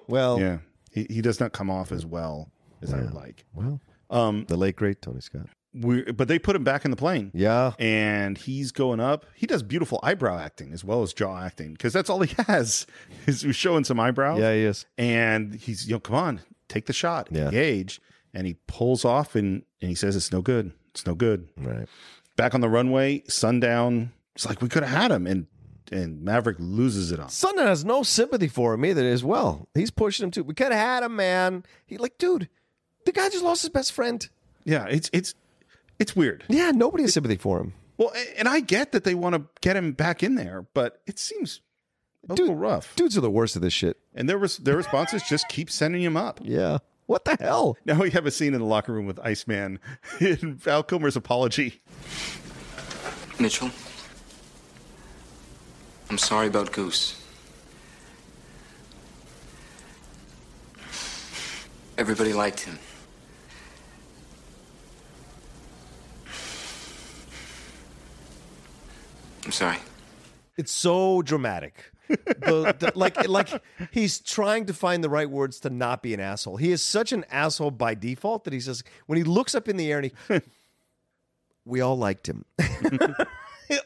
S1: well,
S4: Yeah, he, he does not come off as well as I would like.
S1: well,
S4: Um,
S1: the late great Tony Scott.
S4: we but they put him back in the plane.
S1: Yeah,
S4: And he's going up. He does beautiful eyebrow acting as well as jaw acting because that's all he has. Is he's showing some eyebrows.
S1: yeah, he is.
S4: And he's, you know, come on, take the shot,
S1: Yeah.
S4: engage. And he pulls off and, and he says, it's no good. It's no good.
S1: Right.
S4: Back on the runway, sundown. It's like we could have had him. And and Maverick loses it on. him.
S1: Sutton has no sympathy for him either, as well. He's pushing him too. We could have had him, man. He like, dude, the guy just lost his best friend.
S4: Yeah, it's it's it's weird.
S1: Yeah, nobody has sympathy for him.
S4: Well, a- and I get that they want to get him back in there, but it seems a little rough.
S1: Dudes are the worst of this shit.
S4: And their res- their response is just keep sending him up.
S1: Yeah. What the hell?
S4: Now we have a scene in the locker room with Iceman in Val Kilmer's apology.
S15: Mitchell, I'm sorry about Goose. Everybody liked him. I'm sorry.
S1: It's so dramatic. The- the- like, like he's trying to find the right words to not be an asshole. He is such an asshole by default that he says when he looks up in the air and he we all liked him.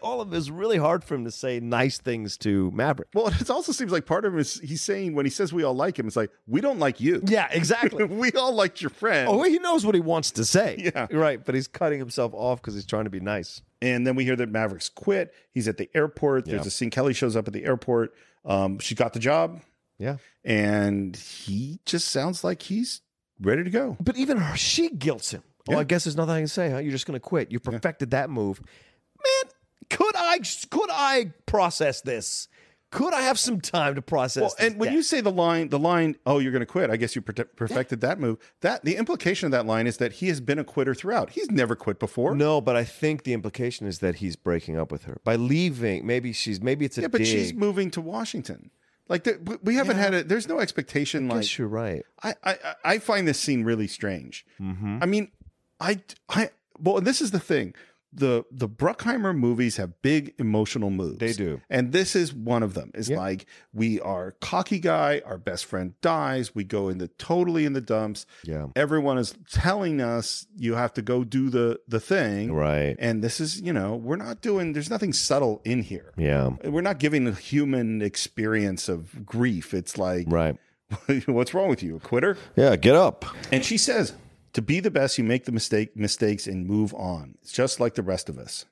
S1: all of it was really hard for him to say nice things to Maverick.
S4: Well, it also seems like part of him is he's saying when he says we all like him, it's like we don't like you.
S1: Yeah, exactly.
S4: we all liked your friend.
S1: Oh, he knows what he wants to say.
S4: Yeah.
S1: Right. But he's cutting himself off because he's trying to be nice.
S4: And then we hear that Mavericks quit. He's at the airport. There's
S1: Yeah.
S4: a scene. Kelly shows up at the airport. Um, she got the job,
S1: Yeah.
S4: and he just sounds like he's ready to go.
S1: But even her, she guilts him. Oh,
S4: Yeah.
S1: I guess there's nothing I can say, huh? You're just going to quit. You perfected that move. Man, could I could I process this? Could I have some time to process
S4: Well,
S1: this?
S4: and when you say the line, the line, oh, you're going to quit. I guess you per- perfected that move. That the implication of that line is that he has been a quitter throughout. He's never quit before.
S1: No, but I think the implication is that he's breaking up with her by leaving. Maybe she's maybe it's a
S4: yeah, but
S1: dig.
S4: she's moving to Washington. Like there, we- we haven't had a. There's no expectation.
S1: I
S4: like
S1: guess you're right.
S4: I, I, I- I find this scene really strange. I mean, I, I, well, this is the thing. The, the Bruckheimer movies have big emotional moves.
S1: They do.
S4: And this is one of them. It's like we are cocky guy, our best friend dies, we go in the totally in the dumps.
S1: Yeah.
S4: Everyone is telling us you have to go do the the thing.
S1: Right.
S4: And this is, you know, we're not doing there's nothing subtle in here.
S1: Yeah.
S4: We're not giving a human experience of grief. It's like
S1: Right.
S4: What's wrong with you, a quitter?
S1: Yeah. Get up.
S4: And she says, "To be the best, you make the mistake mistakes and move on. It's just like the rest of us."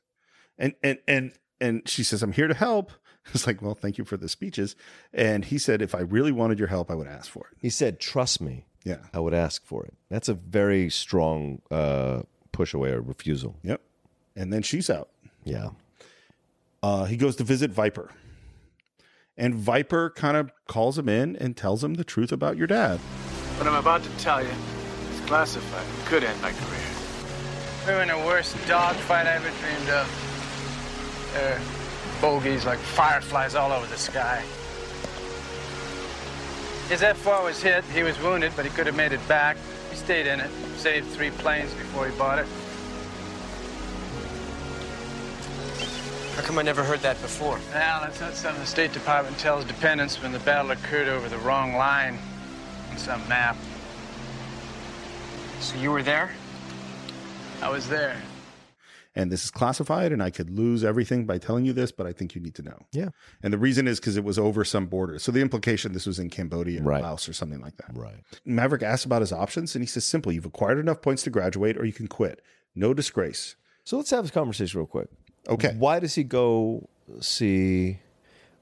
S4: And and and and she says, "I'm here to help." It's like, "Well, thank you for the speeches." And he said, "If I really wanted your help, I would ask for it."
S1: He said, "Trust me."
S4: Yeah.
S1: I would ask for it. That's a very strong uh, push away or refusal.
S4: Yep. And then she's out.
S1: Yeah.
S4: Uh, he goes to visit Viper. And Viper kind of calls him in and tells him the truth about your dad.
S9: What I'm about to tell you is classified and could end my career. We're in the worst dogfight I ever dreamed of. There are bogeys like fireflies all over the sky. His F-4 was hit. He was wounded, but he could have made it back. He stayed in it, saved three planes before he bought it.
S16: How come I never heard that before?
S9: Now, that's not something the State Department tells dependents when the battle occurred over the wrong line on some map.
S16: So you were there?
S9: I was there.
S4: and this is classified and I could lose everything by telling you this, but I think you need to know.
S1: Yeah.
S4: And the reason is because it was over some border. So the implication this was in Cambodia or
S1: Right.
S4: Laos or something like that.
S1: Right.
S4: Maverick asks about his options and he says simply, you've acquired enough points to graduate or you can quit. No disgrace.
S1: So let's have this conversation real quick.
S4: Okay.
S1: Why does he go see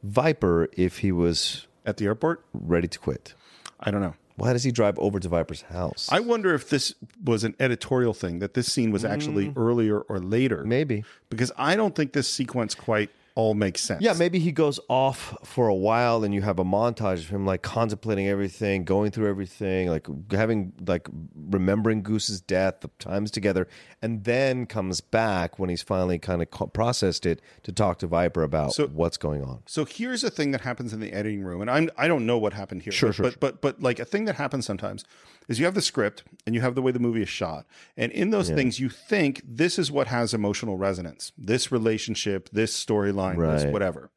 S1: Viper if he was
S4: At the airport?
S1: ready to quit?
S4: I don't know.
S1: Why does he drive over to Viper's house?
S4: I wonder if this was an editorial thing, that this scene was actually earlier or later.
S1: Mm. Maybe.
S4: Because I don't think this sequence quite all makes sense.
S1: Yeah, maybe he goes off for a while and you have a montage of him like contemplating everything, going through everything, like having like remembering Goose's death, the times together, and then comes back when he's finally kind of co- processed it to talk to Viper about
S4: So-
S1: what's going on.
S4: So here's a thing that happens in the editing room, and I'm I don't know what happened here.
S1: Sure,
S4: but,
S1: sure,
S4: but,
S1: sure.
S4: but but like a thing that happens sometimes is you have the script and you have the way the movie is shot, and in those things you think this is what has emotional resonance, this relationship, this storyline, this
S1: Right.
S4: whatever,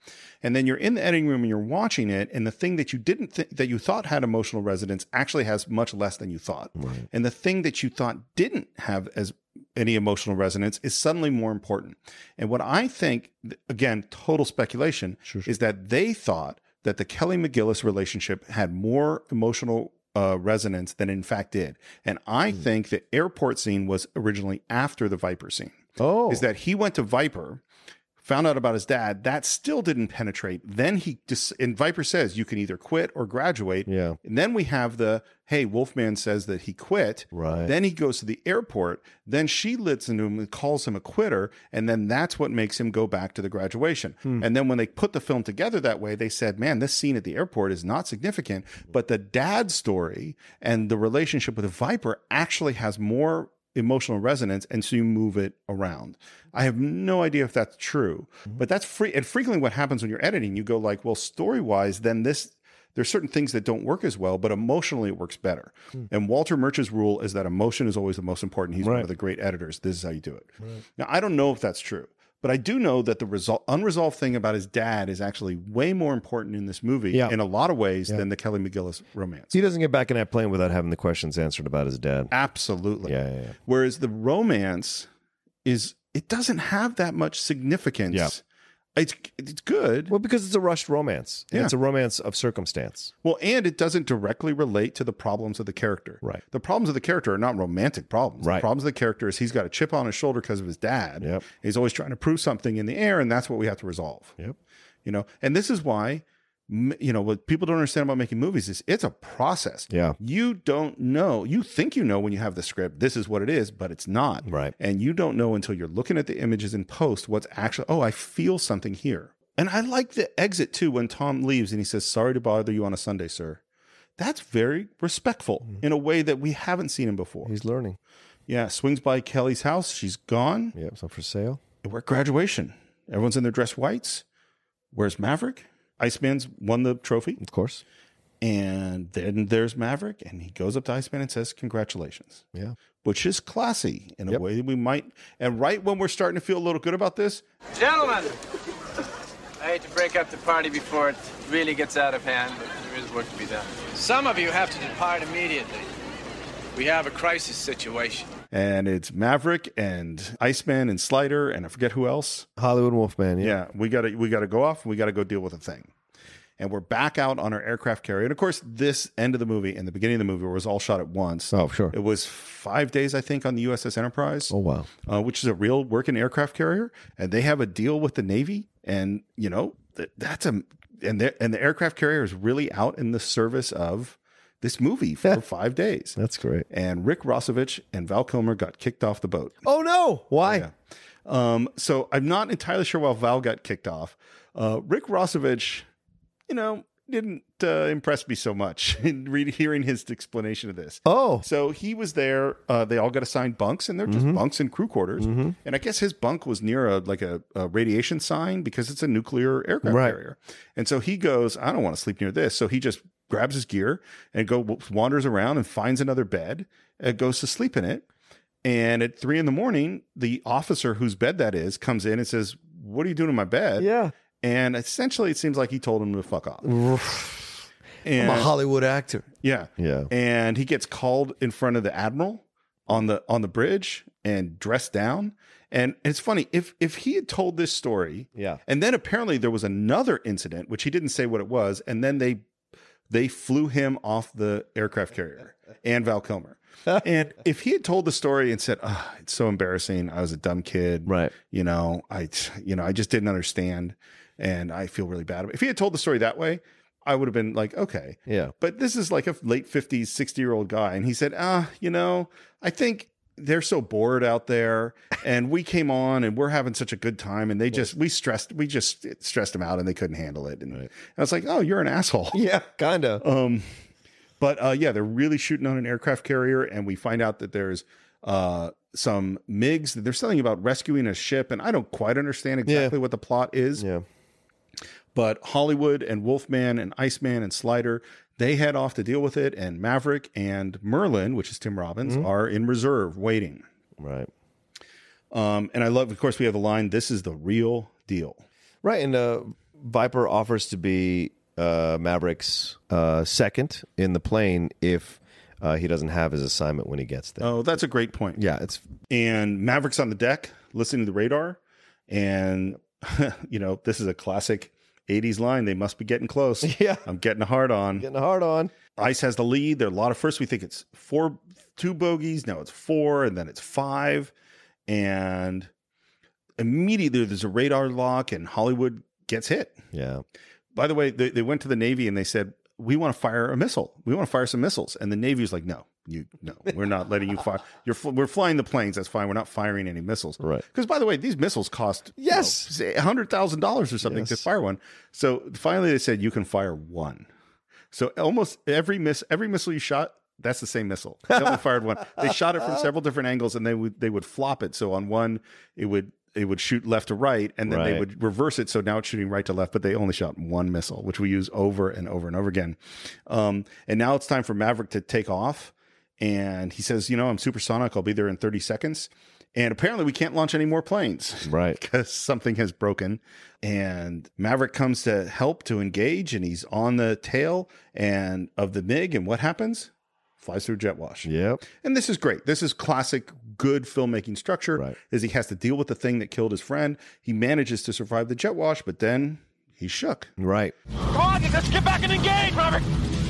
S4: and then you're in the editing room and you're watching it, and the thing that you didn't think that you thought had emotional resonance actually has much less than you thought, and the thing that you thought didn't have as any emotional resonance is suddenly more important. And what I think, th- again, total speculation, is that they thought that the Kelly McGillis relationship had more emotional uh, resonance than in fact did. And I think the airport scene was originally after the Viper scene.
S1: Oh.
S4: Is that he went to Viper, found out about his dad, that still didn't penetrate. Then he just, and Viper says, you can either quit or graduate.
S1: Yeah.
S4: And then we have the hey, Wolfman says that he quit.
S1: Right.
S4: Then he goes to the airport. Then she listens to him and calls him a quitter. And then that's what makes him go back to the graduation. And then when they put the film together that way, they said, man, this scene at the airport is not significant. But the dad story and the relationship with Viper actually has more emotional resonance and so you move it around i have no idea if that's true but that's free and frequently what happens when you're editing you go like well story wise then this there's certain things that don't work as well, but emotionally it works better.
S1: Hmm.
S4: And Walter Murch's rule is that emotion is always the most important. He's one
S1: Right.
S4: of the great editors. This is how you do it. Now, I don't know if that's true, but I do know that the resol- unresolved thing about his dad is actually way more important in this movie
S1: Yeah.
S4: in a lot of ways than the Kelly McGillis romance.
S1: So he doesn't get back in that plane without having the questions answered about his dad.
S4: Absolutely.
S1: Yeah, yeah, yeah.
S4: Whereas the romance is it doesn't have that much significance.
S1: Yeah.
S4: It's it's good.
S1: Well, because it's a rushed romance. And
S4: Yeah.
S1: It's a romance of circumstance.
S4: Well, and it doesn't directly relate to the problems of the character.
S1: Right.
S4: The problems of the character are not romantic problems.
S1: Right.
S4: The problems of the character is he's got a chip on his shoulder because of his dad.
S1: Yep.
S4: He's always trying to prove something in the air, and that's what we have to resolve.
S1: Yep.
S4: You know, and this is why, m- you know, what people don't understand about making movies is it's a process.
S1: Yeah.
S4: You don't know. You think you know when you have the script. This is what it is, but it's not.
S1: Right.
S4: And you don't know until you're looking at the images in post what's actually, oh, I feel something here. And I like the exit too when Tom leaves and he says, sorry to bother you on a Sunday, sir. That's very respectful in a way that we haven't seen him before.
S1: Mm-hmm. He's learning.
S4: Yeah. Swings by Kelly's house. She's gone.
S1: Yeah, it's up for sale.
S4: We're at graduation. Everyone's in their dress whites. Where's Maverick? Iceman's won the trophy.
S1: Of course.
S4: And then there's Maverick, and he goes up to Iceman and says, Congratulations.
S1: Yeah.
S4: Which is classy in a way that we might. And right when we're starting to feel a little good about this,
S9: Gentlemen, I hate to break up the party before it really gets out of hand, but there is work to be done. Some of you have to depart immediately. We have a crisis situation.
S4: and it's Maverick and Iceman and Slider, and I forget who else.
S1: Hollywood Wolfman. Yeah.
S4: Yeah, we gotta we gotta go off. We gotta go deal with a thing, and we're back out on our aircraft carrier. And of course, this end of the movie and the beginning of the movie was all shot at once.
S1: Oh, sure.
S4: It was five days, I think, on the USS Enterprise.
S1: Oh, wow.
S4: uh, which is a real working aircraft carrier, and they have a deal with the Navy, and you know th- that's a and the and the aircraft carrier is really out in the service of this movie for five days.
S1: That's great.
S4: And Rick Rossovich and Val Kilmer got kicked off the boat.
S1: Oh, no. Why?
S4: Um, so I'm not entirely sure why Val got kicked off. Uh, Rick Rossovich, you know, didn't uh, impress me so much in re- hearing his explanation of this.
S1: Oh.
S4: So he was there. Uh, they all got assigned bunks, and they're just
S1: Mm-hmm.
S4: bunks in crew quarters. And I guess his bunk was near a like a, a radiation sign because it's a nuclear aircraft
S1: Right.
S4: carrier. And so he goes, I don't want to sleep near this. So he just grabs his gear and go wanders around and finds another bed and goes to sleep in it. And at three in the morning, the officer whose bed that is comes in and says, "What are you doing in my bed?"
S1: Yeah.
S4: And essentially, it seems like he told him to fuck off.
S1: I'm
S4: And
S1: a Hollywood actor.
S4: yeah,
S1: Yeah.
S4: and he gets called in front of the admiral on the on the bridge and dressed down and it's funny if if he had told this story
S1: Yeah.
S4: and then apparently there was another incident which he didn't say what it was and then they they flew him off the aircraft carrier and val kilmer and if he had told the story and said oh, it's so embarrassing i was a dumb kid
S1: Right.
S4: you know i you know i just didn't understand and i feel really bad about it. if he had told the story that way i would have been like okay
S1: Yeah.
S4: but this is like a late 50s, 60 year old guy. And he said, ah, you know, I think they're so bored out there. And we came on and we're having such a good time. And they just, we stressed, we just stressed them out and they couldn't handle it. And I was like, oh, you're an asshole.
S1: Yeah. Kind of.
S4: Um, but uh, yeah, they're really shooting on an aircraft carrier, and we find out that there's uh, some MiGs that they're selling about rescuing a ship, and I don't quite understand exactly what the plot is.
S1: Yeah.
S4: But Hollywood and Wolfman and Iceman and Slider, they head off to deal with it, and Maverick and Merlin, which is Tim Robbins,
S1: Mm-hmm.
S4: are in reserve waiting.
S1: right.
S4: Um, and I love, of course, we have the line, "This is the real deal."
S1: Right, and uh, Viper offers to be uh, Maverick's uh, second in the plane if uh, he doesn't have his assignment when he gets there.
S4: Oh, that's a great point.
S1: Yeah, it's
S4: and Maverick's on the deck listening to the radar. And, you know, this is a classic 80s line. They must be getting close.
S1: Yeah.
S4: I'm getting a hard on.
S1: getting a hard on.
S4: Ice has the lead. There are a lot of first. We think it's four, two bogeys. Now it's four, and then it's five. And immediately there's a radar lock, and Hollywood gets hit.
S1: Yeah,
S4: By the way, they, they went to the Navy and they said, "We want to fire a missile. We want to fire some missiles." And the Navy was like, "No, you no, we're not letting you fire. You're fl- we're flying the planes. That's fine. We're not firing any missiles.
S1: Right.
S4: Because by the way, these missiles cost you
S1: Yes.
S4: know, say hundred thousand dollars or something to
S1: Yes.
S4: fire one. So finally, they said you can fire one. So almost every miss every missile you shot. That's the same missile. They only fired one. They shot it from several different angles, and they would they would flop it. So on one, it would it would shoot left to right, and then they
S1: Right.
S4: would reverse it. So now it's shooting right to left, but they only shot one missile, which we use over and over and over again. Um, and now it's time for Maverick to take off. And he says, You know, I'm supersonic. I'll be there in 30 seconds. And apparently, we can't launch any more planes
S1: right.
S4: because something has broken. And Maverick comes to help to engage, and he's on the tail and of the MiG. And what happens? flies through a jet wash.
S1: Yep.
S4: And this is great. This is classic good filmmaking structure.
S1: Right.
S4: Is he has to deal with the thing that killed his friend. He manages to survive the jet wash, but then he's shook.
S1: Right.
S3: Come on, let's get back and engage, Maverick.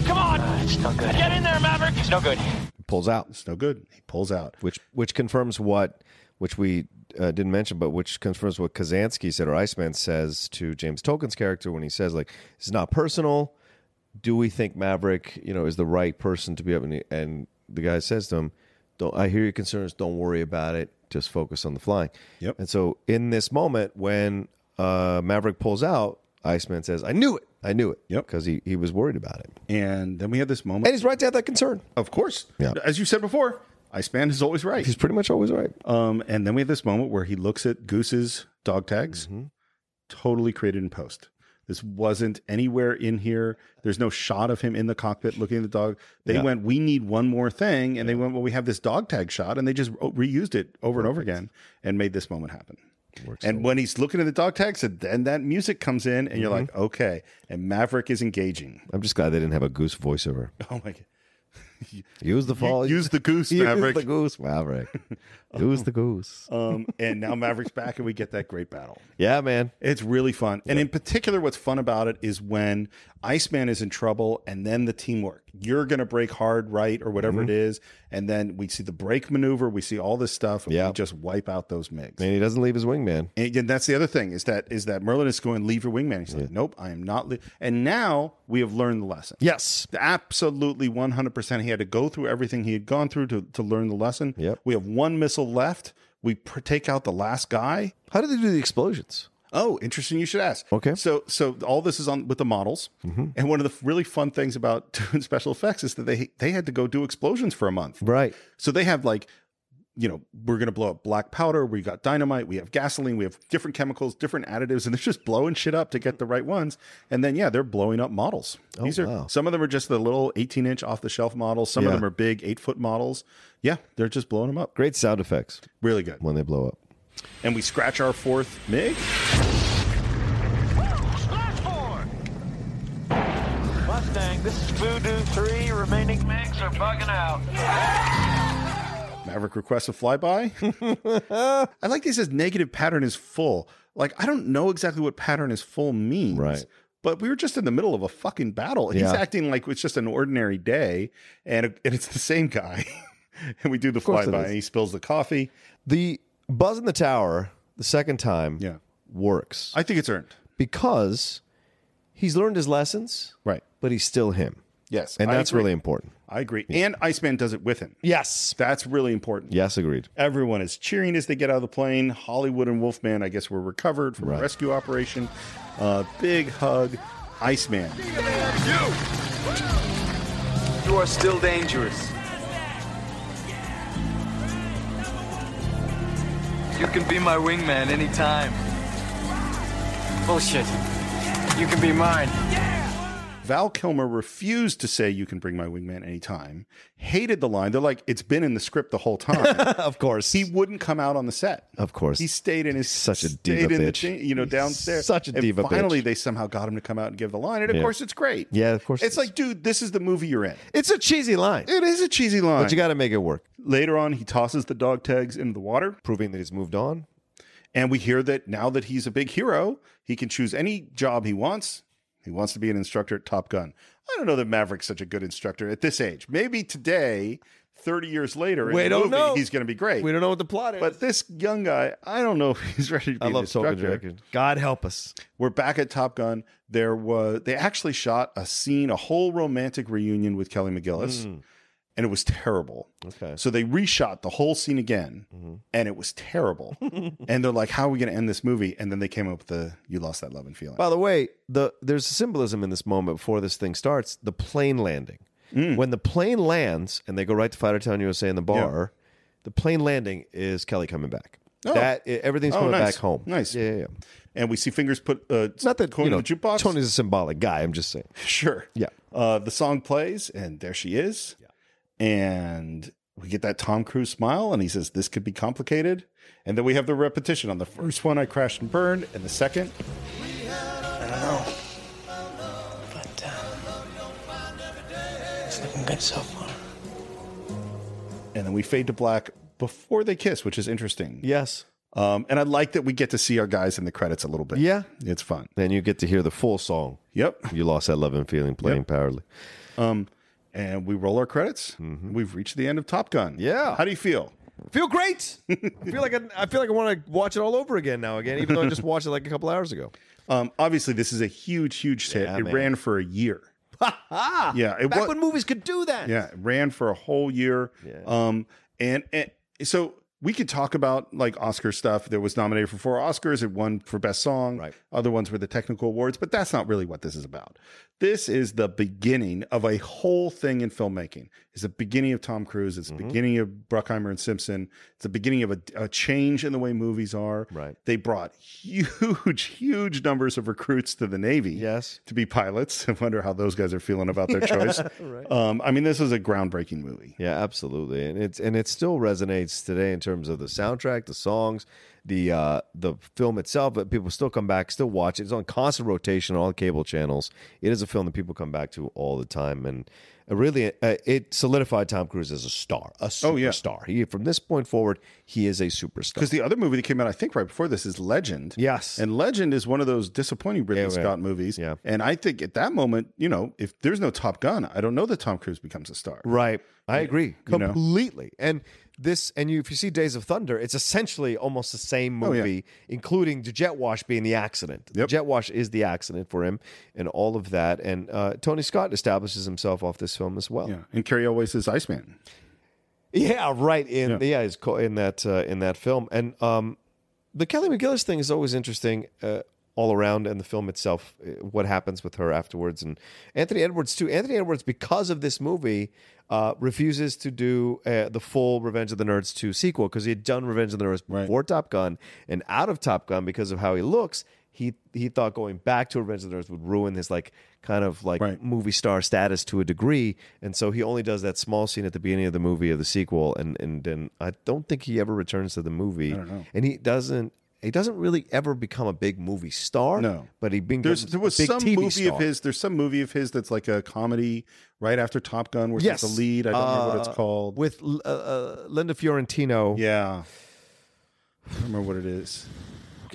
S3: Come on.
S2: Ah, it's no good.
S3: Get in there, Maverick.
S2: It's no good.
S1: Pulls out.
S4: It's no good. He pulls out.
S1: Which which confirms what which we uh, didn't mention, but which confirms what Kazansky said or Iceman says to James Tolkien's character when he says like it's not personal. Do we think Maverick, you know, is the right person to be up? And, and the guy says to him, "Don't I hear your concerns? Don't worry about it. Just focus on the flying."
S4: Yep.
S1: And so in this moment when uh, Maverick pulls out, Iceman says, "I knew it. I knew it."
S4: Yep.
S1: Because he he was worried about it.
S4: And then we have this moment.
S1: And he's right to have that concern.
S4: Of course.
S1: Yeah.
S4: As you said before, Iceman is always right.
S1: He's pretty much always right.
S4: Um, and then we have this moment where he looks at Goose's dog tags,
S1: Mm-hmm.
S4: totally created in post. This wasn't anywhere in here. There's no shot of him in the cockpit looking at the dog. They
S1: Yeah.
S4: went, we need one more thing. And they went, well, we have this dog tag shot. And they just o- reused it over and over again and made this moment happen.
S1: Works
S4: and when he's looking at the dog tags, and then that music comes in, and you're
S1: Mm-hmm.
S4: like, okay. And Maverick is engaging.
S1: I'm just glad they didn't have a goose voiceover.
S4: Oh my God.
S1: Use the fall.
S4: Use the goose,
S1: Use
S4: Maverick.
S1: the goose, Maverick. Uh, Use the goose.
S4: um, and now Maverick's back, and we get that great battle.
S1: Yeah, man.
S4: It's really fun. And in particular, what's fun about it is when Iceman is in trouble and then the teamwork. You're going to break hard, right, or whatever it
S1: Mm-hmm.
S4: is. And then we see the break maneuver. We see all this stuff. and we
S1: Yeah.
S4: just wipe out those MiGs.
S1: And he doesn't leave his wingman.
S4: And, and that's the other thing is that is that Merlin is going, leave your wingman. He's like, nope, I am not. Li-. And now we have learned the lesson.
S1: Yes.
S4: Absolutely 100%. He had to go through everything he had gone through to, to learn the lesson.
S1: Yep.
S4: We have one missile left. We pr- take out the last guy.
S1: How did they do the explosions?
S4: Oh, interesting. You should ask.
S1: Okay. Mm-hmm.
S4: So, so all this is on with the models, and one of the really fun things about doing special effects is that they they had to go do explosions for a month.
S1: Right.
S4: So they have like, you know, we're gonna blow up black powder. We got dynamite. We have gasoline. We have different chemicals, different additives, and they're just blowing shit up to get the right ones. And then yeah, they're blowing up models.
S1: Oh,
S4: These are
S1: wow.
S4: some of them are just the little eighteen inch off the shelf models. Some of
S1: Yeah.
S4: them are big eight foot models. Yeah, they're just blowing them up.
S1: Great sound effects
S4: Really good.
S1: when they blow up.
S4: And we scratch our fourth mig.
S8: Mustang, this is Voodoo 3. Remaining MiGs are bugging out.
S4: Maverick requests a flyby. I like this as negative pattern is full. Like, I don't know exactly what pattern is full means.
S1: Right.
S4: But we were just in the middle of a fucking battle. He's
S1: Yeah.
S4: acting like it's just an ordinary day, and, and it's the same guy. and we do the
S1: course it
S4: flyby,
S1: is.
S4: and he spills the coffee.
S1: The buzz in the tower the second time
S4: Yeah.
S1: works
S4: I think it's earned.
S1: because he's learned his lessons,
S4: Right.
S1: but he's still him.
S4: Yes.
S1: And
S4: I
S1: that's
S4: agree.
S1: really important.
S4: I agree. And Iceman does it with him.
S1: Yes.
S4: That's really important.
S1: Yes, agreed.
S4: Everyone is cheering as they get out of the plane. Hollywood and Wolfman, I guess, were recovered from a
S1: Right.
S4: rescue operation. Uh, big hug. Iceman.
S15: You are still dangerous. You can be my wingman anytime.
S9: Bullshit. You can be mine.
S4: Val Kilmer refused to say you can bring my wingman anytime. Hated the line. They're like, it's been in the script the whole time.
S1: Of course.
S4: he wouldn't come out on the set.
S1: of course.
S4: He stayed in his
S1: Such a
S4: stayed
S1: diva
S4: in the
S1: bitch.
S4: thing, you know,
S1: He's
S4: downstairs.
S1: such a
S4: And
S1: diva bitch.
S4: Finally, they somehow got him to come out and give the line, and of
S1: Yeah.
S4: course, it's great.
S1: Yeah, of course it
S4: It's
S1: is.
S4: like, dude, this is the movie you're in.
S1: it's a cheesy line,
S4: It is a cheesy line.
S1: but you got to make it work.
S4: Later on, he tosses the dog tags into the water,
S1: Proving that he's moved on.
S4: and we hear that now that he's a big hero, he can choose any job he wants. He wants to be an instructor at Top Gun. I don't know that Maverick's such a good instructor at this age. Maybe today, 30 years later, in
S1: We
S4: the
S1: don't
S4: movie,
S1: know.
S4: he's going to be great.
S1: We don't know what the plot is.
S4: But this young guy, I don't know if he's ready to be
S1: I
S4: an
S1: love Tolkien
S4: instructor
S1: direction. God help us.
S4: we're back at Top Gun. There was they actually shot a scene, a whole romantic reunion with Kelly McGillis, and it was terrible.
S1: Hmm. Okay. Mm-hmm.
S4: So they reshot the whole scene again, and it was terrible. and they're like, "How are we going to end this movie?" And then they came up with the "You lost that love and feeling."
S1: By the way, the there's symbolism in this moment before this thing starts. The plane landing. When the plane lands and they go right to Fighter Town USA in the bar, the plane landing is Kelly coming back.
S4: Oh.
S1: That i- everything's
S4: Oh,
S1: coming
S4: nice.
S1: back home.
S4: Nice.
S1: Yeah, yeah. yeah.
S4: and we see fingers put uh,
S1: It's not that
S4: coin
S1: you know,
S4: in the jukebox.
S1: Tony's a symbolic guy. I'm just saying.
S4: Sure.
S1: Yeah.
S4: Uh, the song plays, and there she is. And we get that Tom Cruise smile, and he says, This could be complicated. And then we have the repetition. On the first one, I crashed and burned, and the second,
S9: I don't know. But uh, it's looking good so far.
S4: and then we fade to black before they kiss, which is interesting.
S1: Yes.
S4: Um, and I like that we get to see our guys in the credits a little bit.
S1: Yeah.
S4: It's fun.
S1: Then you get to hear the full song.
S4: Yep.
S1: You lost that love and feeling playing
S4: Yep.
S1: powerly.
S4: Um, and we roll our credits. We've reached the end of Top Gun.
S10: Mm-hmm. Yeah.
S4: How do you feel?
S10: Feel great. I feel like I, I feel like I want to watch it all over again now again, even though I just watched it like a couple hours ago.
S4: Um, obviously, this is a huge, huge hit.
S10: Yeah,
S4: it
S10: man.
S4: ran for a year.
S10: Ah,
S4: Yeah, it
S10: back
S4: wa-
S10: when movies could do that.
S4: Yeah, it ran for a whole year. Um, and, and so we could talk about like Oscar stuff. There was nominated for four Oscars. It won for best song. Right. Other ones were the technical awards, but that's not really what this is about. This is the beginning of a whole thing in filmmaking. It's the beginning of Tom Cruise. It's the beginning of Bruckheimer and Simpson. It's the beginning of a, a change in the way movies are. Right. They brought huge, huge numbers of recruits to the Navy.
S1: Yes.
S4: To be pilots. I wonder how those guys are feeling about their
S1: Yeah,
S4: choice.
S1: right.
S4: Um, I mean, this is a groundbreaking movie.
S1: Yeah, absolutely, and it's and it still resonates today in terms of the soundtrack, the songs, the uh, the film itself. But people still come back, still watch it. It's on constant rotation on all the cable channels. It is a film that people come back to all the time, and it really uh, it solidified Tom Cruise as a star, a superstar.
S4: Oh, yeah.
S1: He from this point forward, he is a superstar.
S4: Because the other movie that came out, I think, right before this is Legend.
S1: Yes,
S4: And Legend is one of those disappointing Ridley
S1: right.
S4: Scott movies. Yeah. And I think at that moment, you know, if there's no Top Gun, I don't know that Tom Cruise becomes a star.
S1: Right. I agree
S4: You know?
S1: completely. And this, and you, if you see Days of Thunder, it's essentially almost the same
S4: Oh, yeah.
S1: movie, including the jet wash being the accident. The jet wash is the accident for him, and all of that. And uh, Tony Scott establishes himself off this film as well.
S4: Yeah. And Carrie always is Iceman.
S1: Yeah, right. In yeah, it's co- in that uh, in that film, and um, the Kelly McGillis thing is always interesting uh, all around, and the film itself, uh, what happens with her afterwards, and Anthony Edwards too. Anthony Edwards, because of this movie, uh, refuses to do uh, the full Revenge of the Nerds two sequel because he had done Revenge of the Nerds before Top Gun and out of Top Gun because of how he looks. He, he thought going back to Revenge of the Nerds would ruin his like kind of like movie star status to a degree, and so he only does that small scene at the beginning of the movie of the sequel, and and then I don't think he ever returns to the movie.
S4: I don't know.
S1: And he doesn't. He doesn't really ever become a big movie star.
S4: No.
S1: but he becomes
S4: There's, there was
S1: a big
S4: some
S1: TV
S4: movie
S1: star.
S4: of his. There's some movie of his that's like a comedy right after Top Gun, where
S1: Yes,
S4: he's the lead. I don't remember what
S1: Uh,
S4: it's called.
S1: with uh, uh, Linda Fiorentino.
S4: Yeah, I don't remember what it is.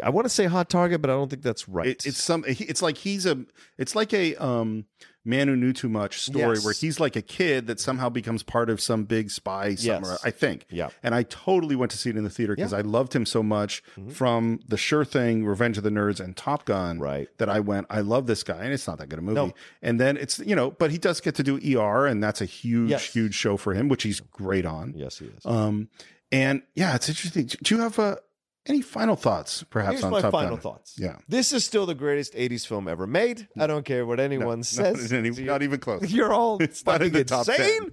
S1: I want to say Hot Target, but I don't think that's right.
S4: It, it's some. he- It's like he's a. It's like a um, man who knew too much story
S1: Yes.
S4: where he's like a kid that somehow becomes part of some big spy somewhere. I think.
S1: Yeah.
S4: And I totally went to see it in the theater because I loved him so much
S1: Mm-hmm.
S4: from The Sure Thing, Revenge of the Nerds, and Top Gun. Right. That I went. I love this guy, and it's not that good a movie. And then it's you know, but he does get to do ER, and that's a huge,
S1: Yes.
S4: huge show for him, which he's great on.
S1: Yes, he is.
S4: Um, and yeah, it's interesting. Do you have uh, any final thoughts, perhaps?
S1: Here's
S4: on
S1: my
S4: Top
S1: final
S4: Gun?
S1: thoughts.
S4: Yeah.
S1: This is still the greatest 80s film ever made. I don't care what anyone says.
S4: not, any- not even close.
S1: You're all
S4: It's not
S1: fucking
S4: in the top
S1: insane.
S4: 10.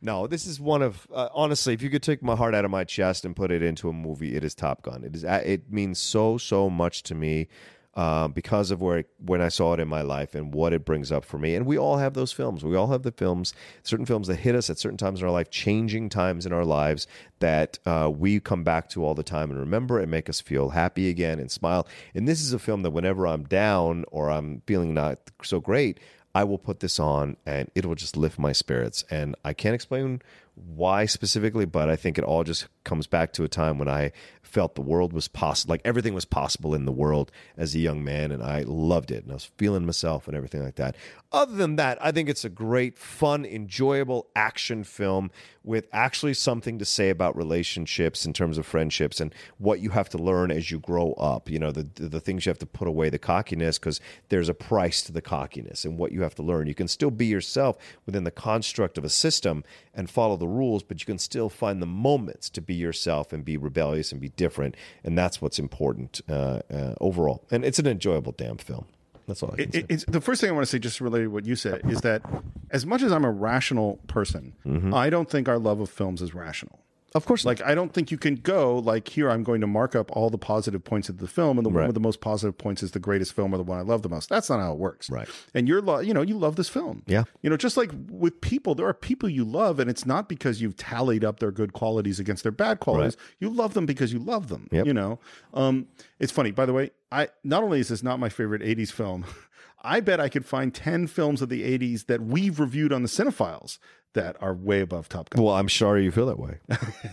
S1: No, this is one of uh, honestly, if you could take my heart out of my chest and put it into a movie, it is Top Gun. It is it means so so much to me. Uh, because of where it, when I saw it in my life and what it brings up for me, and we all have those films. We all have the films, certain films that hit us at certain times in our life, changing times in our lives that uh, we come back to all the time and remember and make us feel happy again and smile. And this is a film that whenever I'm down or I'm feeling not so great, I will put this on and it will just lift my spirits. And I can't explain why specifically, but I think it all just comes back to a time when I felt the world was possible, like everything was possible in the world as a young man. And I loved it and I was feeling myself and everything like that. Other than that, I think it's a great, fun, enjoyable action film with actually something to say about relationships in terms of friendships and what you have to learn as you grow up. You know, the the, the things you have to put away, the cockiness, because there's a price to the cockiness and what you have to learn. You can still be yourself within the construct of a system and follow the rules, but you can still find the moments to be yourself and be rebellious and be different. And that's what's important uh, uh, overall. And it's an enjoyable damn film. That's all I can
S4: It-
S1: say.
S4: it- it's, the first thing I want to say, just related to what you said, is that as much as I'm a rational person, I don't think our love of films is rational.
S1: Mm-hmm. Of course,
S4: like I don't think you can go like here. I'm going to mark up all the positive points of the film, and the one with the most positive points is the greatest film, or the one I love the most. That's not how it works,
S1: right?
S4: And you're, lo- you know, you love this film,
S1: Yeah.
S4: You know, just like with people, there are people you love, and it's not because you've tallied up their good qualities against their bad qualities. You love them because you love them. You know, um, it's funny. By the way, I not only is this not my favorite '80s film, I bet I could find 10 films of the 80s that we've reviewed on the Cinephiles that are way above Top Gun.
S1: Well, I'm sorry you feel that way.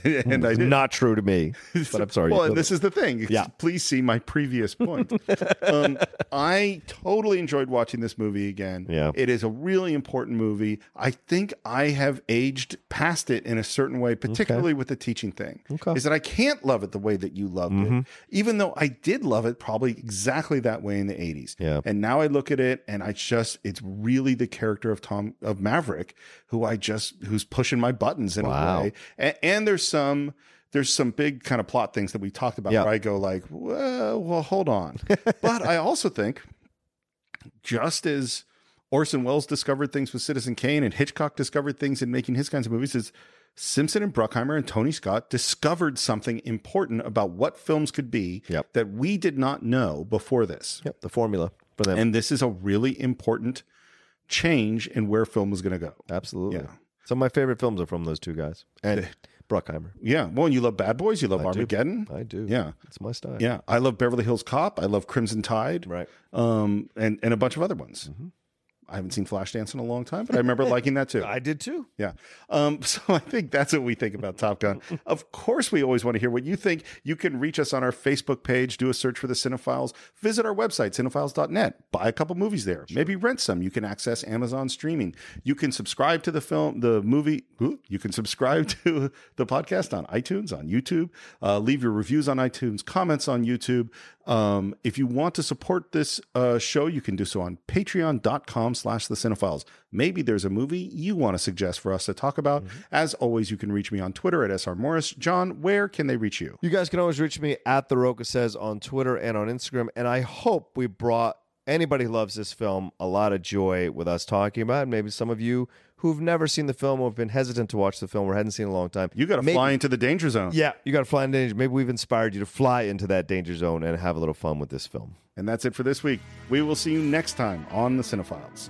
S4: and I
S1: It's
S4: did.
S1: not true to me, but I'm sorry. you
S4: Well,
S1: feel
S4: this
S1: that
S4: is the thing.
S1: Yeah.
S4: Please see my previous point. um, I totally enjoyed watching this movie again.
S1: Yeah.
S4: It is a really important movie. I think I have aged past it in a certain way, particularly with the teaching thing.
S1: Okay.
S4: Is that I can't love it the way that you loved it,
S1: Mhm.
S4: even though I did love it probably exactly that way in the 80s.
S1: Yeah.
S4: And now I look at it and I just, it's really the character of Tom, of Maverick, who I just, who's pushing my buttons in a
S1: Wow.
S4: way. And, and there's some, there's some big kind of plot things that we talked about
S1: Yeah.
S4: where I go like, well, well hold on. but I also think just as Orson Welles discovered things with Citizen Kane and Hitchcock discovered things in making his kinds of movies, is Simpson and Bruckheimer and Tony Scott discovered something important about what films could be that we did not know before this.
S1: Yep, the formula for them.
S4: And this is a really important change in where film was going to go.
S1: Absolutely. Some of my favorite films are from those two guys and Bruckheimer.
S4: Yeah. Well, and you love Bad Boys, you love Armageddon.
S1: I do.
S4: Yeah.
S1: It's my style.
S4: Yeah, I love Beverly Hills Cop. I love Crimson Tide.
S1: Right. Mm-hmm.
S4: Um, and and a bunch of other ones. I haven't seen Flashdance in a long time, but I remember liking that too.
S1: I did too.
S4: Yeah. Um, so I think that's what we think about Top Gun. of course, we always want to hear what you think. You can reach us on our Facebook page, do a search for the Cinephiles, visit our website, cinephiles.net, buy a couple movies there, maybe rent some. You can access Amazon streaming. You can subscribe to the film, the movie. ooh, You can subscribe to the podcast on iTunes, on YouTube. Uh, leave your reviews on iTunes, comments on YouTube. Um, if you want to support this uh, show, you can do so on patreon.com slash the cinephiles. Maybe there's a movie you want to suggest for us to talk about.
S1: Mm-hmm.
S4: As always, you can reach me on Twitter at SR Morris. John, where can they reach you?
S1: You guys can always reach me at The Roca Says on Twitter and on Instagram. And I hope we brought anybody who loves this film a lot of joy with us talking about it. Maybe some of you who've never seen the film or have been hesitant to watch the film or hadn't seen it in a long time.
S4: You got to
S1: Maybe-
S4: fly into the danger zone.
S1: Yeah, you got to fly into danger. Maybe we've inspired you to fly into that danger zone and have a little fun with this film.
S4: And that's it for this week. We will see you next time on The Cinephiles.